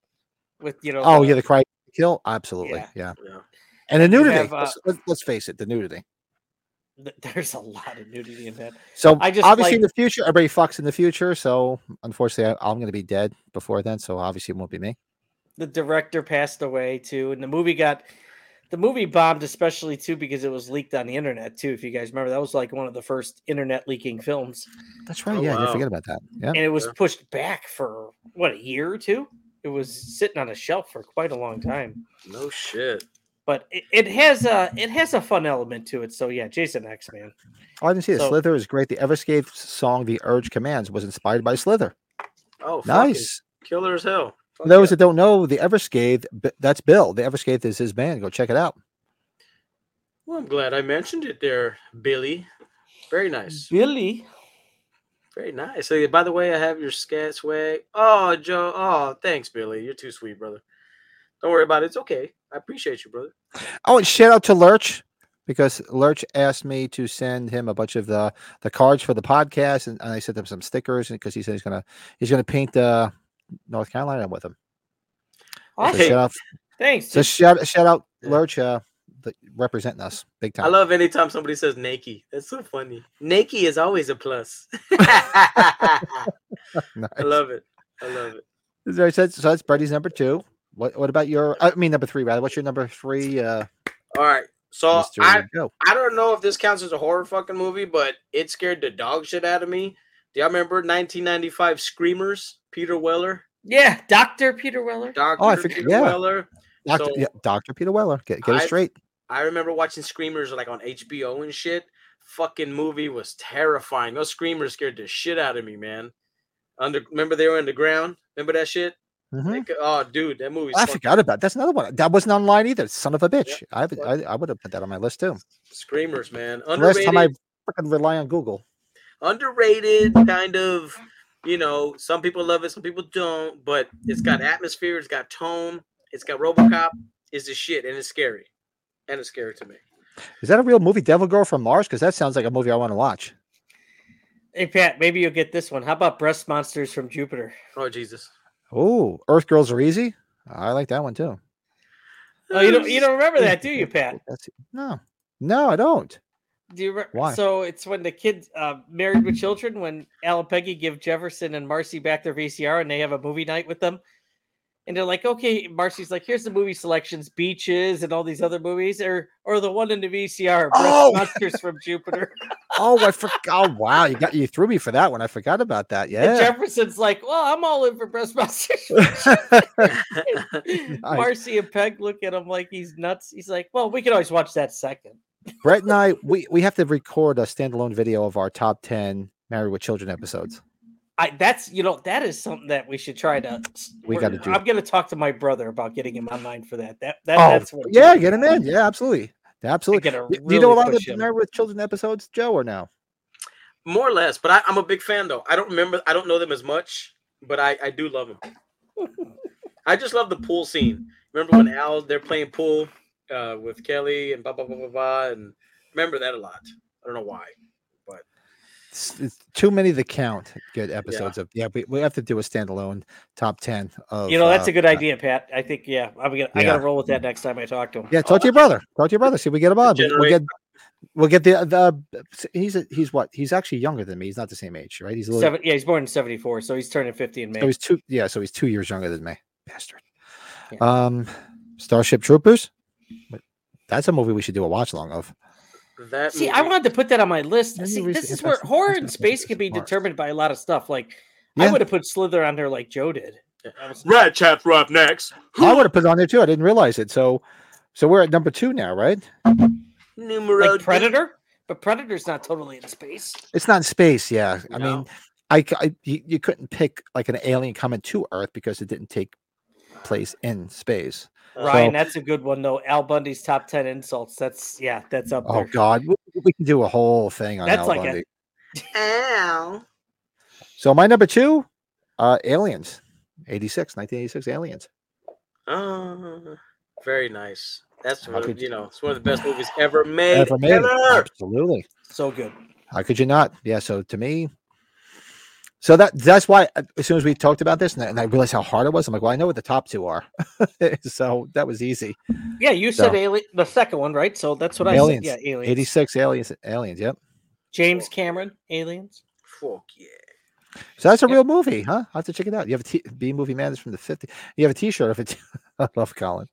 with you know.
Oh
the-
yeah, the cry kill, absolutely,
Yeah.
yeah.
Yeah.
And the nudity.
have, uh,
let's, let's- let's face it, the nudity.
th- There's a lot of nudity in that.
So
I just
obviously in the
like-
future, everybody fucks in the future. So unfortunately, I, I'm going to be dead before then. So obviously, it won't be me.
the director passed away too, and the movie got the movie bombed especially too because it was leaked on the internet too. If you guys remember, that was like one of the first internet leaking films,
That's right.
Oh,
yeah, I
wow.
did forget about that. Yeah.
and it was
Yeah.
pushed back for what a year or two. It was sitting on a shelf for quite a long time,
No shit.
but it, it has a it has a fun element to it. So yeah, Jason X Man.
Oh, I didn't see it.
So-
Slither is great. The Everscape song, "The Urge Commands," was inspired by Slither.
Oh, fucking
Nice.
Killer as hell. Fuck
For those
yeah.
that don't know, the Everscathe, b- that's Bill. The Everscathe is his band. Go check it out.
well, I'm glad I mentioned it there, Billy. Very nice.
Mm-hmm.
Billy,
Very nice. Hey, by the way, I have your scat swag. Oh, Joe. Oh, thanks, Billy. You're too sweet, brother. Don't worry about it. It's okay. I appreciate you, brother.
Oh, and shout out to Lurch because Lurch asked me to send him a bunch of the the cards for the podcast, and, and I sent him some stickers because he said he's gonna he's gonna paint uh, North Carolina with him. So
awesome.
Hey,
shout out,
Thanks.
so shout shout out
Yeah.
Lurch uh, the, representing us big time.
I love anytime somebody says Nike. That's so funny. Nike is always a plus.
Nice.
I love it. I love it.
So, that's, so that's Brady's number two. What what about your? I mean number three, rather. What's your number three? Uh,
All right. So
Mr.
I,
Joe?
I don't know if this counts as a horror fucking movie, but it scared the dog shit out of me. Do y'all remember 1995 Screamers? Peter Weller,
yeah, Doctor Peter Weller.
Doctor
Oh, I forget-
Peter
yeah.
Weller.
Doctor
so-
yeah, Doctor Peter Weller. Get get it
I-
straight.
I remember watching Screamers like on HBO and shit. Fucking movie was terrifying. Those Screamers scared the shit out of me, man. Under remember they were in the ground. Remember that shit?
Mhm.
They cou- oh, dude, that movie's
I
fucking-
forgot about that's another one. That wasn't online either. Son of a bitch. I haven't- I I would have put that on my list too.
Screamers, man.
The last
Underrated,
time I freaking rely on Google.
underrated kind of you know, some people love it, some people don't, but it's got atmosphere, it's got tone, it's got Robocop. It's the shit, and it's scary, and it's scary to me.
Is that a real movie, Devil Girl from Mars? Because that sounds like a movie I want to watch.
Hey Pat, maybe you'll get this one. How about breast monsters from Jupiter?
Oh Jesus!
Oh, Earth Girls Are Easy. I like that one too.
Oh, you don't you don't remember that, do you, Pat?
That's- no, no, I don't.
Do you re-
Why?
So it's when the kids uh, married with children when Al and Peggy give Jefferson and Marcy back their VCR and they have a movie night with them. And they're like, okay, Marcy's like, here's the movie selections, beaches, and all these other movies, or or the one in the VCR, Breast
Oh!
Monsters from Jupiter.
Oh, I forgot. oh, wow, you got you threw me for that one. I forgot about that.
And
Yeah,
Jefferson's like, well, I'm all in for Breast Monsters. Marcy and Peg look at him like he's nuts. He's like, well, we can always watch that second.
Brett and I, we we have to record a standalone video of our top ten Married with Children episodes.
I that's you know that is something that we should try to. s-
We
we're-
gotta do
I'm gonna talk to my brother about getting him online for that. That, that
Oh,
that's what.
Yeah, get them in. Yeah, absolutely. Absolutely.
gotta
Y- Do you know a
really
lot of
push
the
him.
Married with Children episodes, Joe, or no?
More or less, but I, I'm a big fan though. I don't remember, I don't know them as much, but I, I do love them. I just love the pool scene. Remember when Al they're playing pool uh, with Kelly and blah blah blah blah blah, and remember that a lot. I don't know why.
It's, it's too many to count. Good episodes of yeah. We, we have to do a standalone top ten of.
You know that's
uh,
a good idea, Pat. I think yeah, I'm gonna I
Yeah.
gotta roll with that next time I talk to him.
Yeah, talk to your brother. Talk to your brother. See, if we get him on. We- We'll get,
Generate-
we'll get the uh, the. He's a, he's what? He's actually younger than me. He's not the same age, right? He's a little.
Seven, yeah, he's born in '74, so he's turning 50 in May.
So he's two. Yeah, so he's two years younger than me. Bastard.
Yeah.
Um, Starship Troopers. But That's a movie we should do a watch long of.
That
See, I
movie-
wanted to put that on my list.
Maybe
See,
we
this
should
is
get
where
that-
horror
that's
in
what
space
it
can be
is.
determined by a lot of stuff. Like I
Yeah.
would have put Slither on there like Joe did. I was-
Rat Chat Rob next.
I would have put it on there too. I didn't realize it. So, so we're at number two now, right?
numero
uh,
Like Predator, but Predator's not totally in space.
It's not in space. Yeah, I
No.
mean, I, c- I- you, you couldn't pick like an alien coming to Earth because it didn't take place in space.
Ryan,
So-
that's a good one though. Al Bundy's top ten insults. That's yeah, that's up
Oh
there.
God, we, we can do a whole thing on
That's
Al
like a-
Bundy.
Al.
So my number two, uh, Aliens, 86, 1986 Aliens.
Ah, very nice. That's
How
one of,
could-
you know, it's one of the best movies ever made.
Ever made?
ever.
Absolutely.
So good.
How could you not? Yeah. So to me, so that that's why uh, as soon as we talked about this and I, and I realized how hard it was, I'm like, well, I know what the top two are. so that was easy.
Yeah, you said
So-
alien the second one, right? So that's what
Aliens.
I said. Yeah, aliens.
86 aliens. Aliens. Yep.
James Cameron, aliens.
Fuck yeah.
So that's a
Yep.
real movie, huh? I have to check it out. You have a T- B movie man is from the 50s. You have a T-shirt of it. I love Colin.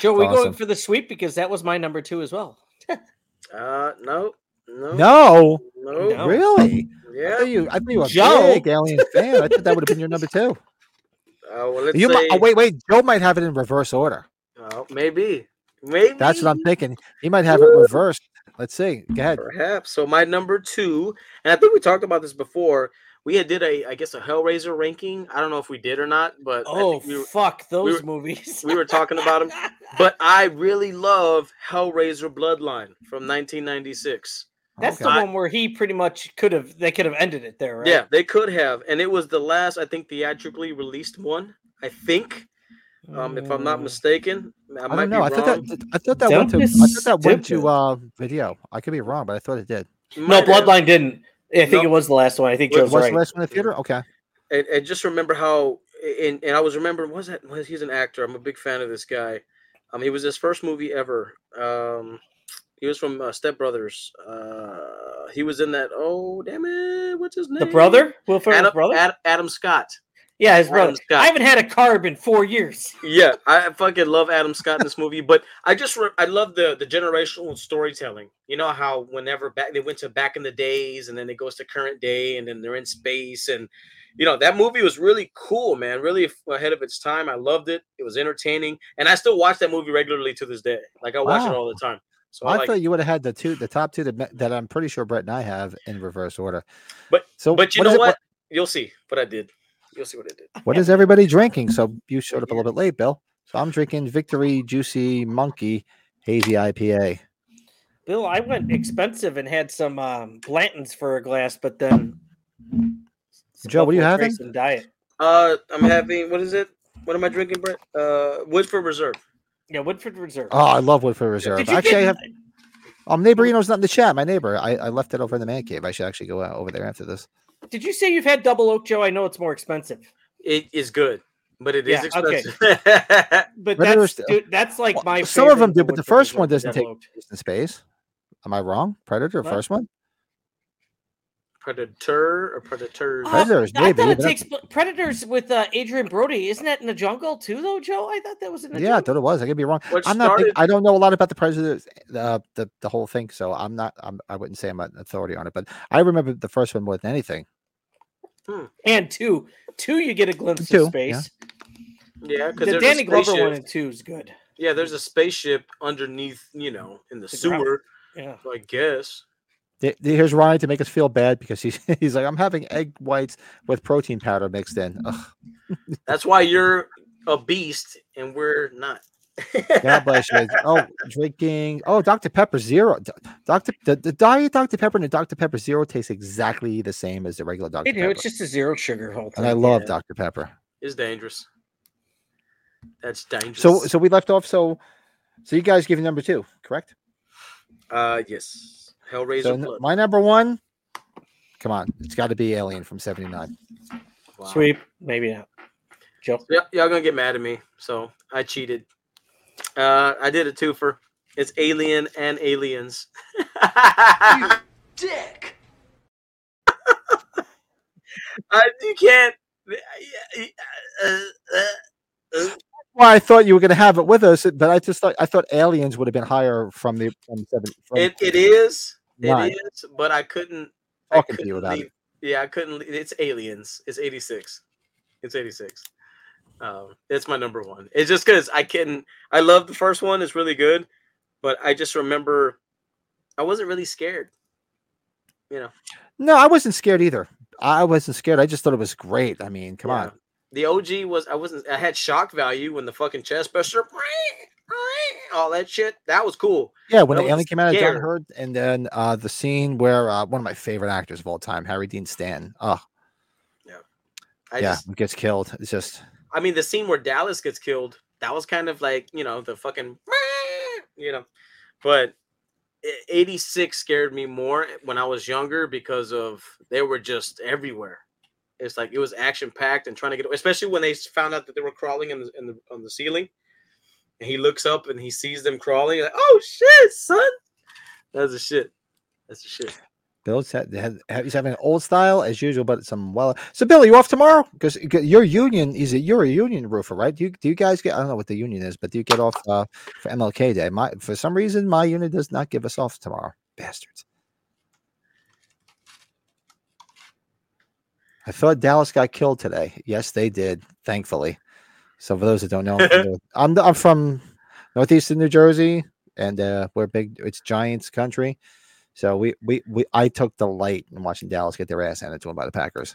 Joe, we
Awesome.
going for the sweep because that was my number two as well.
Uh, no, no,
No,
no.
No.
really? I
Yeah.
thought you, I thought you were a
Joe.
big aliens fan. I thought that would have been your number two.
Uh, well, let's
You might,
say,
oh, wait, wait. Joe might have it in reverse order.
Oh, maybe, maybe.
That's what I'm thinking. He might have it reversed. Let's see. Go ahead.
Perhaps. So my number two, and I think we talked about this before. We had did a, I guess, a Hellraiser ranking. I don't know if we did or not, but I
Oh
think we, were,
fuck those
were-
movies.
we were talking about them. But I really love Hellraiser Bloodline from 1996.
Oh,
that's the
Okay.
one where he pretty much could have they could have ended it there, right?
Yeah, they could have, and it was the last I think theatrically released one. I think, um, if I'm
Hmm.
not mistaken, I,
I
might
don't know. I
be
thought
wrong.
that I thought that went to
Don't
I
be
thought that went to
stupid.
uh, video. I could be wrong, but I thought it did.
No,
Might have.
Bloodline didn't. I think
No.
it was the last one. I think
Wait,
Joe's
Was
right.
the last one in the theater? Okay.
And, and just remember how, and, and I was remembering, was that? Was he's an actor? I'm a big fan of this guy. Um, he was his first movie ever. Um, he was from uh, Step Brothers. Uh, he was in that. Oh damn it! What's his name?
The brother, Will Ferrell's
Adam,
brother.
Ad- Adam Scott.
yeah, his
Adam
brother.
Scott.
I haven't had a carb in four years.
Yeah, I fucking love Adam Scott in this movie, but I just re- I love the the generational storytelling. You know how whenever back they went to back in the days, and then it goes to current day, and then they're in space, and you know that movie was really cool, man. Really f- ahead of its time. I loved it. It was entertaining, and I still watch that movie regularly to this day. Like I watch it
Wow.
all the time. So I,
I
like,
thought you would have had the two, the top two that, me- that I'm pretty sure Brett and I have in reverse order.
But-
so,
but you
is
know
it-
what? You'll see what I did. You'll see what I did.
What is everybody drinking? So you showed up a little bit late, Bill. So I'm drinking Victory Juicy Monkey Hazy IPA.
Bill, I went expensive and had some um, Blanton's for a glass, but then
Joe, what are you
Buffalo
having?
Trace and diet.
Uh, I'm having what is it? What am I drinking, Brett? Uh, Woodford Reserve.
Yeah, Woodford Reserve.
Oh, I love Woodford Reserve.
Did you
Actually,
get-
I have. Um, neighborino's not in the chat. My neighbor, I, I left it over in the man cave. I should actually go out over there after this.
Did you say you've had double oak, Joe? I know it's more expensive,
It is good, but it is
Yeah, okay.
expensive.
but
Maybe
that's
there's-
dude, that's like
Well,
my.
some of them
favorite
do, but the
Woodford
first
Reserve,
one doesn't
double
take
oak.
Just in space. Am I wrong? Predator,
What?
first one.
predator or predators?
Uh, Predators,
I thought
maybe,
it
but-
takes Predators with uh, Adrian Brody. Isn't that in the jungle too, though, Joe? I thought that was in the
Yeah, I
jungle.
thought it was. I could be wrong.
What
I'm not. Big,
started-
I don't know a lot about the president, uh, the the whole thing. So I'm not. I'm, I wouldn't say I'm an authority on it, but I remember the first one more than anything.
And two, two, you get a glimpse
Two,
of space.
yeah, because
The
there's
Danny
a
Glover
spaceship.
one and two is good.
Yeah, there's a spaceship underneath, you know, in the,
The ground.
sewer.
Oh,
Yeah.
So I guess.
Th- th- Here's Ronnie to make us feel bad because he's he's like I'm having egg whites with protein powder mixed in. Ugh,
That's why you're a beast and we're not.
God bless you. Oh, drinking. Oh, Dr Pepper Zero. D- Dr the, the diet Dr Pepper and the Dr Pepper Zero tastes exactly the same as the regular Dr
They do.
Pepper.
It's just a zero sugar whole thing.
and I love
yeah.
Dr Pepper.
It's dangerous. That's dangerous.
So so we left off. So so you guys give number two, correct?
uh yes. Hellraiser
So n-
blood.
my number one, come on, it's got to be Alien from '79.
Wow.
Sweep, maybe not. Joe,
Yeah, y'all gonna get mad at me. So I cheated. Uh I did a twofer. It's alien and aliens. I
Dick!
you can't uh, uh, uh,
Well, I thought you were going to have it with us, but I just thought I thought Aliens would have been higher from the from seven. From,
it, it is it
Right.
is, but I couldn't I
Talking to you
couldn't
about it.
leave- Yeah, I couldn't. le- It's aliens. It's eighty six. It's eighty six. Um, it's my number one. It's just because I can. I love the first one. It's really good, but I just remember I wasn't really scared.
no, I wasn't scared either. I wasn't scared. I just thought it was great. I mean, come on.
The OG was I wasn't. I had shock value when the fucking chest buster, all that shit. That was cool.
Yeah, when
I
the
wasn't
Alien came out, of John
scared.
Hurt, and then uh, the scene where uh, one of my favorite actors of all time, Harry Dean Stanton. Oh,
I
yeah,
just.
gets killed. It's just
I mean, the scene where Dallas gets killed. That was kind of like you know the fucking, you know, but i- 86 scared me more when I was younger because of they were just everywhere. It's like it was action packed and trying to get, especially when they s- found out that they were crawling in the, in the on the ceiling. And he looks up and he sees them crawling. Like, oh shit, son! That's a shit. That's a shit.
Bill's had, had, had- he's having an old style as usual, but some well. So, Bill, you off tomorrow? Because your union is it? You're a union roofer, right? Do you do you guys get? I don't know what the union is, but do you get off uh, for MLK Day? My for some reason, my unit does not give us off tomorrow, bastards. I thought Dallas got killed today. Yes, they did. Thankfully. So, for those that don't know, I'm from, the- I'm, the- I'm from northeastern New Jersey, and uh, we're big. It's Giants country. So we we, we I took delight in watching Dallas get their ass handed to them by the Packers.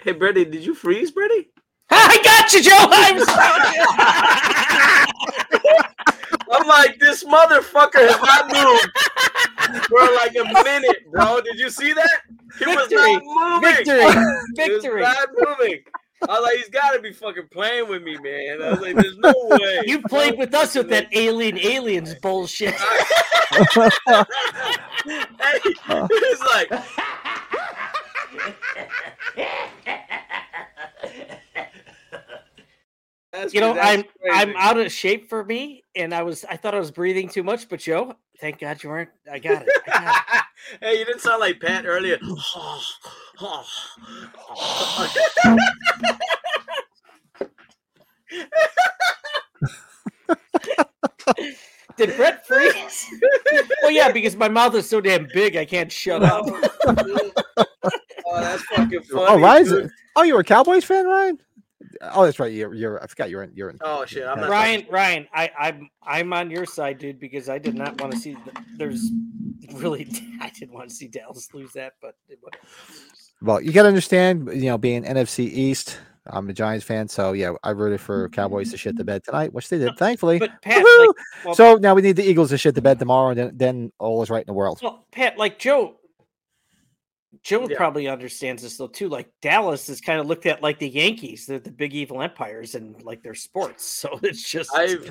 Hey, Brady, did you freeze, Brady?
I got you, Joe. I was
I'm like, this motherfucker has not moved for like a minute, bro. Did you see that? He was not moving.
victory,
He was
victory.
not moving. I was like, he's got to be fucking playing with me, man. I was like, there's no way.
You played with us with that alien aliens bullshit.
hey, it's like, that's-
You know,
that's
I'm I'm
crazy.
out of shape for me, and I was I thought I was breathing too much, but Joe, thank God you weren't. I got it. I got it.
hey, you didn't sound like Pat earlier. Oh,
Did Brett freeze? well, yeah, because my mouth is so damn big, I can't shut up.
oh, that's fucking funny.
oh, Ryan's,
dude.
oh, you were a Cowboys fan, Ryan? Oh, that's right. You're you're I forgot you're in you're in.
Oh shit, I'm not.
Ryan, Ryan, I, I'm I'm on your side, dude, because I did not want to see. The, there's really, I didn't want to see Dallas lose that, but it wa-
Well, you got to understand, you know, being NFC East, I'm a Giants fan, so yeah, I rooted for Cowboys to shit the bed tonight, which they did, thankfully.
but Pat,
Woohoo!
like, well,
so now we need the Eagles to shit the bed tomorrow, and then, then all is right in the world.
well, Pat, like Joe, Joe
Yeah.
probably understands this though too. Like Dallas is kind of looked at like the Yankees. They're the big evil empires and like their sports. So it's just
I've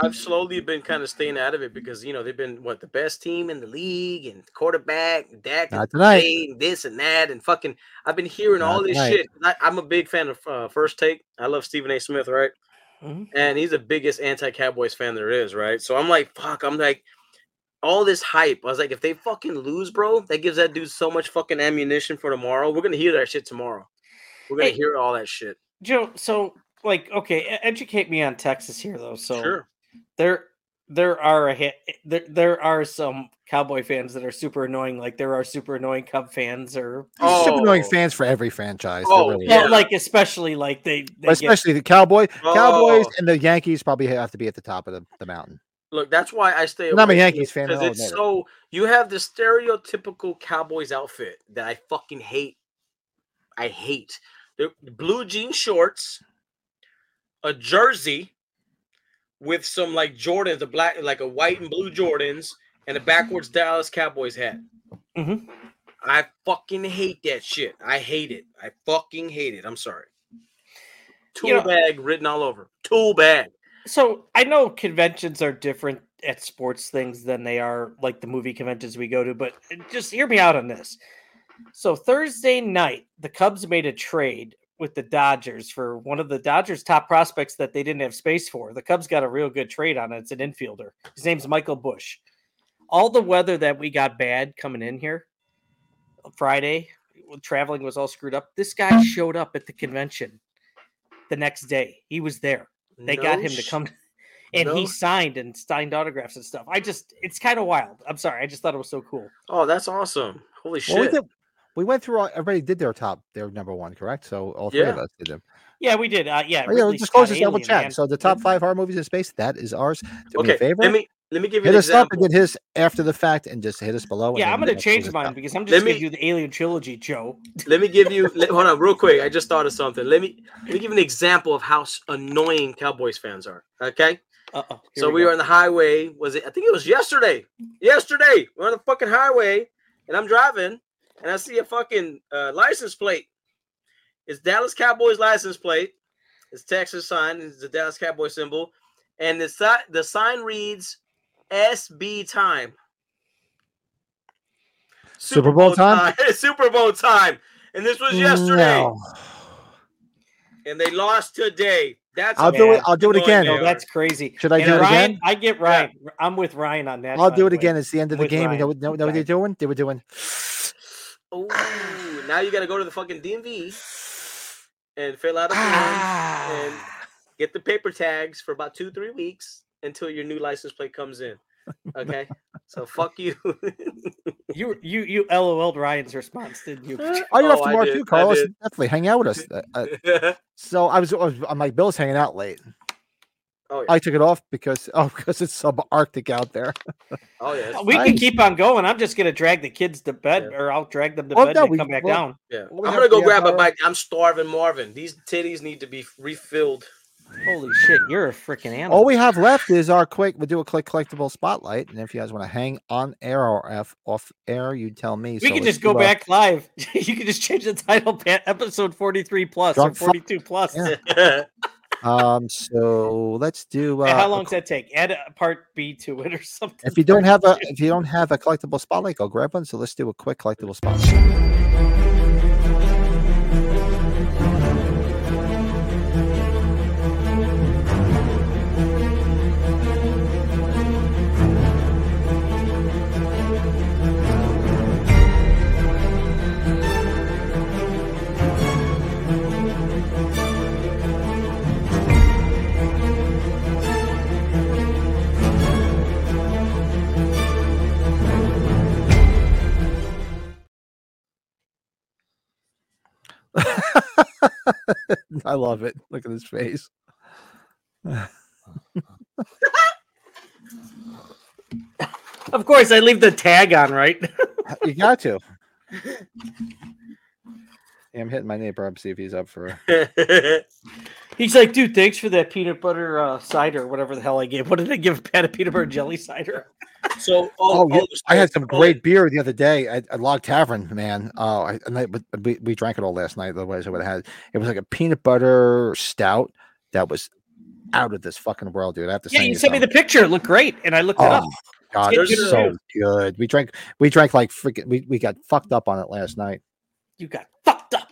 I've slowly been kind of staying out of it because you know they've been what the best team in the league and quarterback Dak
Not
and
tonight.
Payne, and this and that and fucking I've been hearing all
Not
this
tonight.
shit. I, I'm a big fan of uh, First Take. I love Stephen A. Smith, right?
Mm-hmm.
Mhm.
And he's the biggest anti-Cowboys fan there is, right? So I'm like, fuck. I'm like, all this hype. I was like, if they fucking lose, bro, that gives that dude so much fucking ammunition for tomorrow. We're gonna hear that shit tomorrow. We're gonna
Hey.
hear all that shit.
Joe. So like okay, e- educate me on Texas here though. So
Sure.
there there are a ha- there there are some Cowboy fans that are super annoying. Like there are super annoying Cub fans or
There's super annoying
Oh.
fans for every franchise. there
Oh,
really
Well,
is.
Yeah.
like especially like they, they
But
get-
especially the Cowboy, Cowboys,
Oh.
and the Yankees probably have to be at the top of the, the mountain.
Look, that's why I stay.
I'm not a
away from
Yankees
it,
fan,
because
I'll
it's
admit it.
so you have the stereotypical Cowboys outfit that I fucking hate. I hate the blue jean shorts, a jersey with some like Jordans, a black like a white and blue Jordans, and a backwards Dallas Cowboys hat.
Mhm.
I fucking hate that shit. I hate it. I fucking hate it. I'm sorry. Tool
You know-
bag written all over. Tool bag.
So I know conventions are different at sports things than they are like the movie conventions we go to, but uh, just hear me out on this. So Thursday night, the Cubs made a trade with the Dodgers for one of the Dodgers' top prospects that they didn't have space for. The Cubs got a real good trade on it. It's an infielder. His name's Michael Bush. All the weather that we got bad coming in here uh, Friday, when traveling was all screwed up. This guy showed up at the convention the next day. He was there. They got
No
him to
sh-
come and
no
he signed and signed autographs and stuff. I just it's kind of wild. I'm sorry. I just thought it was so cool.
Oh, that's awesome. Holy shit.
Well, we, did, we went through. All, everybody did their top, their number one, correct? So all three of
Yeah.
us did them.
Yeah, we did. Uh, yeah,
Oh, yeah,
Ridley
let's just close
Scott
this double
Alien,
check.
man.
So the top five horror movies in space. That is ours. Do me
okay,
a favor.
let me let me give you
hit
an
us up
example.
and get his after the fact, and just hit us below. and
yeah, I'm
then
gonna
we'll
change
close this
mine
out.
because I'm just
me-
gonna do the Alien trilogy, Joe.
Let me give you. let- hold on, real quick. I just thought of something. Let me let me give an example of how s- annoying Cowboys fans are. Okay,
Uh oh.
so we, were on the highway. Was it? I think it was yesterday. Yesterday, we're on the fucking highway, and I'm driving, and I see a fucking uh, license plate. It's Dallas Cowboys license plate. It's Texas sign. It's the Dallas Cowboy symbol, and the si- the sign reads SB time.
Super Bowl time?
Super Bowl time. And this was yesterday,
No.
and they lost today. That's
I'll
how
do it.
bad
I'll do it
annoying
again.
they
No,
are.
that's crazy.
Should I
And
do it
Ryan,
again?
I get Ryan. I'm with Ryan on that.
I'll
by
do
the
it
way.
again. It's the end of the
With
game. You know,
Ryan.
what- know what they were
Ryan.
doing? They were doing.
Oh, now you got to go to the fucking DMV and fill out a form and get the paper tags for about two, three weeks until your new license plate comes in. Okay, so fuck you. oh,
You you you LOL'd Ryan's response, didn't you?
Oh, you're off
I
tomorrow
did,
too,
I
Carlos.
did.
Definitely hang out with us. Uh, uh, so I was, I was, my bill's hanging out late.
oh yeah,
I took it off because oh because it's subarctic out there.
oh yeah.
We can
Nice.
keep on going. I'm just gonna drag the kids to bed,
Yeah.
or I'll drag them to
Well,
bed
no,
and they
we-
come back
well,
down.
Yeah,
Well, we
I'm
have
gonna go
the
grab a
Empire.
bike. I'm starving, Marvin. These titties need to be refilled.
Holy shit, you're a freaking animal.
All we have left is our quick. We'll do a quick collectible spotlight, and if you guys want to hang on air or f off air, you tell me.
We
So
can
let's
just go
do, uh,
back live. you can just change the title, Pat, episode 43 plus or
Drunk fuck.
42 plus.
Yeah.
yeah,
Um, so let's do. Uh,
And
a
How long does that take? Add a part B to it or something.
If you don't
Part
have a
two.
if you don't have a collectible spotlight, go grab one. So let's do a quick collectible spotlight. I love it. Look at his face.
of course, I leave the tag on, right?
You got to. Yeah, I'm hitting my neighbor up see if he's up for. A...
He's like, dude, thanks for that peanut butter uh, cider, whatever the hell I gave. What did I give Pat a peanut butter jelly cider?
So
Oh,
all,
yeah,
all the
I had
stories-
some
all-
great beer the other day at, at Log Tavern, man. Oh, I, and I, but we, we drank it all last night. Otherwise, I would have had it was like a peanut butter stout that was out of this fucking world, dude. I have to
Yeah,
send
you sent me
some.
the picture. It looked great, and I looked it up.
Oh god,
It's
it's so good. We drank, we drank like freaking. We, we got fucked up on it last night.
You got fucked up.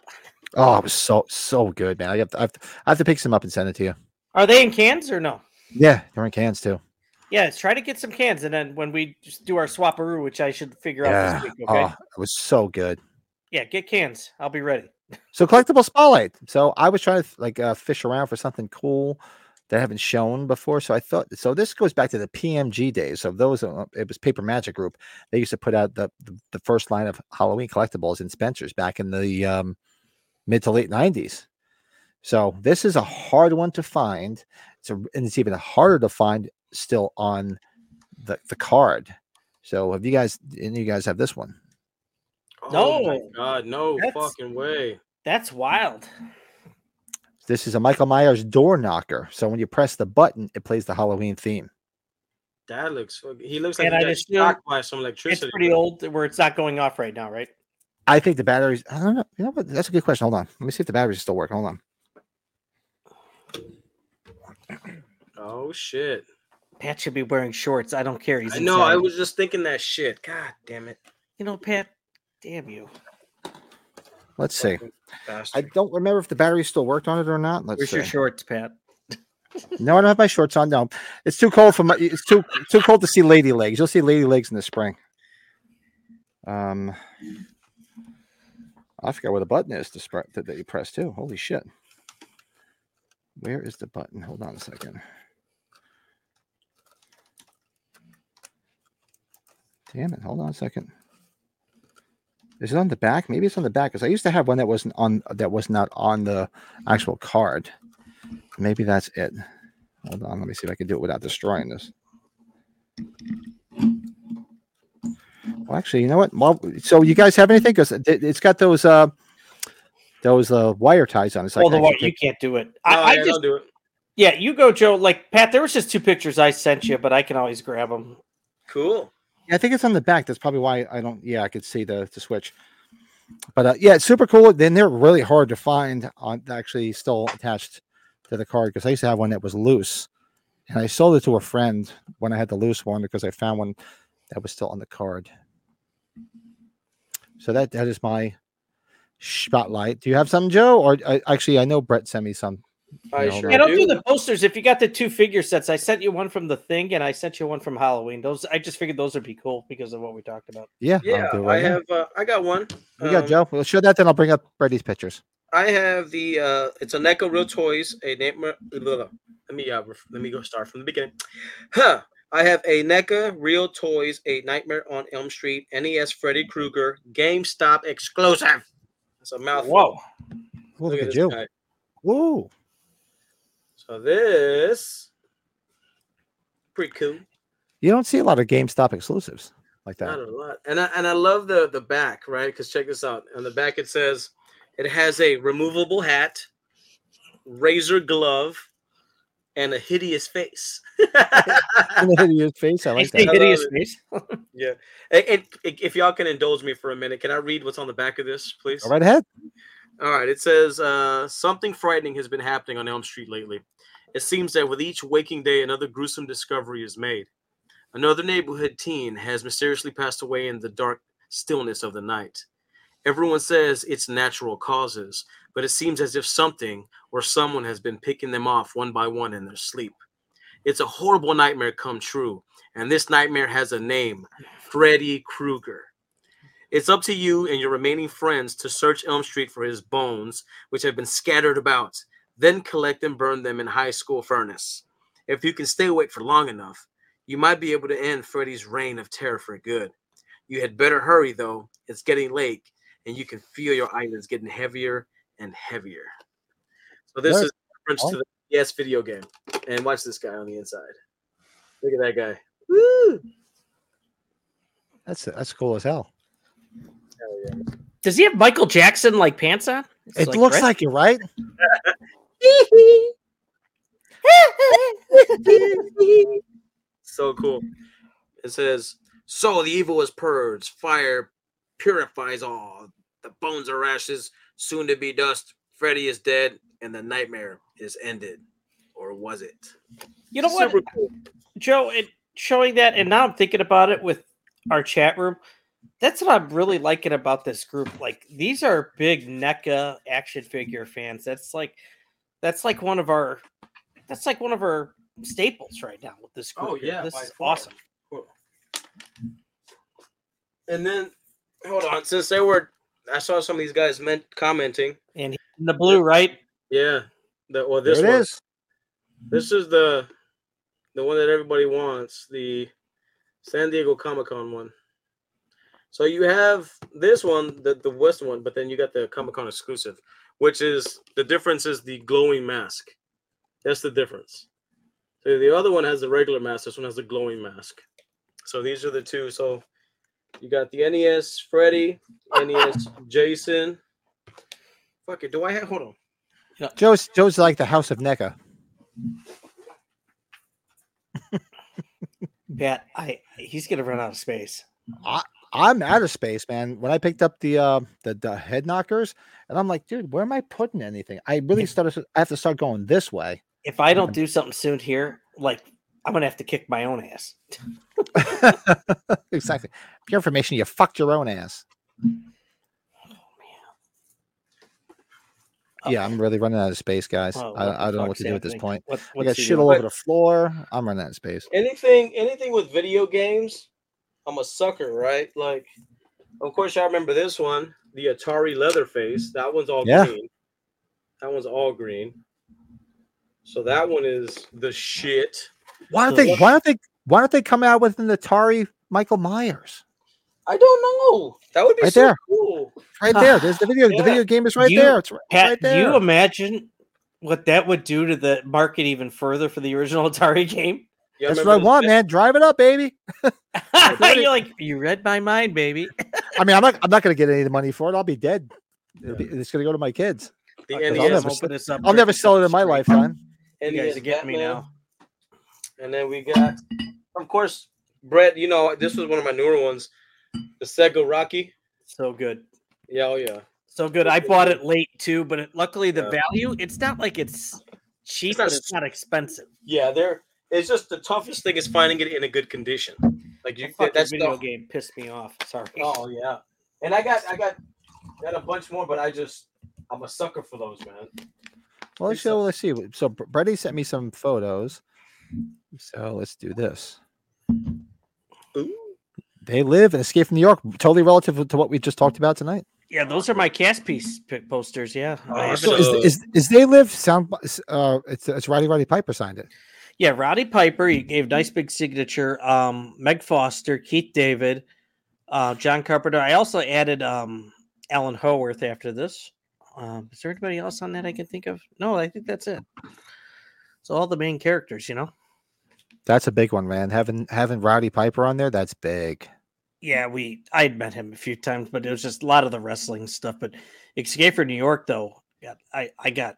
Oh, it was so so good, man. I have to, I have to, I have to pick some up and send it to you.
Are they in cans or no?
Yeah, they're in cans too.
Yeah, let's try to get some cans, and then when we just do our swaparoo, which I should figure
Yeah,
out this week. Okay.
oh, it was so good.
yeah, get cans. I'll be ready.
So collectible spotlight. So I was trying to like uh, fish around for something cool that I haven't shown before. So I thought so this goes back to the PMG days. So those uh, it was Paper Magic Group. They used to put out the the, the first line of Halloween collectibles in Spencer's back in the um, mid to late nineties. So this is a hard one to find. It's a, and it's even harder to find still on the the card. So have you guys? Any of you guys have this one?
Oh my
No.
God, no
That's-
fucking way.
That's wild.
This is a Michael Myers door knocker. So when you press the button, it plays the Halloween theme.
That looks. fuck- He looks like
And
he
I
got
just feel
shocked by some
It's
electricity.
pretty old, where it's not going off right now, right?
I think the batteries. I don't know. You know what? That's a good question. Hold on. Let me see if the batteries still work. Hold on.
Oh shit!
Pat should be wearing shorts. I don't care. He's
I know. I
inside.
was just thinking that shit. God damn it,
You know, Pat. Damn you.
Let's see. I
bastard.
don't remember if the batteries still worked on it or not. Let's
Where's
see.
your shorts, Pat?
No, I don't have my shorts on. No, it's too cold for my. It's too too cold to see lady legs. You'll see lady legs in the spring. Um, I forgot where the button is to spread that, that you press too. Holy shit! Where is the button? Hold on a second. Damn it! Hold on a second. Is it on the back? Maybe it's on the back because I used to have one that wasn't on that was not on the actual card. Maybe that's it. Hold on, let me see if I can do it without destroying this. Well, actually, you know what? Well, so you guys have anything? Because it, it's got those uh those uh wire ties on. it. It's like
Well, the
I can
wire, you
take-
can't do it.
No,
I, I
yeah,
just
don't do it.
Yeah, you go, Joe. Like Pat, there was just two pictures I sent you, but I can always grab them.
Cool.
Yeah, I think it's on the back. That's probably why I don't. Yeah, I could see the the switch. But uh, yeah, it's super cool. Then they're really hard to find on actually still attached to the card because I used to have one that was loose, and I sold it to a friend when I had the loose one because I found one that was still on the card. So that that is my spotlight. Do you have some, Joe? Or I, actually, I know Brett sent me some.
I
No,
sure
no.
Yeah, don't do
do.
the posters. If you got the two figure sets, I sent you one from the thing, and I sent you one from Halloween. Those I just figured those would be cool because of what we talked about.
Yeah, I'll
Yeah,
do it
I
right now.
have. Uh, I got one.
We got
Um,
Joe. We'll show that. Then I'll bring up Brady's pictures.
I have the. uh It's a Neko Real Toys. A nightmare. blah, blah, blah. Let me. Uh, ref- let me go start from the beginning. Huh. I have a NECA Real Toys, a Nightmare on Elm Street, NES Freddy Krueger, GameStop exclusive. That's a mouthful.
Whoa,
Ooh, look,
Look at
at
this
Joe.
guy.
Whoa.
So this pretty cool.
You don't see a lot of GameStop exclusives like
Not
that.
a lot. And I and I love the the back, right? Because check this out. On the back it says it has a removable hat, razor glove, and a hideous face.
In the hideous face, I
I
like
see
that.
that.
hideous
I love
face.
yeah. And, and if y'all can indulge me for a minute, can I read what's on the back of this, please?
Go right ahead.
All right. It says uh, something frightening has been happening on Elm Street lately. It seems that with each waking day, another gruesome discovery is made. Another neighborhood teen has mysteriously passed away in the dark stillness of the night. Everyone says it's natural causes, but it seems as if something or someone has been picking them off one by one in their sleep. It's a horrible nightmare come true, and this nightmare has a name Freddy Krueger. It's up to you and your remaining friends to search Elm Street for his bones, which have been scattered about, then collect and burn them in high school furnace. If you can stay awake for long enough, you might be able to end Freddy's reign of terror for good. You had better hurry, though. It's getting late, and you can feel your eyelids getting heavier and heavier. So this
There-
is a reference to the yes video game. And watch this guy on the inside. Look at that guy. Woo!
That's that's cool as hell.
Hell yeah.
Does he have Michael Jackson like pants on? It's
it looks
red.
like you're right.
so cool.
It says, "So the evil is purged. Fire purifies all. The bones are ashes, soon to be dust. Freddy is dead, and the nightmare is ended, or was it?"
You know what,
Super cool.
Joe? And showing that, and now I'm thinking about it with our chat room. That's what I'm really liking about this group. Like these are big NECA action figure fans. That's like that's like one of our that's like one of our staples right now with this group.
Oh,
here.
yeah,
this
by
is
far.
awesome.
And then, hold on. Since they were, I saw some of these guys meant commenting.
And he's in the blue, right?
Yeah. The, well,
There
this
it
one.
is.
This is the the one that everybody wants, the San Diego Comic Con one. So you have this one, the, the West one, but then you got the Comic Con exclusive, which is the difference is the glowing mask. That's the difference. So the other one has the regular mask, this one has the glowing mask. So these are the two. So you got the NES Freddy, NES Jason.
Fuck it. Do I have? Hold on.
Joe's Joe's like the House of E NECA.
Pat, I he's gonna run out of space.
I'm out of space, man. When I picked up the uh the, the head knockers, and I'm like, dude, where am I putting anything? I really started. I have to start going this way.
If I don't do something soon here, like I'm gonna have to kick my own ass.
exactly. For your information, you fucked your own ass. Yeah, I'm really running out of space, guys.
Oh, what the
I, I don't know what
fuck's
to do at this
happening?
point.
What,
I
what's
got
he
shit
doing?
all over the floor. I'm running out of space.
anything anything with video games i'm a sucker right like
Of course, I remember this one, the Atari Leatherface. That one's all
Yeah.
green. That one's all green. So that one is the shit.
Why don't
So
they?
what-
Why don't they? Why don't they come out with an Atari Michael Myers?
I don't know. That would be
Right
so
there.
cool.
Right there. There's the video.
Yeah.
The video game is right
Ah, You-
there. It's right,
Pat,
right
do
there.
you imagine what that would do to the market even further for the original Atari game?
Yeah,
That's what I
remember
want, man. Drive it up, baby.
You're like, you read my mind, baby.
I mean, I'm not. I'm not going to get any money for it. I'll be dead. It'll be, it's going to go to my kids.
The
Fuck,
E
'cause I'll
I'll
NES,
never
never
sell-
open this up.
I'll never sell it in my
Street.
lifetime.
You guys
NES
are getting me
E Batman.
now.
And then we got, of course, Brett. You know, this was one of my newer ones, the Sega Rocky.
So good.
Yeah, oh yeah.
So good. I bought it late too, but it, luckily the
Yeah.
value, it's not like it's cheap,
It's not
but it's not expensive.
Yeah, they're. It's just the toughest thing is finding it in a good condition. Like you,
That fucking
that's
video
the
game pissed me off. Sorry.
Oh yeah, and I got I got got a bunch more, but I just I'm a sucker for those, man.
Well,
do
so let's see. So Br- Brady sent me some photos. So let's do this. They live in Escape from New York, totally relative to what we just talked about tonight.
Yeah, those are my cast piece pic- posters. Yeah. I
Oh,
have
so
Is,
it-
is, is they live sound? Uh, it's it's Roddy Roddy Piper signed it.
Yeah, Roddy Piper, he gave nice big signature. Um, Meg Foster, Keith David, uh, John Carpenter. I also added um, Alan Howarth after this. Um, is there anybody else on that I can think of? No, I think that's it. So all the main characters, you know.
That's a big one, man. Having having Roddy Piper on there, that's big.
Yeah, we I had met him a few times, but it was just a lot of the wrestling stuff. But Escape from New York, though, got I I got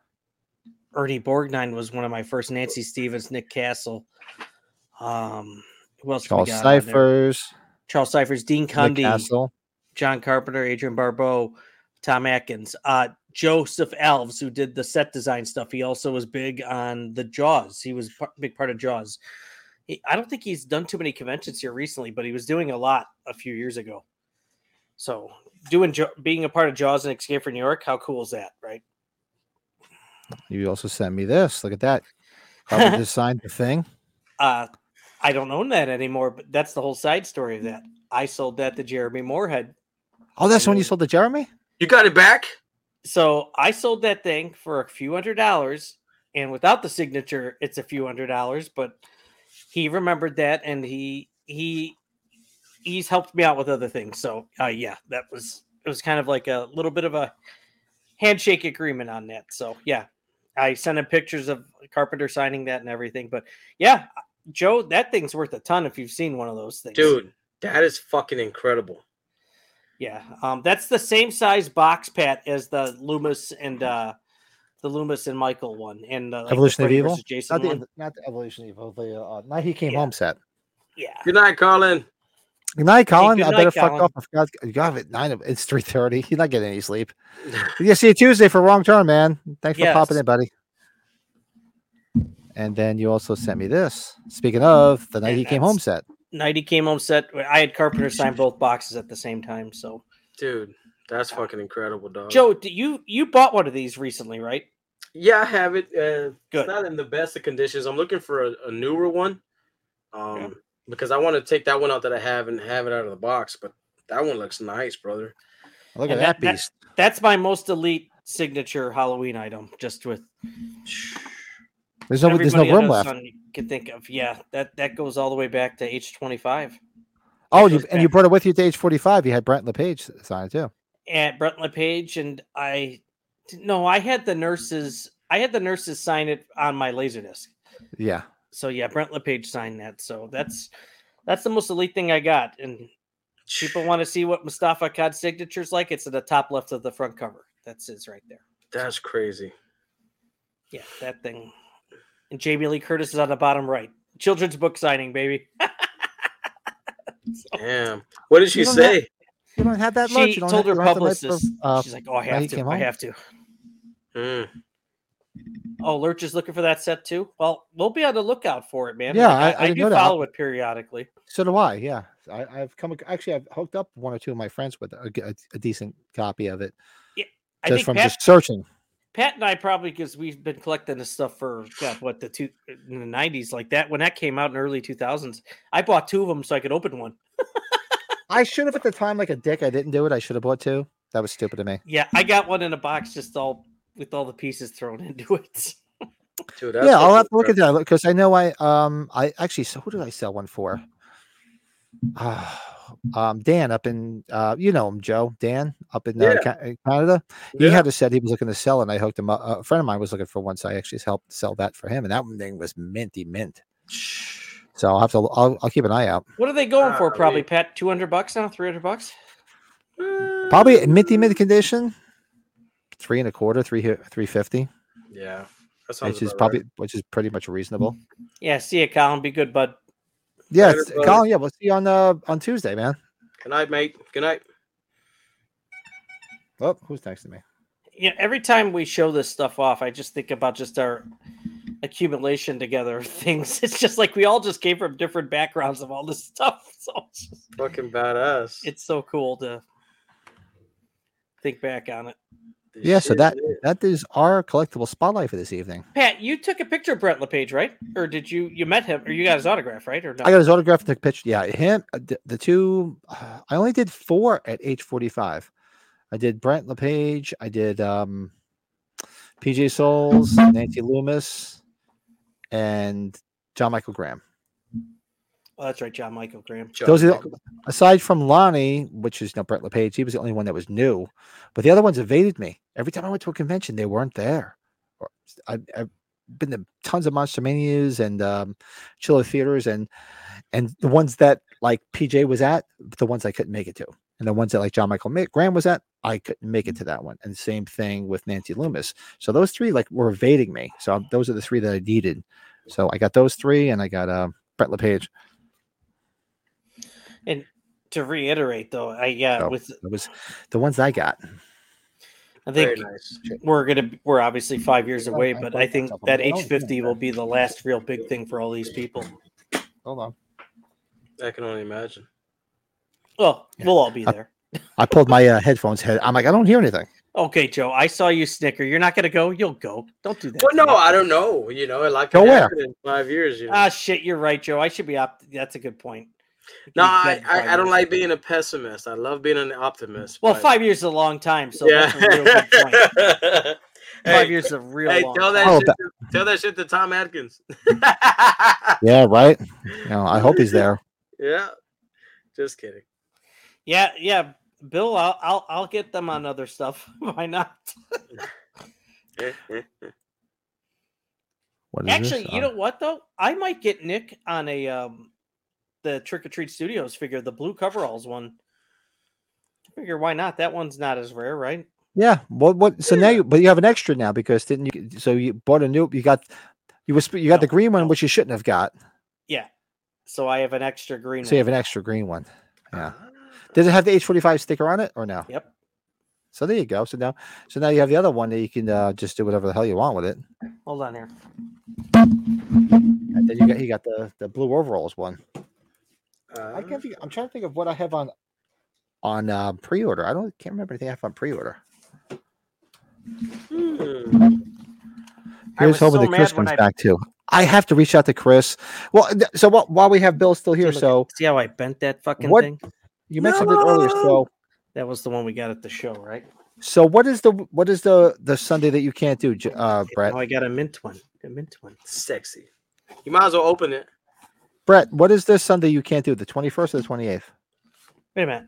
Ernie Borgnine was one of my first. Nancy Stevens, Nick Castle, um, who else? we
Charles
got on there?
Cyphers,
Charles Cyphers, Dean
Nick
Cundy,
Castle.
John Carpenter, Adrian Barbeau, Tom Atkins, uh, Joseph Alves, who did the set design stuff. He also was big on the Jaws. He was a big part of Jaws. He, I don't think he's done too many conventions here recently, but he was doing a lot a few years ago. So doing Jo- being a part of Jaws and Escape from New York, how cool is that, right?
You also sent me this. Look at that. Probably just signed the thing.
Uh, I don't own that anymore, but that's the whole side story of that. I sold that to Jeremy Moorhead
Oh, that's the one you sold to Jeremy.
You got it back?
So I sold that thing for a few hundred dollars, and without the signature, it's a few hundred dollars. But he remembered that, and he he he's helped me out with other things. So uh, yeah, that was it was kind of like a little bit of a handshake agreement on that. So yeah, I sent him pictures of Carpenter signing that and everything. But yeah, Joe, that thing's worth a ton if you've seen one of those things,
Dude, that is fucking incredible.
Yeah, um, that's the same size box pat as the Loomis and uh, the Loomis and Michael one, and uh, like the
Mm-hmm. Evolution of
Freddy
Evil?
versus Jason
Not the,
one.
ev- not the evolution evil. The uh, now he came
Yeah.
home set.
Yeah.
Good night, Colin.
Good night, Colin.
good
I better
night,
fuck
Colin.
up. I forgot. You got it. Nine. of- It's three thirty. You're not getting any sleep. yeah. See you Tuesday for wrong turn, man. Thanks for popping
Yes.
in, buddy. And then you also sent me this. Speaking of the night
And
he came home
that's-
set.
Nighty came home set. I had Carpenter sign both boxes at the same time. So
Dude, that's fucking incredible,
Oh.
dog.
Joe, do you you bought one of these recently, right?
Yeah, I have it. Uh,
Good.
It's not in the best of conditions. I'm looking for a, a newer one, um,
Yeah.
because I want to take that one out that I have and have it out of the box. But that one looks nice, brother.
Look at
And
that,
that- that-
beast.
That's my most elite signature Halloween item, just with
There's no. There's no
everybody
room
under the
left.
sun you can think of. Yeah, that that goes all the way back to age twenty five.
oh,
goes
you, and you
back.
brought it with you to age forty-five. You had Brent LePage sign it too.
at Brent LePage, and I no, I had the nurses. I had the nurses sign it on my laserdisc.
Yeah.
So yeah, Brent LePage signed that. So that's that's the most elite thing I got. And people want to see what Mustafa Khan's signature's like. It's at the top left of the front cover. That's his right there.
That's crazy.
Yeah, that thing. And Jamie Lee Curtis is on the bottom right. Children's book signing, baby.
Damn. What did she
You don't have-
say?
You don't have that much.
She
You don't
told
have,
her
you don't have the night
publicist.
for- uh,
She's like, "Oh, I
he
have to.
came
I
home?
have to."
Mm.
Oh, Lurch is looking for that set too. Well, we'll be on the lookout for it, man.
Yeah,
Like,
I- I
I,
didn't know
do
that.
follow it periodically.
So do I. Yeah, I, I've come ac- actually. I've hooked up one or two of my friends with a, g- a- a decent copy of it
I
just
think
from
Pat,
just searching.
Pat and I probably because we've been collecting this stuff for God, what the two in the nineties like that when that came out in early two thousands. I bought two of them so I could open one.
I should have at the time, like a dick. I didn't do it. I should have bought two. That was stupid of me.
Yeah, I got one in a box just all with all the pieces thrown into it.
Dude, that's
yeah, I'll
fucking
have to look at
incredible.
that because I know I um I actually so who did I sell one for? Uh, um, Dan up in uh you know him Joe Dan up in uh,
Yeah.
Ca- uh, Canada. He
Yeah.
had a set he was looking to sell, and I hooked him up. A friend of mine was looking for one, so I actually helped sell that for him, and that one thing was minty mint. So I'll have to I'll, I'll keep an eye out.
What are they going for?
Golly.
Probably Pat, two hundred bucks now, three hundred bucks.
Probably in minty mint condition, three and a quarter, three three fifty,
Yeah, that sounds
which is
about
probably
right.
which is pretty much reasonable.
Yeah, see you, Colin. Be good, bud.
Yeah,
Later,
it's-
brother.
Colin. Yeah, we'll see you on uh on Tuesday, man.
Good night, mate. Good night.
Oh, who's texting me?
you know, every time we show this stuff off, I just think about just our accumulation together of things. It's just like we all just came from different backgrounds of all this stuff. So it's, just-
Fucking badass.
it's so cool to think back on it.
This
Yeah, so
shit
that
is-
that is our collectible spotlight for this evening.
Pat, you took a picture of Brett LePage, right? Or did you you met him or you got his autograph, right? Or no?
I got his autograph and took a picture. Yeah, him. uh, The, the two. uh, I only did four at age forty-five. I did Brent LePage. I did um, PJ Souls, Nancy Loomis, and John Michael Graham.
oh, that's right, John Michael Graham.
Joe,
Those are
Michael,
the, aside from Lonnie, which is you know, Brent LePage. He was the only one that was new, but the other ones evaded me. Every time I went to a convention, they weren't there. Or- I, I've been to tons of Monster Manias and um, Chiller Theaters, and and the ones that like PJ was at, the ones I couldn't make it to, and the ones that like John Michael Ma- Graham was at, I couldn't make it to that one. And same thing with Nancy Loomis. So those three like were evading me. So um, those are the three that I needed. So I got those three, and I got uh, Brett LePage.
To reiterate though, I yeah,
Oh.
with
It was the ones I got.
I
Very
think
nice.
we're gonna be- we're obviously five years
Yeah,
away,
I
but
bought
I think
myself a
that
medal.
H fifty will be the last real big thing for all these people.
Hold on.
I can only imagine.
Well,
Yeah.
we'll all be
Uh,
there.
I pulled my uh, headphones head. I'm like, I don't hear anything.
Okay, Joe, I saw you snicker. You're not gonna go. You'll go. Don't do that.
Well,
to
no,
me.
I don't know. You know, like
Go where?
in five years. You know?
ah shit. You're right, Joe. I should be up. That's a good point.
No,
You've
I,
been five
I, I don't
years.
like being a pessimist. I love being an optimist.
Well,
but-
five years is a long time, so
yeah.
that's a real good point. Five
hey,
years is a real
hey,
long.
tell
time.
that,
Oh,
shit
that-
to, tell that shit to Tom Atkins.
Yeah, right. You know, I hope he's there.
yeah, just kidding.
Yeah, yeah, Bill. I'll, I'll I'll get them on other stuff. Why not?
Ah. What is
Actually,
this?
you
Uh,
know what though? I might get Nick on a um the Trick or Treat Studios figure, the blue coveralls one. Figure why not? That one's not as rare, right?
Yeah. What? What? So now, you, but you have an extra now because didn't you? So you bought a new. You got. You was. You got the
No,
green one,
no.
which you shouldn't have got.
Yeah. so I have an extra green.
So you have
one.
an extra green one. Yeah.
Ah.
Does it have the H45 sticker on it or no?
Yep.
So there you go. So now, so now you have the other one that you can uh, just do whatever the hell you want with it.
Hold on here.
And then you got you got the the blue overalls one.
Uh,
I can't think. I'm trying to think of what I have on on uh, pre-order. I don't can't remember anything I have on pre-order.
hmm.
I
Here's
was
hoping
so
that Chris
mad when
comes
I-
back too. I have to reach out to Chris. Well, th- so while while we have Bill still here,
See, look,
so
see how I bent that fucking
What-
thing?
you mentioned it earlier. So
That was the one we got at the show, right?
so what is the what is the the Sunday that you can't do, J- uh, Brett?
Now I got a mint one. A mint one.
Sexy. You might as well open it.
Brett, what is this Sunday you can't do? The 21st or the 28th?
Wait a minute.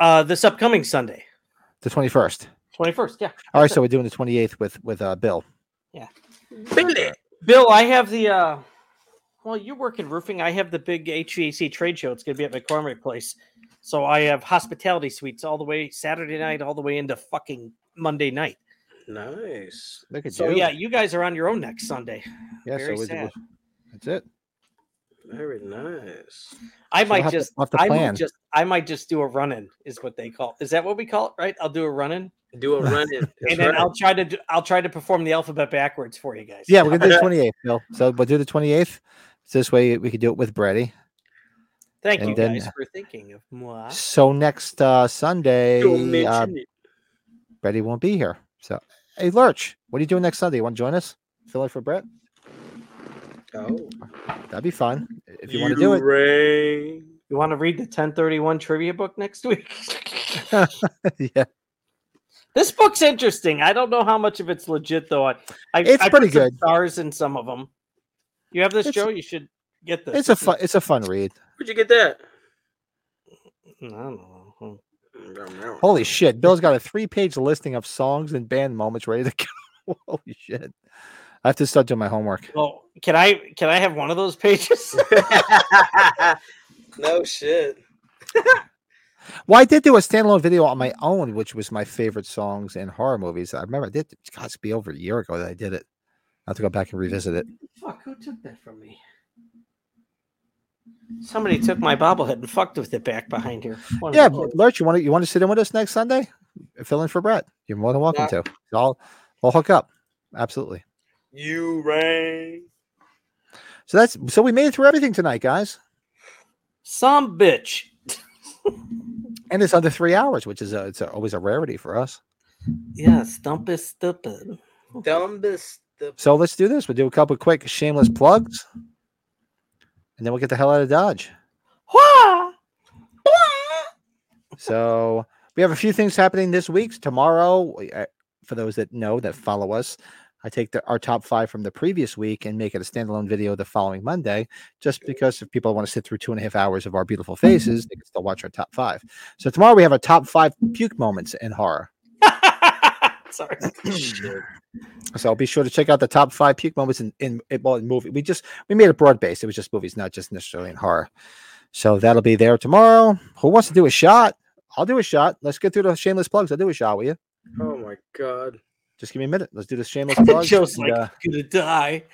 Uh, this upcoming Sunday,
The 21st.
twenty first. Yeah.
All right, so we're doing the 28th with with uh, Bill.
Billy.
Bill, I have the. uh Well, you work in roofing. I have the big HVAC trade show. It's going to be at McCormick Place. So I have hospitality suites all the way Saturday night, all the way into fucking Monday night.
Nice.
Look at
So
you.
yeah, you guys are on your own next Sunday.
yeah.
very
So we,
sad.
that's it.
Very nice.
I
we'll
might
have to-
just,
we'll have to
I might
plan.
just, I might just do a run in. Is what they call. Is that what we call it? Right? I'll do a run in,
Do a run in.
and then I'll try to, do, I'll try to perform the alphabet backwards for you guys.
Yeah, we're gonna do the 28th, Bill. So we'll do the 28th. So this way we could do it with Brady.
Thank
and
you
then-
guys for thinking of moi.
So next uh,
Don't
Sunday, uh,
mention it.
Brady won't be here. So, hey, Lurch, what are you doing next Sunday? You want to join us? Fill in for Brett?
Oh.
That'd be fun. If you, want to do it,
Ring.
You want to read the 1031 trivia book next week?
yeah,
This book's interesting. I don't know how much of it's legit though. I, I
It's
I put
pretty
some
good.
Stars in some of them. You have this,
It's-
Joe. You should get this.
it's a
This
fun, it's a fun read.
Where'd you get that?
is- Hmm, I don't know.
Holy shit, Bill's got a three-page listing of songs and band moments ready to go. Holy shit, I have to start doing my homework.
Well, can I can I have one of those pages?
No shit.
Well, I did do a standalone video on my own, which was my favorite songs in horror movies. I remember I did. God, it's be over a year ago that I did it. I have to go back and revisit it.
Fuck! Who took that from me? Somebody took my bobblehead and fucked with it back behind here. One of
Yeah,
the-
but Lurch, you want to you want to sit in with us next Sunday? Fill in for Brett. You're more than welcome to. I'll we'll hook up. Absolutely.
You rang.
So that's so we made it through everything tonight, guys,
some bitch.
and it's under three hours, which is a, it's a, always a rarity for us.
Yeah, stump is stupid.
Dumbest. The
So let's do this. We'll do a couple quick shameless plugs, and then we'll get the hell out of Dodge.
Wah!
So we have a few things happening this week. Tomorrow, we- uh, for those that know that follow us, I take the, our top five from the previous week and make it a standalone video the following Monday, just because if people want to sit through two and a half hours of our beautiful faces, they can still watch our top five. So tomorrow we have our top five puke moments in horror.
Sorry.
shit.
So be sure to check out the top five puke moments in in, in, well, in movie. We just we made it broad based. It was just movies, not just necessarily in horror. So that'll be there tomorrow. Who wants to do a shot? I'll do a shot. Let's get through the shameless plugs. I'll do a shot with you.
Oh my god.
just give me a minute. Let's do this shameless plug.
Joe's
And,
like
uh,
gonna die.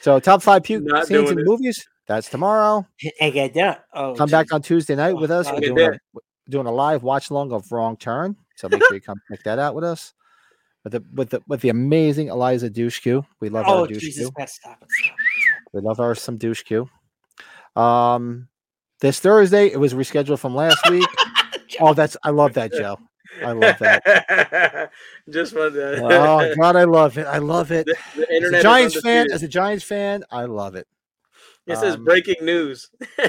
so top five puke
Not
scenes in
doing it.
movies. That's tomorrow.
I got that. Oh,
Come back on Tuesday night with us. We're
Okay,
doing a, we're doing a live watch along of Wrong Turn. So make sure you come check that out with us. With the with the with the amazing Eliza Dushku. We love
Oh
our Dushku.
Jesus, Matt, stop it! Stop.
We love our some Dushku. Um this Thursday, it was rescheduled from last week. oh, that's I love that, Joe. I love that.
Just for the,
Oh God, I love it. I love it.
the, the
As
internet.
a
is
Giants fan,
undefeated.
as a Giants fan, I love it.
it says
um,
breaking news.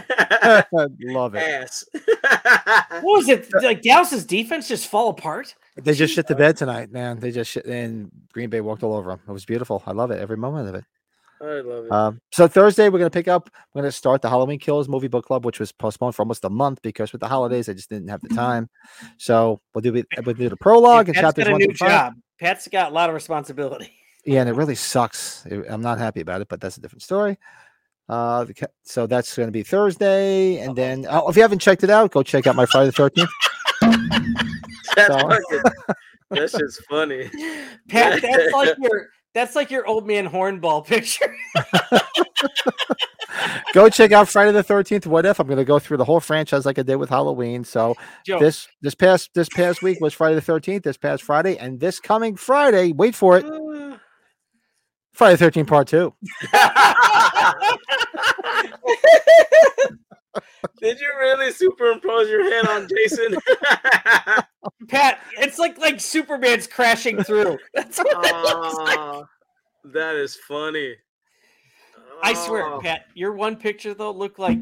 love it.
Ass.
What was it? Like Dallas's defense just fall apart.
They just shit the bed tonight, man. They just shit, and Green Bay walked all over them. It was beautiful. I love it every moment of it.
I love it.
Um, so Thursday we're gonna pick up. We're gonna start the Halloween Kills movie book club, which was postponed for almost a month because with the holidays I just didn't have the time. So we'll do it- we'll do the prologue and
Pat's
chapters
got a
one
new
through five.
job. Pat's got a lot of responsibility.
Yeah, and it really sucks. It- I'm not happy about it, but that's a different story. Uh, the ca- so that's going to be Thursday, and then oh, if you haven't checked it out, go check out my Friday the Thirteenth.
That's
so-
fucking, that shit's funny.
Pat, that's like your That's like your old man hornball picture.
go check out Friday the Thirteenth. What if I'm going to go through the whole franchise like I did with Halloween? So
Joe,
this this past this past week was Friday the Thirteenth. This past Friday and this coming Friday, wait for it, Friday the Thirteenth Part Two.
Did you really superimpose your hand on Jason?
Pat, it's like like Superman's crashing through. That's what that looks like.
Aw, that is funny. Oh,
I swear,
Aw.
Pat, your one picture though looked like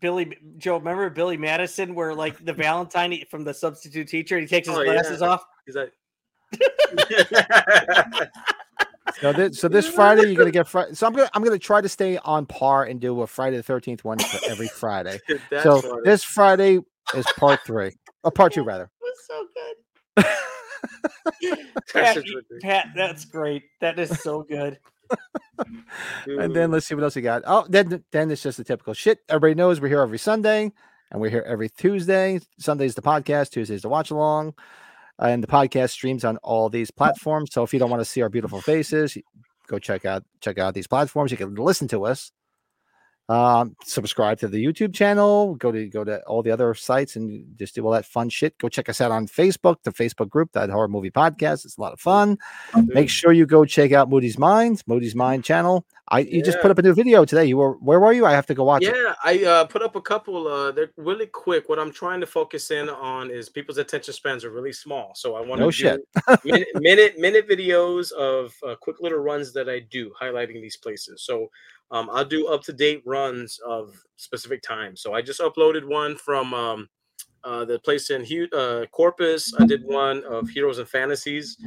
Billy Joe. Remember Billy Madison, where like the Valentine he- from the substitute teacher, he takes his
Oh, yeah.
glasses off.
He's like,
So this, so this Friday you're going to get Friday. So I'm going to I'm going to try to stay on par and do a Friday the Thirteenth one for every Friday.
that's
so
funny.
this Friday is Part Three, or Part Two rather.
That's so good,
That's
Pat,
just
you-
ridiculous.
Pat. That's great. That is so good.
And then
Dude.
let's see what else we got. Oh, then then it's just the typical shit. Everybody knows we're here every Sunday and we're here every Tuesday. Sunday's the podcast, Tuesday's the watch along. And the podcast streams on all these platforms. So if you don't want to see our beautiful faces, go check out check out these platforms. You can listen to us. Um, subscribe to the YouTube channel, go to go to all the other sites and just do all that fun shit. Go check us out on Facebook, the Facebook group, that horror movie podcast. It's a lot of fun. Make sure you go check out Moody's Mind, Moody's Mind channel. I you just put up a new video today. You were where were you? I have to go watch it.
Yeah, I uh, put up a couple. Uh, they're really quick. What I'm trying to focus in on is people's attention spans are really small, so I want
No
to do
shit.
minute, minute minute videos of uh, quick little runs that I do, highlighting these places. So um, I'll do up to date runs of specific times. So I just uploaded one from um, uh, the place in Hu- uh, Corpus. I did one of Heroes and Fantasies,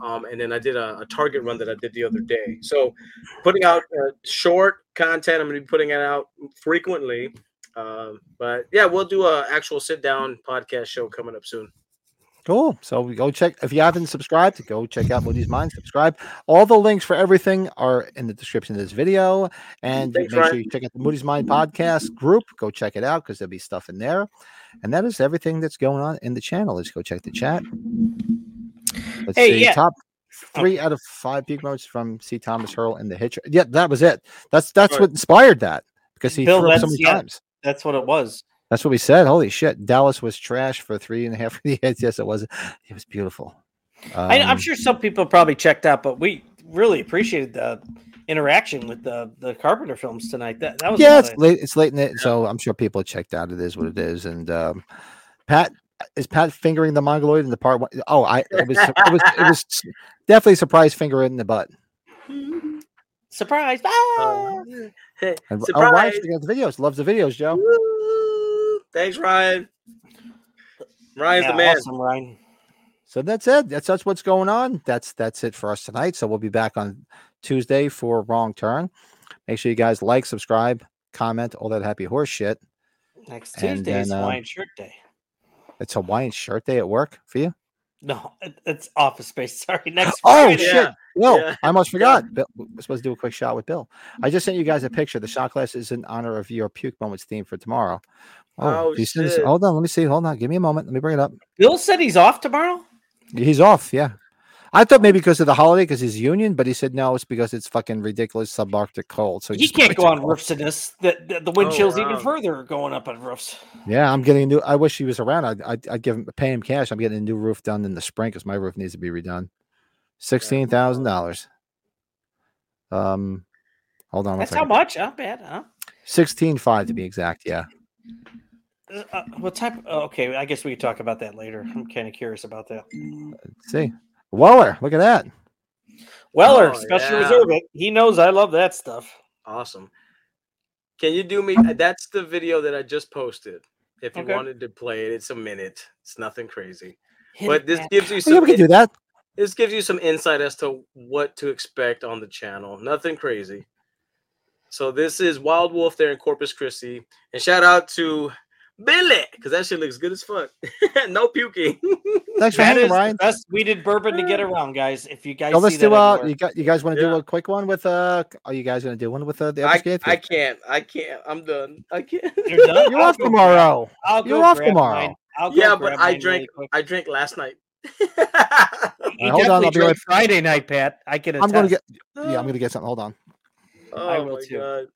um, and then I did a, a Target run that I did the other day. So putting out uh, short content. I'm going to be putting it out frequently. Um, but yeah, we'll do a actual sit down podcast show coming up soon.
Cool. So we go check if you haven't subscribed, go check out Moody's Mind. Subscribe. All the links for everything are in the description of this video. And make
Thanks,
sure
Ryan.
you check out the Moody's Mind podcast group. Go check it out because there'll be stuff in there. And that is everything that's going on in the channel. Let's go check the chat. Let's
Hey,
see.
yeah. Oh.
Top three out of five peak moments from C. Thomas Hurl in the Hitcher. Yeah, that was it. That's that's
Right.
what inspired that because he
Bill,
threw up so
that's-
many
yeah.
times.
That's what it was.
That's what we said. Holy shit. Dallas was trash for three and a half years. Yes, it was. It was beautiful.
I, I'm
Um,
sure some people probably checked out, but we really appreciated the interaction with the the Carpenter films tonight. That that was
Yeah,
nice.
it's late. It's late in it. So I'm sure people checked out. It is what it is. And um, Pat, is Pat fingering the mongoloid in the part one? Oh, I it was, it was, it was definitely surprise finger in the butt.
surprise. Ah!
Um, hey,
And oh, Ryan
surprise!
got the videos. Loves the videos, Joe.
Woo! Thanks, Ryan. Ryan's
Yeah,
the man.
Awesome, Ryan.
So that's it. That's that's what's going on. That's that's it for us tonight. So we'll be back on Tuesday for Wrong Turn. Make sure you guys like, subscribe, comment, all that happy horse shit.
Next
And
Tuesday is
then, uh,
Hawaiian Shirt Day.
It's Hawaiian shirt day at work for you.
No, it- it's Office Space. Sorry, next.
Oh
Friday.
shit!
Yeah,
No,
yeah.
I almost forgot. Bill, we're supposed to do a quick shot with Bill. I just sent you guys a picture. The shot glass is in honor of your puke moments theme for tomorrow. Oh,
Oh,
do you see this?
shit.
hold on. Let me see. Hold on. Give me a moment. Let me bring it up.
Bill said he's off tomorrow.
He's off. Yeah, I thought maybe because of the holiday, because he's union, but he said no. It's because it's fucking ridiculous subarctic cold. So
He
just
can't
quit
go on
tomorrow.
roofs in this. The, the, the wind
Oh,
chill's
wow.
even further going up on roofs.
Yeah, I'm getting a new. I wish he was around. I'd, I'd, I'd give him pay him cash. I'm getting a new roof done in the spring because my roof needs to be redone. Sixteen thousand dollars. Um, hold on. one
That's
second.
how Mm-hmm. much? Not bad, huh?
Sixteen five to be exact. Yeah.
Uh, uh, what type? oh, okay, I guess we can talk about that later. I'm kind of curious about that.
Let's see. Weller, look at that.
Weller,
Oh,
special
yeah.
reserve. It. He knows I love that stuff.
Awesome. Can you do me? That's the video that I just posted. If you
Okay.
wanted to play it, it's a minute. It's nothing crazy,
Hit
but
it,
this
Pat.
gives
Oh,
you
yeah,
some.
we can do that.
this gives you some insight as to what to expect on the channel. Nothing crazy. So this is Wild Wolf there in Corpus Christi, and shout out to Billy because that shit looks good as fuck. no puking.
Thanks for
That
hanging,
is the
Ryan.
best weeded bourbon to get
Uh.
around, guys. If you guys
So let's
see that
do uh
anywhere.
you got you guys want to
Yeah.
do a quick one with uh are you guys gonna do one with uh, the
I,
Elvis Gates?
I can't. I can't. I'm done. I can't.
You're done?
You're
I'll
off
go
tomorrow.
I'll go
You're off
grab
tomorrow.
mine. I'll go
Yeah, but
grab
I
mine really
drank.
quick.
I drank last night.
All right, hold on, I'll be right.
Friday night, Pat. I can.
I'm going to
attest.
get. Yeah, I'm going to get something. Hold on.
oh
I will
my
too.
god,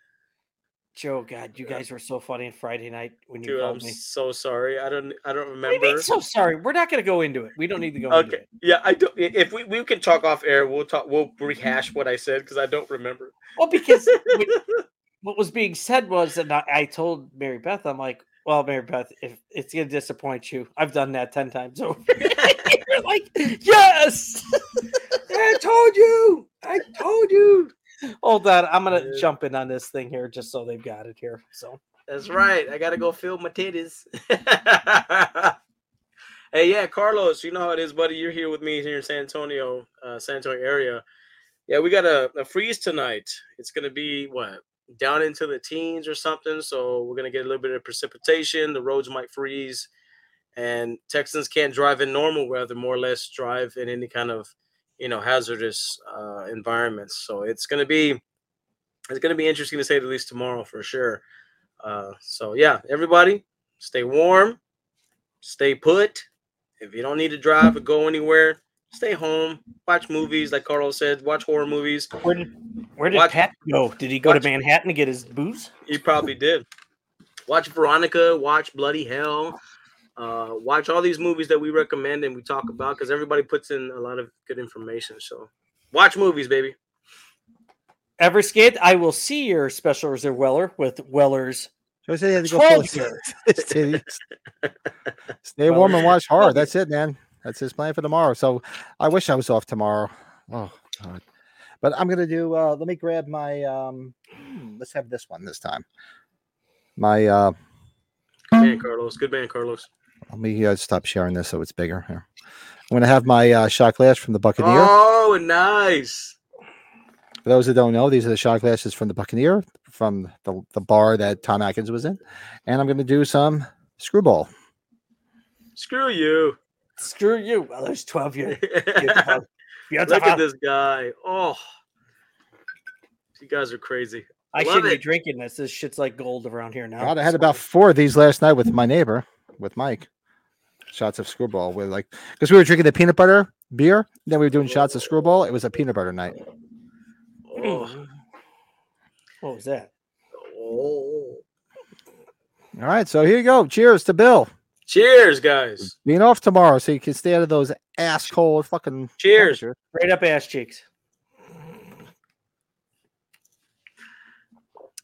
Joe. God, you guys were so funny on Friday night when you
dude, I'm
called me.
so sorry. I don't, I don't
What do you mean,
remember.
so sorry. We're not going to go into it. We don't need to go into
Okay,
it.
yeah, I don't. If we we can talk off air, we'll talk. We'll rehash what I said because I don't remember.
Well, because what- what was being said was, and I, I told Mary Beth, I'm like, well, Mary Beth, if it's going to disappoint you, I've done that 10 times over. You're like, yes.
I told you. I told you.
Hold on. I'm going to
Yeah.
jump in on this thing here just so they've got it here. So,
That's right. I gotta go fill my titties.
Hey, yeah, Carlos, you know how it is, buddy. You're here with me here in San Antonio, uh, San Antonio area. Yeah, we got a, a freeze tonight. It's gonna be what down into the teens or something. So we're gonna get a little bit of precipitation. The roads might freeze, and Texans can't drive in normal weather. More or less, drive in any kind of you know hazardous uh, environments. So it's gonna be it's gonna be interesting to say the least tomorrow for sure. Uh, so yeah, everybody, stay warm, stay put. If you don't need to drive or go anywhere, stay home. Watch movies, like Carlos said. Watch horror movies.
where did, where did
Watch-
Pat go? Did he go
watch-
to Manhattan to get his booze?
He probably did. Watch Veronica. Watch Bloody Hell. Uh, watch all these movies that we recommend and we talk about because everybody puts in a lot of good information. So watch movies, baby.
Ever skid? I will see your special reserve Weller with Weller's.
So I said he had to go full of
Troller.
his titties. Stay
Well,
warm and watch horror.
well,
That's it, man. That's his plan for tomorrow. So I wish I was off tomorrow. Oh God. But I'm gonna do uh let me grab my um hmm, let's have this one this time. My uh
Good man, Carlos. Good man, Carlos.
let me uh, stop sharing this so it's bigger here. I'm gonna have my uh shot glass from the Buccaneer.
Oh, nice.
For those that don't know, these are the shot glasses from the Buccaneer from the, the bar that Tom Atkins was in. And I'm gonna do some screwball.
Screw you.
Screw you, Weller's 12 year. Beautiful.
Look
Beautiful.
at this guy. Oh, you guys are crazy.
I
Love
shouldn't be
it.
drinking this. This shit's like gold around here now.
God, I had about four of these last night with my neighbor, with Mike. Shots of screwball with like because we were drinking the peanut butter beer, then we were doing shots of screwball. It was a peanut butter night.
Oh,
What was that?
Mm.
oh.
All right, so here you go. Cheers to Bill
Cheers, guys.
being off tomorrow, so you can stay out of those ass cold fucking.
Cheers.
temperatures.
Right up ass cheeks.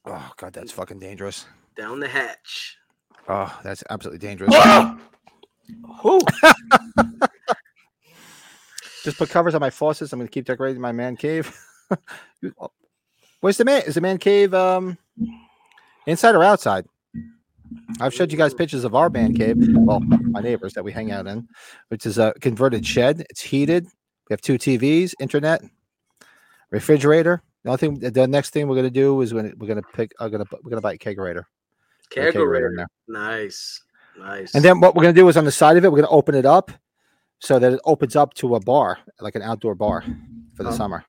Oh god, that's fucking dangerous.
Down the hatch.
Oh, that's absolutely dangerous.
Who?
Just put covers on my faucets. I'm gonna keep decorating my man cave. You- oh, Where's the man? Is the man cave um inside or outside? I've showed you guys pictures of our man cave. Well, my neighbors that we hang out in, which is a converted shed. It's heated. We have two TVs, internet, refrigerator. The only thing, the next thing we're gonna do is when we're gonna pick. I'm gonna bu- we're gonna buy a kegerator. Put a kegerator in
Kegerator.
there.
Nice. Nice.
And then what we're gonna do is on the side of it, we're gonna open it up so that it opens up to a bar, like an outdoor bar, for the
Uh-huh.
Oh.
summer.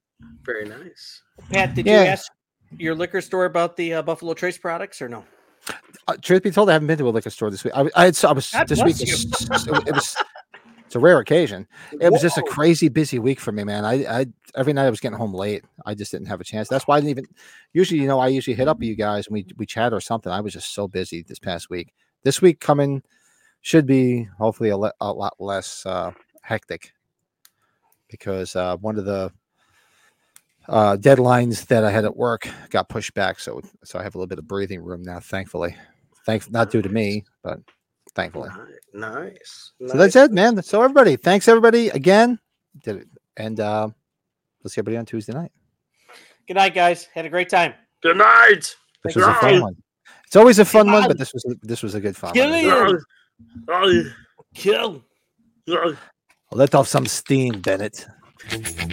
very nice.
Pat, did
Yeah.
you ask your liquor store about the uh, Buffalo Trace products or no?
uh, truth be told, I haven't been to a liquor store this week. I, I, had, so I was
God
this week.
bless
Is, s- it was. It's a rare occasion. It was just a
Whoa.
crazy busy week for me, man. I, I every night I was getting home late. I just didn't have a chance. That's why I didn't even. Usually, you know, I usually hit up you guys and we we chat or something. I was just so busy this past week. This week coming should be hopefully a, le- a lot less uh, hectic because uh, one of the uh, deadlines that I had at work got pushed back. So so I have a little bit of breathing room now, thankfully. Thanks, not due to me, but thankfully.
Ni- Nice.
So that's
nice.
it, man. So everybody, thanks everybody again. Did it, and uh, we'll see everybody on Tuesday night.
Good night, guys. Had a great time.
Good night.
This
Good
was a fun
night.
one. It's always a fun one,
on.
but this was a, this was a good fun.
Get
one.
it. Yeah.
Night.
Kill.
Night.
Let off some steam, Bennett.
Night.